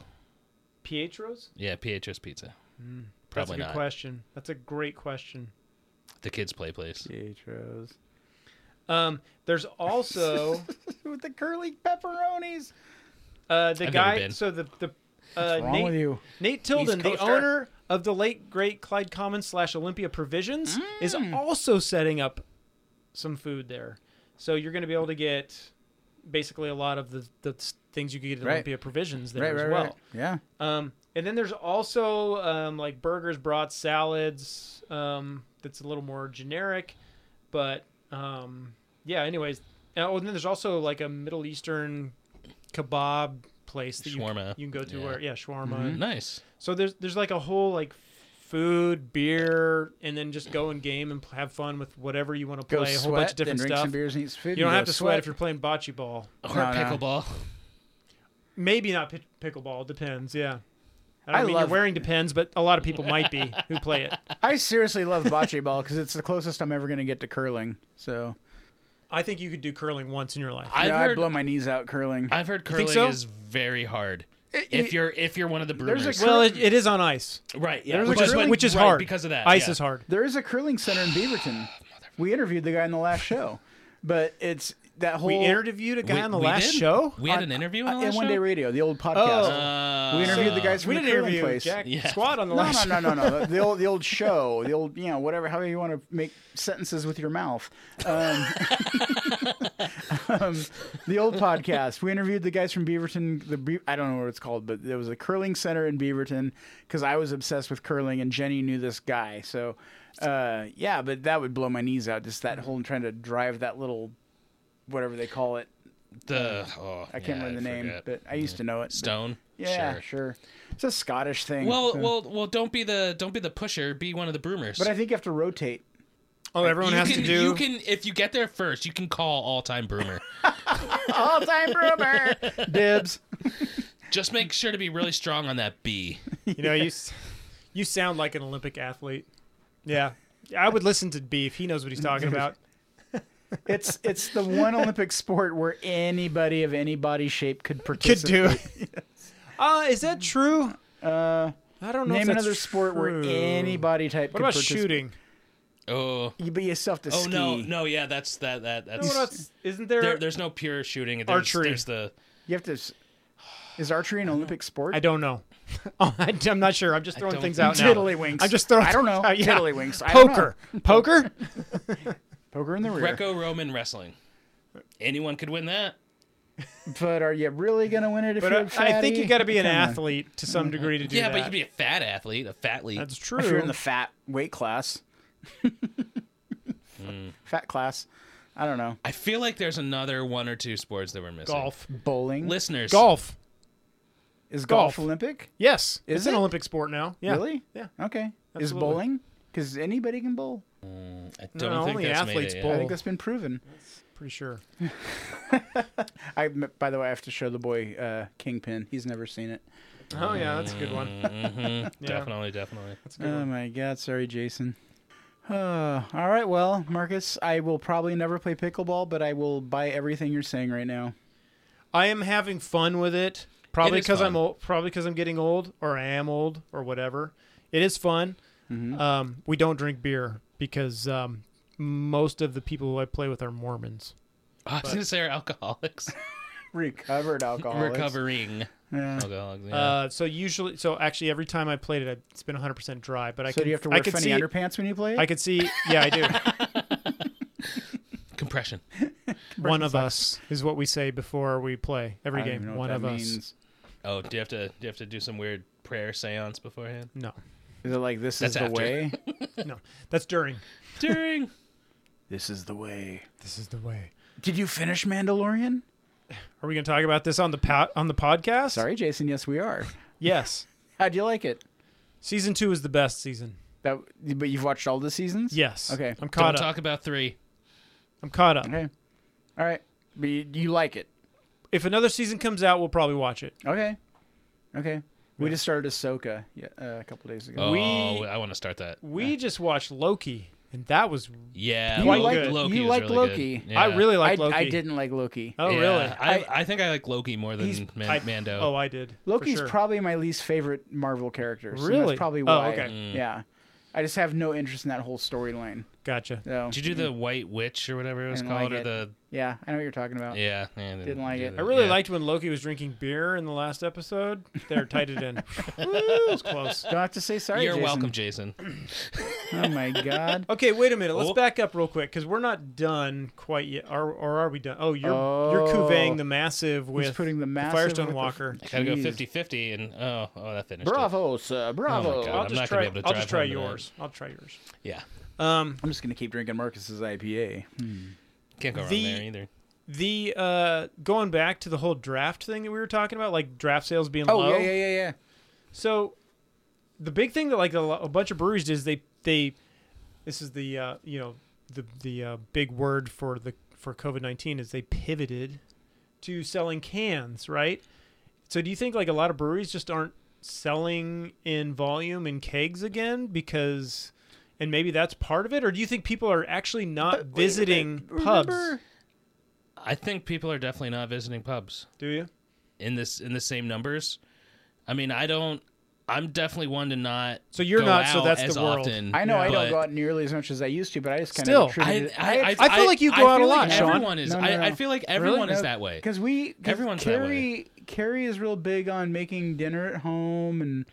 C: Pietro's.
D: Yeah, Petros pizza.
C: Mm. That's
D: Probably
C: a good
D: not.
C: question. That's a great question.
D: The kids play place.
B: Pietro's
C: Um, there's also
B: with the curly pepperonis.
C: uh, the
D: I've never
C: guy.
D: been.
C: So the the uh,
B: What's wrong
C: Nate,
B: with you?
C: Nate Tilden, the
B: Coaster.
C: owner of the late great Clyde Commons slash Olympia Provisions, is
D: Mm.
C: also setting up some food there. So you're going to be able to get basically a lot of the, the s- things you could get at
B: Right.
C: Olympia Provisions there
B: Right,
C: as
B: right,
C: well.
B: right. Yeah.
C: Um, and then there's also um, like burgers, brats, salads. Um, that's a little more generic, but um, yeah. Anyways, oh, and then there's also like a Middle Eastern kebab place that you,
D: Shawarma.
C: you can go to
D: Yeah.
C: where yeah shawarma.
B: Mm-hmm.
D: Nice.
C: So there's there's like a whole like food, beer, and then just go and game and have fun with whatever you want to
B: Go
C: play. a
B: sweat,
C: whole bunch of
B: then
C: different
B: drink
C: stuff.
B: some beers and eat some food.
C: You don't
B: and
C: have
B: go
C: to sweat if you're playing bocce ball.
D: Or
B: No, no.
D: pickleball.
C: Maybe not pick- pickleball. Depends. Yeah. I don't
B: I
C: mean
B: love-
C: you're wearing depends, but a lot of people might be who play it.
B: I seriously love bocce ball because it's the closest I'm ever gonna get to curling. So
C: I think you could do curling once in your life.
D: I've
B: yeah, I'd
D: heard
B: blow my knees out curling.
D: I've heard curling
C: think so?
D: is very hard. if you're if you're one of the
B: There's
D: broomers.
B: a
C: well, it, it is on ice,
D: right, yeah.
B: there's a
D: Which
C: which is,
D: is,
B: curling-
D: what-
C: which is
D: right,
C: hard
D: because of that.
C: Ice
D: yeah.
C: is hard.
B: There is a curling center in Beaverton. We interviewed the guy in the last show, but it's that whole
C: We interviewed a guy
D: We-
C: on the
D: we
C: last
D: did?
C: show.
D: We had
B: on-
D: an
B: uh,
D: interview on the
B: in
D: last
B: One
D: show?
B: Day Radio, the old podcast.
D: Uh,
B: we interviewed the guys
C: we
B: from the
C: didn't
B: curling
C: interview
B: place.
C: Jack
D: Yeah.
C: Squad on the
B: No,
C: last.
B: no, no, no, no. The old, the old show, the old, you know, whatever, however you want to make sentences with your mouth. Um, um, the old podcast. We interviewed the guys from Beaverton. The Be- I don't know what it's called, but there was a curling center in Beaverton because I was obsessed with curling, and Jenny knew this guy. So, uh, yeah, but that would blow my knees out. Just that whole trying to drive that little, whatever they call it.
D: The oh,
B: I can't
D: yeah,
B: remember the name,
D: forget.
B: but I used to know it. but-
D: Stone.
B: Yeah,
D: Sure.
B: sure. It's a Scottish thing.
D: Well,
B: so-
D: well, well. Don't be the don't be the pusher. Be one of the broomers.
B: But I think you have to rotate.
C: Oh, everyone
D: you
C: has
D: can,
C: to do.
D: You can if you get there first. You can call all time broomer.
B: All time rumor. Dibs.
D: Just make sure to be really strong on that B.
C: You know, you s- you sound like an Olympic athlete. Yeah, I would listen to Beef. He knows what he's talking about.
B: It's it's the one Olympic sport where anybody of any body shape could
E: Could
B: participate.
E: do.
C: Uh, is that true?
B: Uh,
C: I don't know. if
B: name
C: that's
B: another sport where
C: true.
B: any body type.
C: What
B: could
C: about
B: participate.
C: shooting?
D: Oh.
B: You, but you still have to
D: Oh
B: ski.
D: no, no, yeah, that's that that that's
C: isn't there?
D: there, there's no pure shooting. There's,
C: Archery.
D: There's the
B: You have to. s- Is archery an Olympic sport?
C: I don't know. oh, I, am not sure. I'm just throwing
D: don't
C: things
D: think
C: out now.
B: Tiddlywinks.
C: I'm just throwing.
B: I don't know.
C: things out, yeah.
B: Tiddlywinks. I don't know.
C: Poker. Poker.
B: Poker in the rear.
D: Greco-Roman wrestling. Anyone could win that.
B: But are you really gonna win it if
C: But
B: you're
C: I, I think you got to be an
B: Come on.
C: athlete to some degree to do
D: yeah,
C: that.
D: but you could be a fat athlete, a fatly.
C: That's
B: If you're
C: true.
B: in the fat weight class,
C: Hmm.
B: fat class. I don't know.
D: I feel like there's another one or two sports that we're missing.
C: golf.
B: Bowling
D: Listeners,
C: Golf.
B: is golf,
C: golf.
B: Olympic.
C: Yes, it's
B: Is
C: an
B: it?
C: Olympic sport now. Yeah.
B: Really?
C: Yeah.
B: Okay. Is
C: Absolutely.
B: bowling? Because anybody can bowl.
D: I don't
C: No,
D: think
C: only
D: that's made
C: athletes
D: it yet.
B: I
C: bowl.
B: think that's been proven.
C: Pretty sure.
B: I, by the way, I have to show the boy uh, Kingpin. He's never seen it.
C: Oh yeah, that's a good one. Yeah.
D: Definitely, definitely.
C: That's a good
B: Oh
C: one.
B: my God! Sorry, Jason. Uh, all right, well, Marcus, I will probably never play pickleball, but I will buy everything you're saying right now.
C: I am having fun with it. Probably
D: is
C: because I'm
D: fun.
C: old. Probably because I'm getting old, or I am old, or whatever. It is fun.
B: Mm-hmm.
C: Um, we don't drink beer because um, most of the people who I play with are Mormons.
D: I was gonna say are Oh, alcoholics.
B: Recovered alcohol.
D: Recovering
B: Yeah.
D: alcoholics. Yeah.
C: Uh, so usually, so actually, every time I played it, it's been 100% dry. But I
B: So
C: could,
B: do you have to
C: I
B: wear
C: could
B: funny
C: see,
B: underpants when you play? it?
C: I could see. Yeah, I do.
D: Compression.
C: one of us is what we say before we play every
B: I don't even know
C: game.
B: what
C: One
B: that
C: of us.
B: means.
D: Oh, do you have to do you have to do some weird prayer seance beforehand?
C: No,
B: Is it like this
D: That's
B: is the
D: after.
B: way?
C: no, that's during.
D: During
B: this is the way.
C: This is the way.
B: Did you finish Mandalorian?
C: Are we going to talk about this on the po- on the podcast?
B: Sorry, Jason. Yes, we are.
C: Yes.
B: How'd you like it?
C: Season two is the best season.
B: That, but you've watched all the seasons.
C: Yes.
B: Okay.
C: I'm
D: don't
C: caught up.
D: talk about three.
C: I'm caught up.
B: Okay. All right. But you, you like it.
C: If another season comes out, we'll probably watch it.
B: Okay. Okay. We just started Ahsoka yeah, uh, a couple days ago.
D: Oh,
C: We-
D: I want to start that.
C: We just watched Loki, and that was.
D: Yeah,
B: You
D: Loki-
C: liked it.
D: Loki.
B: You
D: was
B: liked
D: really good.
B: Loki.
D: Yeah.
C: I really
B: I,
C: liked Loki.
B: I didn't like Loki.
C: Oh
D: Yeah.
C: really?
D: I, I think I like Loki more than Man-
C: I-
D: Mando.
C: Oh, I did. for
B: Loki's
C: sure.
B: probably my least favorite Marvel character. So
C: Really?
B: That's probably
C: Oh,
B: why.
C: okay.
D: Mm.
B: Yeah. I just have no interest in that whole storyline.
C: gotcha.
B: So,
D: Did you do the
C: Mm-hmm.
D: White Witch or whatever it was
B: Didn't
D: called,
B: like
D: or the
B: yeah, I know what you're talking
C: Uh,
B: about.
D: yeah? yeah I
B: Didn't like
D: do
B: it.
D: that.
C: I really
D: Yeah.
C: liked when Loki was drinking beer in the last episode. They're tied it in. Woo, it was close.
B: Don't have to say sorry.
D: You're
B: Jason.
D: welcome, Jason.
B: Oh my god.
C: Okay, wait a minute. Let's
D: Oh.
C: back up real quick because we're not done quite yet. Are, or are we done? Oh, you're you're
B: Oh.
C: conveying the massive with
B: putting the massive
C: Firestone
B: with the-
C: Walker.
D: I gotta go
B: Jeez.
D: 50-50 and oh, oh, that finished. it.
B: Bravo, sir. Bravo.
D: God.
C: I'll
D: I'm
C: just
D: not
C: try.
D: gonna be able to
C: I'll just try
D: drive home to that.
C: yours. I'll try yours.
D: Yeah,
C: Um,
B: I'm just gonna keep drinking Marcus's IPA.
D: can't go wrong
C: The-
D: there either.
C: the uh, going back to the whole draft thing that we were talking about, like draft sales being
B: Oh
C: low.
B: yeah, yeah, yeah, yeah.
C: So the big thing that like a, lo- a bunch of breweries did is they they this is the uh, you know the the uh, big word for the for COVID nineteen is they pivoted to selling cans, right? So do you think like a lot of breweries just aren't selling in volume in kegs again because and maybe that's part of it or do you think people are actually not visiting pubs
B: Remember-
D: I think people are definitely not visiting pubs
C: do you
D: in this in the same numbers. I mean, I don't. I'm definitely one to not.
C: So you're
D: go
C: not, so
D: out
C: that's the
D: as
C: world.
D: Often,
B: I know I
D: but
B: don't go out nearly as much as I used to, but I just kind
C: Still,
B: of
D: I, I, I,
C: I feel like you go
D: I
C: out a
D: feel
C: lot,
D: like
C: Sean.
D: Everyone is.
B: No, no,
D: I, I
B: no.
D: feel like everyone is that way.
B: because we cause
D: Everyone's that way.
B: Carrie, Carrie is real big on making dinner at home and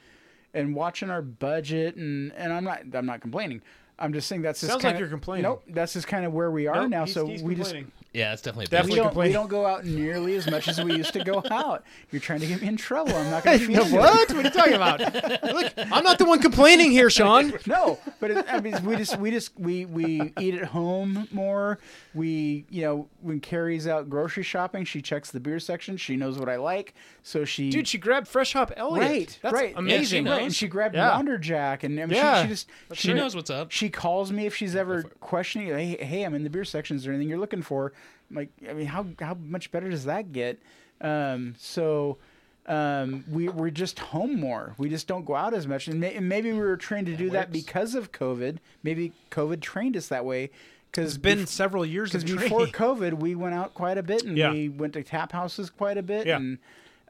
B: and watching our budget and and I'm not I'm not complaining. I'm just saying that's just
C: Sounds like
B: kinda,
C: you're complaining.
B: Nope, that's just kind of where we are
C: Nope,
B: now.
C: he's-
B: so
C: he's
B: we just
C: complaining.
D: Yeah, that's definitely.
B: we
C: Definitely
D: business.
B: don't we
C: complaining.
B: don't go out nearly as much as we used to go out. You're trying to get me in trouble. I'm not going to
C: No,
B: feel
C: what? Oh, What are you talking about? Look, I'm not the one complaining here, Sean.
B: No, but it, I mean, we just we just we we eat at home more. We you know when Carrie's out grocery shopping, she checks the beer section. She knows what I like, so she
C: Dude, she grabbed Fresh Hop Elliot.
B: right
C: That's
B: right
C: amazing.
B: right, and she grabbed
C: Yeah.
B: Wonderjack, and I mean, she,
C: Yeah.
B: she just
D: She knows what's up.
B: She calls me if she's ever questioning. Hey, hey, I'm in the beer section. Is there anything you're looking for? I'm like, I mean, how how much better does that get? Um, so. Um, we we're just home more. We just don't go out as much, and, may, and maybe we were trained to do that
D: works.
B: because of COVID. Maybe COVID trained us that way because
F: It's been several years of
B: because before
F: training.
B: COVID, we went out quite a bit and
C: Yeah.
B: we went to tap houses quite a bit.
C: Yeah.
B: And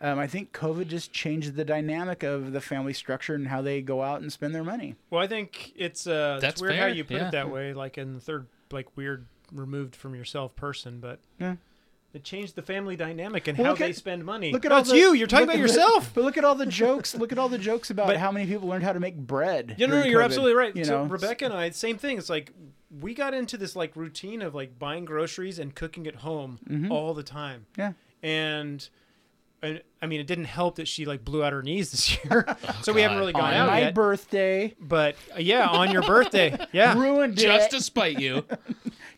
B: um, I think COVID just changed the dynamic of the family structure and how they go out and spend their money.
C: Well, I think it's uh, it's
D: That's
C: weird how
D: fair,
C: you put
D: yeah.
C: it that way, like in the third, like weird, removed from yourself person, but
B: Yeah.
C: it changed the family dynamic and
B: Well,
C: how
B: look
C: they
B: at-
C: spend money.
B: Look at
F: No,
B: all
F: it's
B: the-
F: you. You're talking
B: look
F: about
B: at the-
F: yourself.
B: But look at all the jokes. Look at all the jokes about
C: But-
B: how many people learned how to make bread.
C: Yeah, no, no,
B: during
C: you're
B: COVID,
C: absolutely right.
B: You
C: so
B: know,
C: Rebecca and I, same thing. It's like we got into this like routine of like buying groceries and cooking at home
B: Mm-hmm.
C: all the time.
B: Yeah.
C: And, and I mean, it didn't help that she like blew out her knees this year, so we haven't
D: Oh, God.
C: really
D: On
C: gone
B: on
C: out
B: my
C: yet.
B: birthday,
C: but uh, yeah, on your birthday, yeah,
B: ruined
D: Just
B: it.
D: to spite you.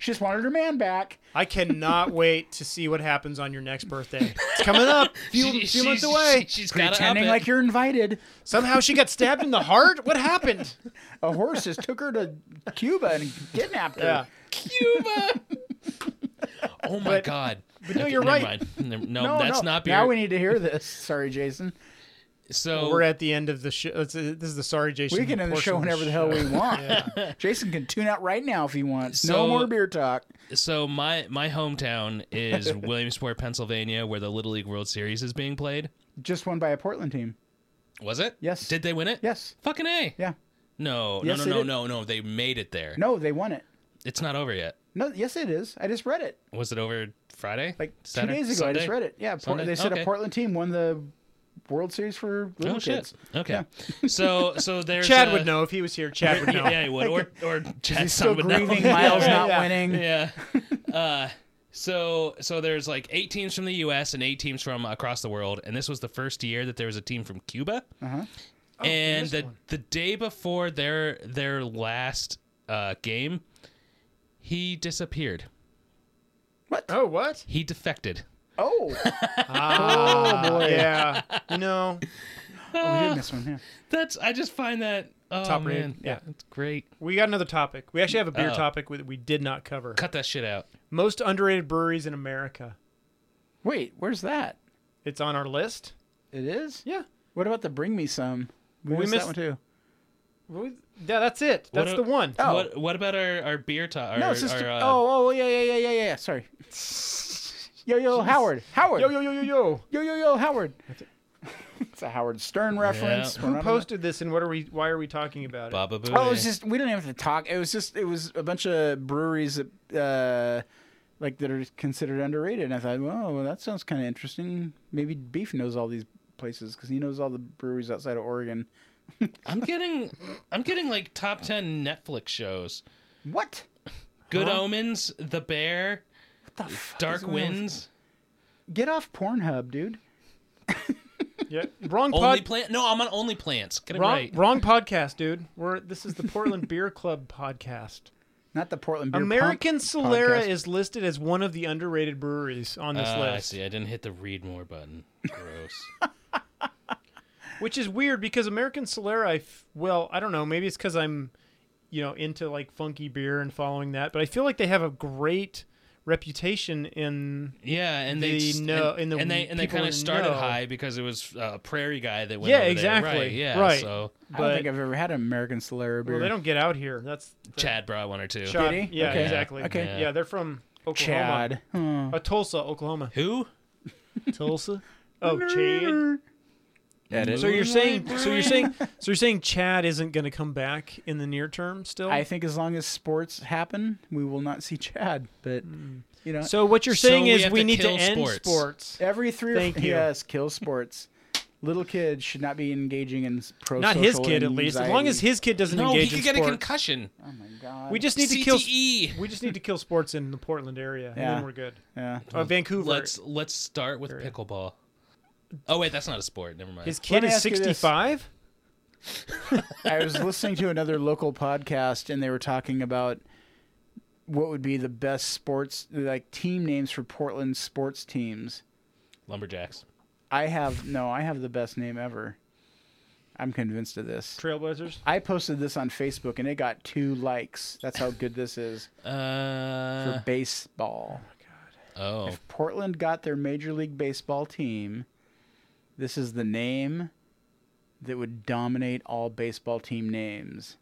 B: She just wanted her man back.
C: I cannot wait to see what happens on your next birthday. It's coming up, few,
D: She-
C: few months
D: she's-
C: away.
D: She, has got to up
B: Pretending
D: it.
B: like you're invited.
C: Somehow she got stabbed in the heart. What happened?
B: A horse just took her to Cuba and kidnapped her.
C: Yeah.
D: Cuba. oh my god. But
C: no, you're right.
D: No,
B: No,
D: that's
B: no.
D: not beer.
B: Now we need to hear this. Sorry, Jason.
D: so
C: We're at the end of the show. This is the sorry Jason.
B: We can end the
C: portion
B: show
C: of
B: whenever the
C: show.
B: hell we want. Jason can tune out right now if he wants. no
D: So-
B: more beer talk.
D: so my my hometown is Williamsport, Pennsylvania, where the Little League World Series is being played.
B: Just won by a Portland team.
D: Was it?
B: Yes.
D: Did they win it?
B: Yes.
D: Fucking a.
B: Yeah.
D: No,
B: Yes,
D: no,
B: they
D: no, no,
B: did.
D: no, no. They made it there.
B: No, they won it.
D: It's not over yet.
B: No, yes, it is. I just read it
D: Was it over Friday?
B: like
D: Saturday?
B: two days ago. I just
D: Sunday?
B: read it. Yeah, Port-
D: Sunday?
B: they said
D: Okay.
B: a Portland team won the World Series for little
D: Oh
B: kids.
D: shit. Okay. So so there's
C: Chad
D: uh,
C: would know if he was here. Chad would know.
D: Yeah, he would. Or or Chad's
B: He's
D: son
B: still
D: would know.
B: grieving Miles not
C: Yeah.
B: winning.
D: yeah. Uh, so so there's like eight teams from the U.S. and eight teams from across the world, and this was the first year that there was a team from Cuba.
B: Uh-huh. Oh,
D: and the the day before their their last uh, game, he disappeared.
C: Oh, what?
D: He defected.
B: Oh,
C: Ah, oh boy. Yeah. You know,
B: oh, we did miss one. Yeah.
D: That's I just find that oh,
C: Top rated,
D: man,
C: yeah.
D: that's great.
C: we got another topic. We actually have a beer
D: Uh-oh.
C: topic that we did not cover.
D: Cut that shit out.
C: Most underrated breweries in America.
B: Wait, where's that?
C: It's on our list.
B: It is.
C: Yeah.
B: What about the Bring Me Some? We,
C: We
B: missed,
C: missed-
B: that one too.
C: We- Yeah, that's it.
D: What
C: That's
D: a-
C: the one.
B: Oh.
D: What what about our our beer talk?
B: No,
D: our,
B: it's just.
D: our, uh,
B: oh, oh, yeah, yeah, yeah, yeah, yeah. yeah, Sorry. Yo, yo, Howard, Howard.
C: Yo, yo, yo, yo, yo.
B: Yo yo yo, Howard. It's a Howard Stern reference. We're
C: Who
B: not-
C: posted this and what are we why are we talking about it?
D: Baba Booey.
B: Oh, it was just we didn't even have to talk. It was just it was a bunch of breweries that uh, like that are considered underrated. And I thought, well, well, that sounds kind of interesting. Maybe Beef knows all these places because he knows all the breweries outside of Oregon.
D: I'm getting I'm getting like top ten Netflix shows.
B: What?
D: Good Omens, The Bear,
B: What the fuck
D: Dark
B: is going on with-
D: Winds.
B: Get off Pornhub, dude.
C: Yeah. Wrong
D: Only
C: pod
D: plant? No, I'm on Only Plants. Get it
C: wrong,
D: right.
C: wrong podcast, dude. We're this is the Portland Beer Club podcast.
B: Not the Portland Beer
C: American
B: Pump
C: Solera
B: podcast.
C: is listed as one of the underrated breweries on this
D: Ah, I
C: list,
D: see. I didn't hit the read more button. Gross.
C: which is weird because American Solera, I f- well, I don't know, maybe it's because I'm, you know, into like funky beer and following that, but I feel like they have a great reputation in
D: yeah, and they
C: The
D: s-
C: no-
D: and,
C: and the
D: and they and they
C: people
D: kind of
C: in
D: started
C: no.
D: high because it was uh, a prairie guy that went.
C: Yeah,
D: over there.
C: exactly.
D: Right, yeah.
C: Right.
D: So
B: I don't
C: but-
B: think I've ever had an American Solera beer.
C: well, they don't get out here. That's
D: Chad brought one or two.
C: Chad-
B: Did he?
C: Yeah,
B: Okay.
C: exactly.
B: Okay.
C: Yeah.
D: Yeah.
C: they're from Oklahoma.
B: Chad. Hmm.
C: Uh, Tulsa, Oklahoma.
D: Who?
C: Tulsa. Oh, Chad.
B: Edit.
C: So you're saying so you're saying so you're saying Chad isn't going to come back in the near term still?
B: I think as long as sports happen, we will not see Chad. But you know,
C: so what you're
D: So
C: saying
D: we
C: is
D: have
C: we
D: to
C: need to
D: kill
C: end
D: sports.
C: sports.
B: every three
C: Thank
B: or
C: you.
B: yes, kill sports. Little kids should not be engaging in pro.
C: Not his kid, at least. As long as his kid doesn't
D: No, he
C: engage in
D: could get a
C: sports.
D: concussion. E.
B: Oh my god.
C: we just need to kill.
D: CTE.
C: We just need to kill sports in the Portland area, and
B: Yeah.
C: then we're good.
B: yeah.
C: Uh, Vancouver.
D: Let's let's start with pickleball. Oh wait, that's not a sport. Never mind.
C: His
B: Let
C: kid
B: me
C: is
B: ask you this.
C: 65.
B: I was listening to another local podcast, and they were talking about what would be the best sports like team names for Portland sports teams.
D: Lumberjacks.
B: I have no. I have the best name ever. I'm convinced of this.
C: Trailblazers.
B: I posted this on Facebook and it got two likes. That's how good this is for
D: Uh,
B: baseball.
D: oh,
B: If Portland got their Major League Baseball team, this is the name that would dominate all baseball team names.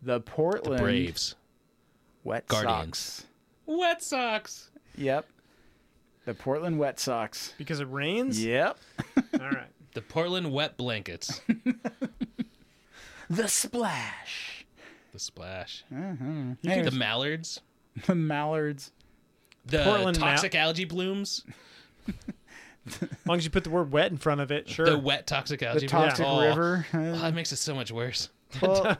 B: The Portland
D: Braves.
B: Wet
D: Guardians.
B: Sox.
D: Wet socks.
B: Yep. The Portland Wet Sox.
C: because it rains.
B: Yep.
C: All right.
D: The Portland wet blankets.
B: The Splash.
D: the splash.
B: Anyways,
D: The mallards.
B: the Mallards.
D: The
C: Portland ma-
D: toxic algae blooms.
C: As long as you put the word "wet" in front of it, sure.
D: The wet toxic algae.
B: The Toxic
D: blooms. Oh,
B: River.
D: oh,
B: Uh,
D: that makes it so much worse.
B: well,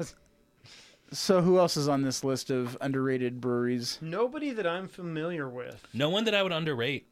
B: so who else is on this list of underrated breweries?
C: Nobody that I'm familiar with.
D: No one that I would underrate.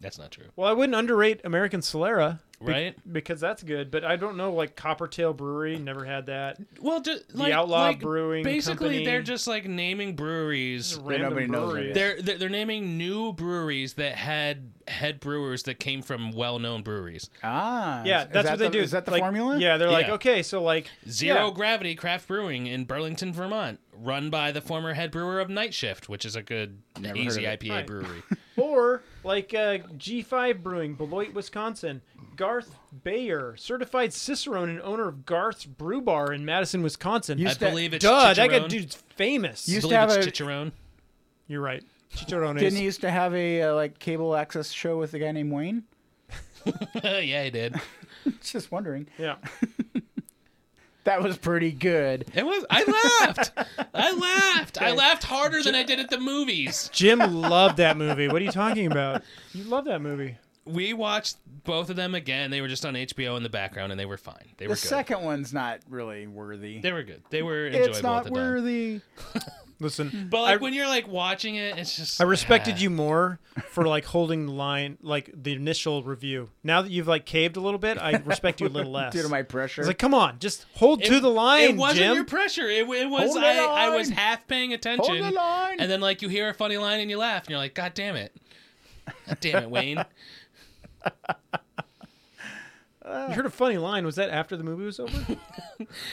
D: That's not true,
C: Well, I wouldn't underrate American Solera
D: right?
C: because that's good, but I don't know like Coppertail Brewery. Never had that.
D: well, just like
C: Outlaw
D: like,
C: Brewing
D: Basically,
C: Company.
D: they're just like naming breweries.
C: Random
B: nobody knows
C: brewery.
B: it.
D: They're, they're they're naming new breweries that had head brewers that came from well-known breweries.
B: Ah.
C: yeah,
B: is
C: that's
B: that
C: what they
B: the-
C: do.
B: Is that the
C: Like,
B: formula?
C: Yeah, they're like,
D: Yeah.
C: okay, so like
D: Zero
C: yeah.
D: Gravity Craft Brewing in Burlington, Vermont, run by the former head brewer of Night Shift, which is a good
B: Never
D: easy
B: heard of
D: IPA
C: Right.
D: brewery.
C: Or like uh, G5 Brewing, Beloit, Wisconsin. Garth Bayer, certified Cicerone and owner of Garth's Brew Bar in Madison, Wisconsin.
D: I
B: Used to-
D: believe it's
C: Duh, that guy
D: Chicharron.
C: dude's famous.
D: I
B: You- used to
D: believe
B: have
D: it's
B: a-
D: Chicharron.
C: You're right. Chicharrones.
B: Didn't he used to have a uh, like cable access show with a guy named Wayne?
D: yeah, he did.
B: Just wondering.
C: Yeah.
B: That was pretty good.
D: It was. I laughed. I laughed. I laughed harder than I did at the movies.
C: Jim loved that movie. What are you talking about? You love that movie.
D: We watched both of them again. They were just on HBO in the background, and they were fine. They were
B: The
D: good.
B: second one's not really worthy.
D: They were good. They were enjoyable
B: It's
D: at
B: not
D: the time.
B: worthy.
C: Listen,
D: But like
C: I,
D: when you're like watching it, it's just.
C: I respected
D: ah.
C: you more for like holding the line, like the initial review. Now that you've like caved a little bit, I respect you a little less.
B: Due to my pressure.
C: It's like, come on, just hold to the line,
D: It wasn't
C: Jim.
D: your pressure. It, it was
B: Hold the
D: I, I was
B: line.
D: half paying attention.
B: Hold the line.
D: And then like you hear a funny line and you laugh and you're like, God damn it. God damn it, Wayne.
C: You heard a funny line. Was that after the movie was over?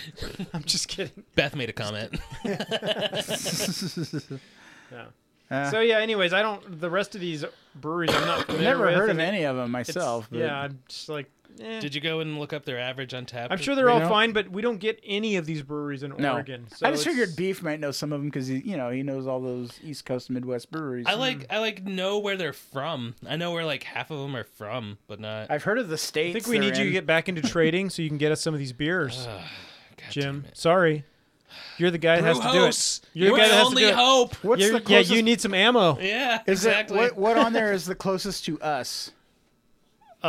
C: I'm just kidding.
D: Beth made a comment.
C: No.
B: Uh,
C: so yeah. Anyways, I don't. The rest of these breweries, I'm not familiar
B: Never
C: with,
B: heard of
C: and
B: any of them
C: it's-
B: myself. but-
C: Yeah, I'm just like. eh.
D: Did you go and look up their average on tap?
C: I'm sure they're
B: You
C: all
B: know?
C: fine, but we don't get any of these breweries in
B: No,
C: Oregon. So
B: I just
C: it's-
B: figured Beef might know some of them because he, you know, he knows all those East Coast, Midwest breweries.
D: I like I like know where they're from. I know where like half of them are from, but not.
B: I've heard of the
C: I
B: states.
C: think we
B: they're
C: need you to
B: in.
C: get back into trading so you can get us some of these beers,
D: God
C: Jim.
D: damn it.
C: Sorry, you're the guy that has to do it.
D: Brewhouse,
C: You're
D: You're
C: the guy that
D: the
C: has to
D: only
C: do it.
D: hope.
B: What's
C: You're-
B: the
C: yeah,
B: closest?
C: you need some ammo.
D: Yeah,
B: Is it-
D: exactly.
B: what, what on there is the closest to us?
C: Uh,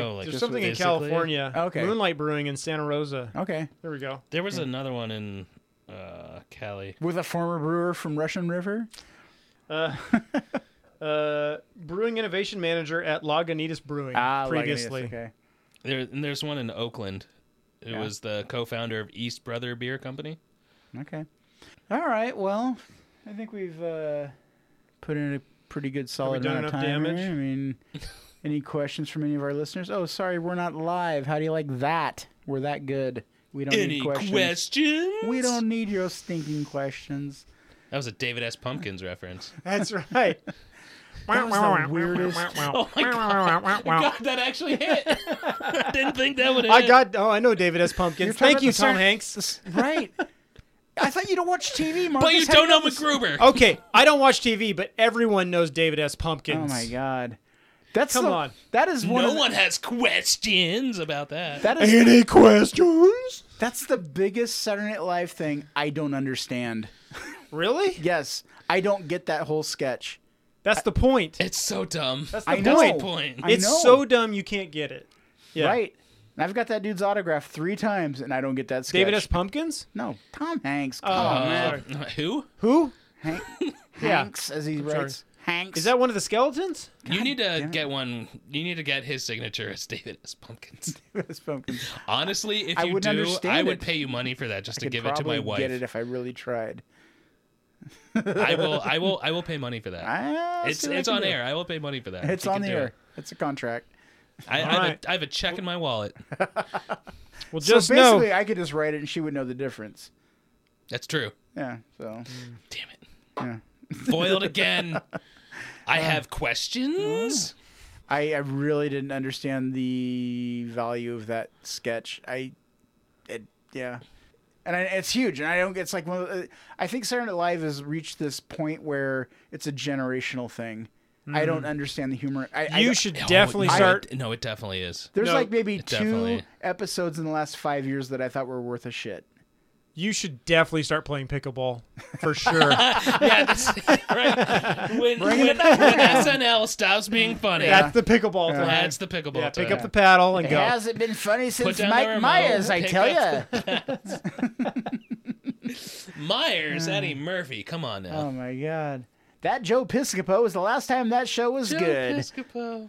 D: Oh, like
C: there's
D: just
C: something in
D: physically?
C: California.
B: Okay.
C: Moonlight Brewing in Santa Rosa.
B: Okay,
C: There we go.
D: There was another one in uh, Cali.
B: with a former brewer from Russian River.
C: Uh, brewing innovation manager at Lagunitas Brewing
B: Ah, Lagunitas,
C: previously.
B: Okay.
D: There and there's one in Oakland. It was the co-founder of East Brother Beer Company.
B: Okay. All right. Well, I think we've uh, put in a pretty good solid
C: done
B: amount of
C: enough
B: time.
C: damage?
B: here. I mean, any questions from any of our listeners? Oh, sorry, we're not live. How do you like that? We're that good. We don't
D: Any
B: need questions.
D: questions?
B: We don't need your stinking questions.
D: That was a David S. Pumpkins reference.
C: That's right.
B: That was the weirdest-
D: Oh my god! god that actually hit. I didn't think that would. Hit.
C: I got. Oh, I know David S.
B: You're
C: Pumpkins.
B: talking
C: Thank
B: about
C: you,
B: the
C: Tom
B: cer-
C: Hanks.
B: Right. I thought you don't watch TV, Marcus.
D: But you
B: How
D: don't know
B: do this-
D: MacGruber.
C: Okay, I don't watch TV, but everyone knows David S. Pumpkins.
B: Oh my god. That's
C: Come
B: the-
C: on.
B: That is one.
D: no
B: of the-
D: one has questions about that.
B: That is
E: Any questions?
B: that's the biggest Saturday Night Live thing I don't understand.
C: Really?
B: Yes, I don't get that whole sketch.
C: That's the point.
D: it's so dumb.
C: That's the
B: I know.
C: point.
D: point.
B: I know.
C: It's so dumb you can't get it. Yeah.
B: right. And I've got that dude's autograph three times, and I don't get that sketch.
C: David S. Pumpkins?
B: No, Tom Hanks. Come
C: Oh,
B: on, man.
D: Uh, who?
C: Who?
B: Hank,
C: Yeah.
B: Hanks, as he writes. Hanks.
C: Is that one of the skeletons?
D: you need to get one. You need to get his signature as David S. Pumpkins.
B: That's pumpkin.
D: Honestly, if
B: I
D: you
B: wouldn't
D: do,
B: understand
D: I
B: it.
D: would pay you money for that just to
B: Could
D: give it to my
B: probably Get it
D: wife.
B: if I really tried.
D: I will. I will. I will pay money for that.
B: Ah,
D: it's
B: see what I
D: it's
B: can
D: on
B: do.
D: air. I will pay money for that.
B: It's
D: You
B: on
D: can
B: the
D: do
B: air.
D: it.
B: It's a contract.
D: I, I, have
C: Alright.
D: a, I have a check in my wallet.
C: Well,
B: So
C: just know.
B: basically, I could just write it, and she would know the difference.
D: That's true.
B: Yeah. So
D: Damn it.
B: Yeah.
D: Foiled again. I have
C: Mm.
D: questions.
B: I, I really didn't understand the value of that sketch. I, it, yeah, and I, it's huge. And I don't. It's like one. Of the, I think Saturday Night Live has reached this point where it's a generational thing. I
D: Mm.
B: don't understand the humor. I, I
C: You
B: don't-
C: should
D: Oh,
C: definitely
D: no,
C: start.
D: It, no, it definitely is.
B: There's
C: No,
B: like maybe two
D: definitely-
B: episodes in the last five years that I thought were worth a shit.
C: You should definitely start playing pickleball for sure.
D: yeah, that's, right. When, when, when SNL stops being funny,
C: That's the pickleball thing.
D: that's the pickleball.
C: yeah,
D: time.
C: pick up the paddle and
B: It
C: go.
B: hasn't been funny since
D: down the
B: Mike
D: remote,
B: Myers, I
D: pick
B: tell
D: up
B: you.
D: Myers,
C: Mm.
D: Eddie Murphy. Come on now.
B: Oh my god. That Joe Piscopo was the last time that show was
D: Joe
B: good.
D: Piscopo.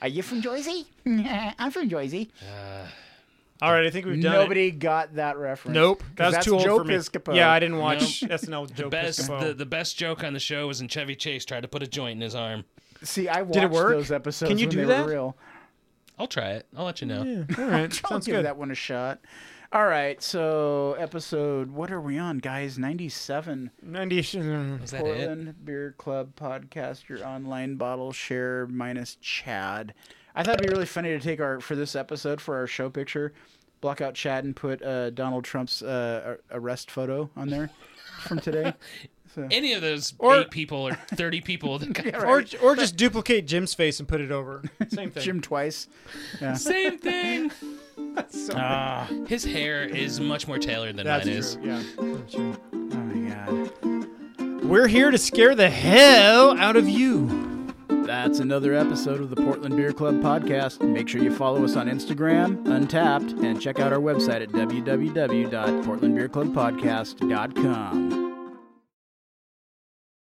B: Are you from Jersey? I'm from Jersey.
C: All right, I think we've done it.
B: Nobody got that reference.
C: Nope,
B: 'Cause
C: that's, too old
B: Joe
C: for me.
B: Piscopo.
C: Yeah, I didn't watch SNL. With Joe
D: Best
C: Piscopo.
D: the, the best joke on the show was when Chevy Chase tried to put a joint in his arm.
B: see. I watched
C: it work?
B: those episodes
C: Can you
B: when
C: do
B: they
C: that?
B: were real.
D: I'll try it. I'll let you know.
C: All right,
B: I'll
C: sounds
B: give
C: good.
B: that one a shot. All right, so episode. What are we on, guys? Ninety-seven.
C: Ninety. mm,
D: Is that it?
B: Portland Beer Club podcast, your online bottle share minus Chad. I thought it'd be really funny to take our for this episode for our show picture, block out Chad and put uh, Donald Trump's uh, ar- arrest photo on there from today.
D: Any of those eight people or thirty people that got
C: Or or just duplicate Jim's face and put it over. Same thing.
B: Jim twice.
D: same thing.
B: So
D: His hair is much more tailored than
C: That's
D: mine is.
C: true. Yeah.
B: Oh my god.
C: We're here to scare the hell out of you.
B: That's another episode of the Portland Beer Club podcast. Make sure you follow us on Instagram, Untapped, and check out our website at www.portlandbeerclubpodcast.com.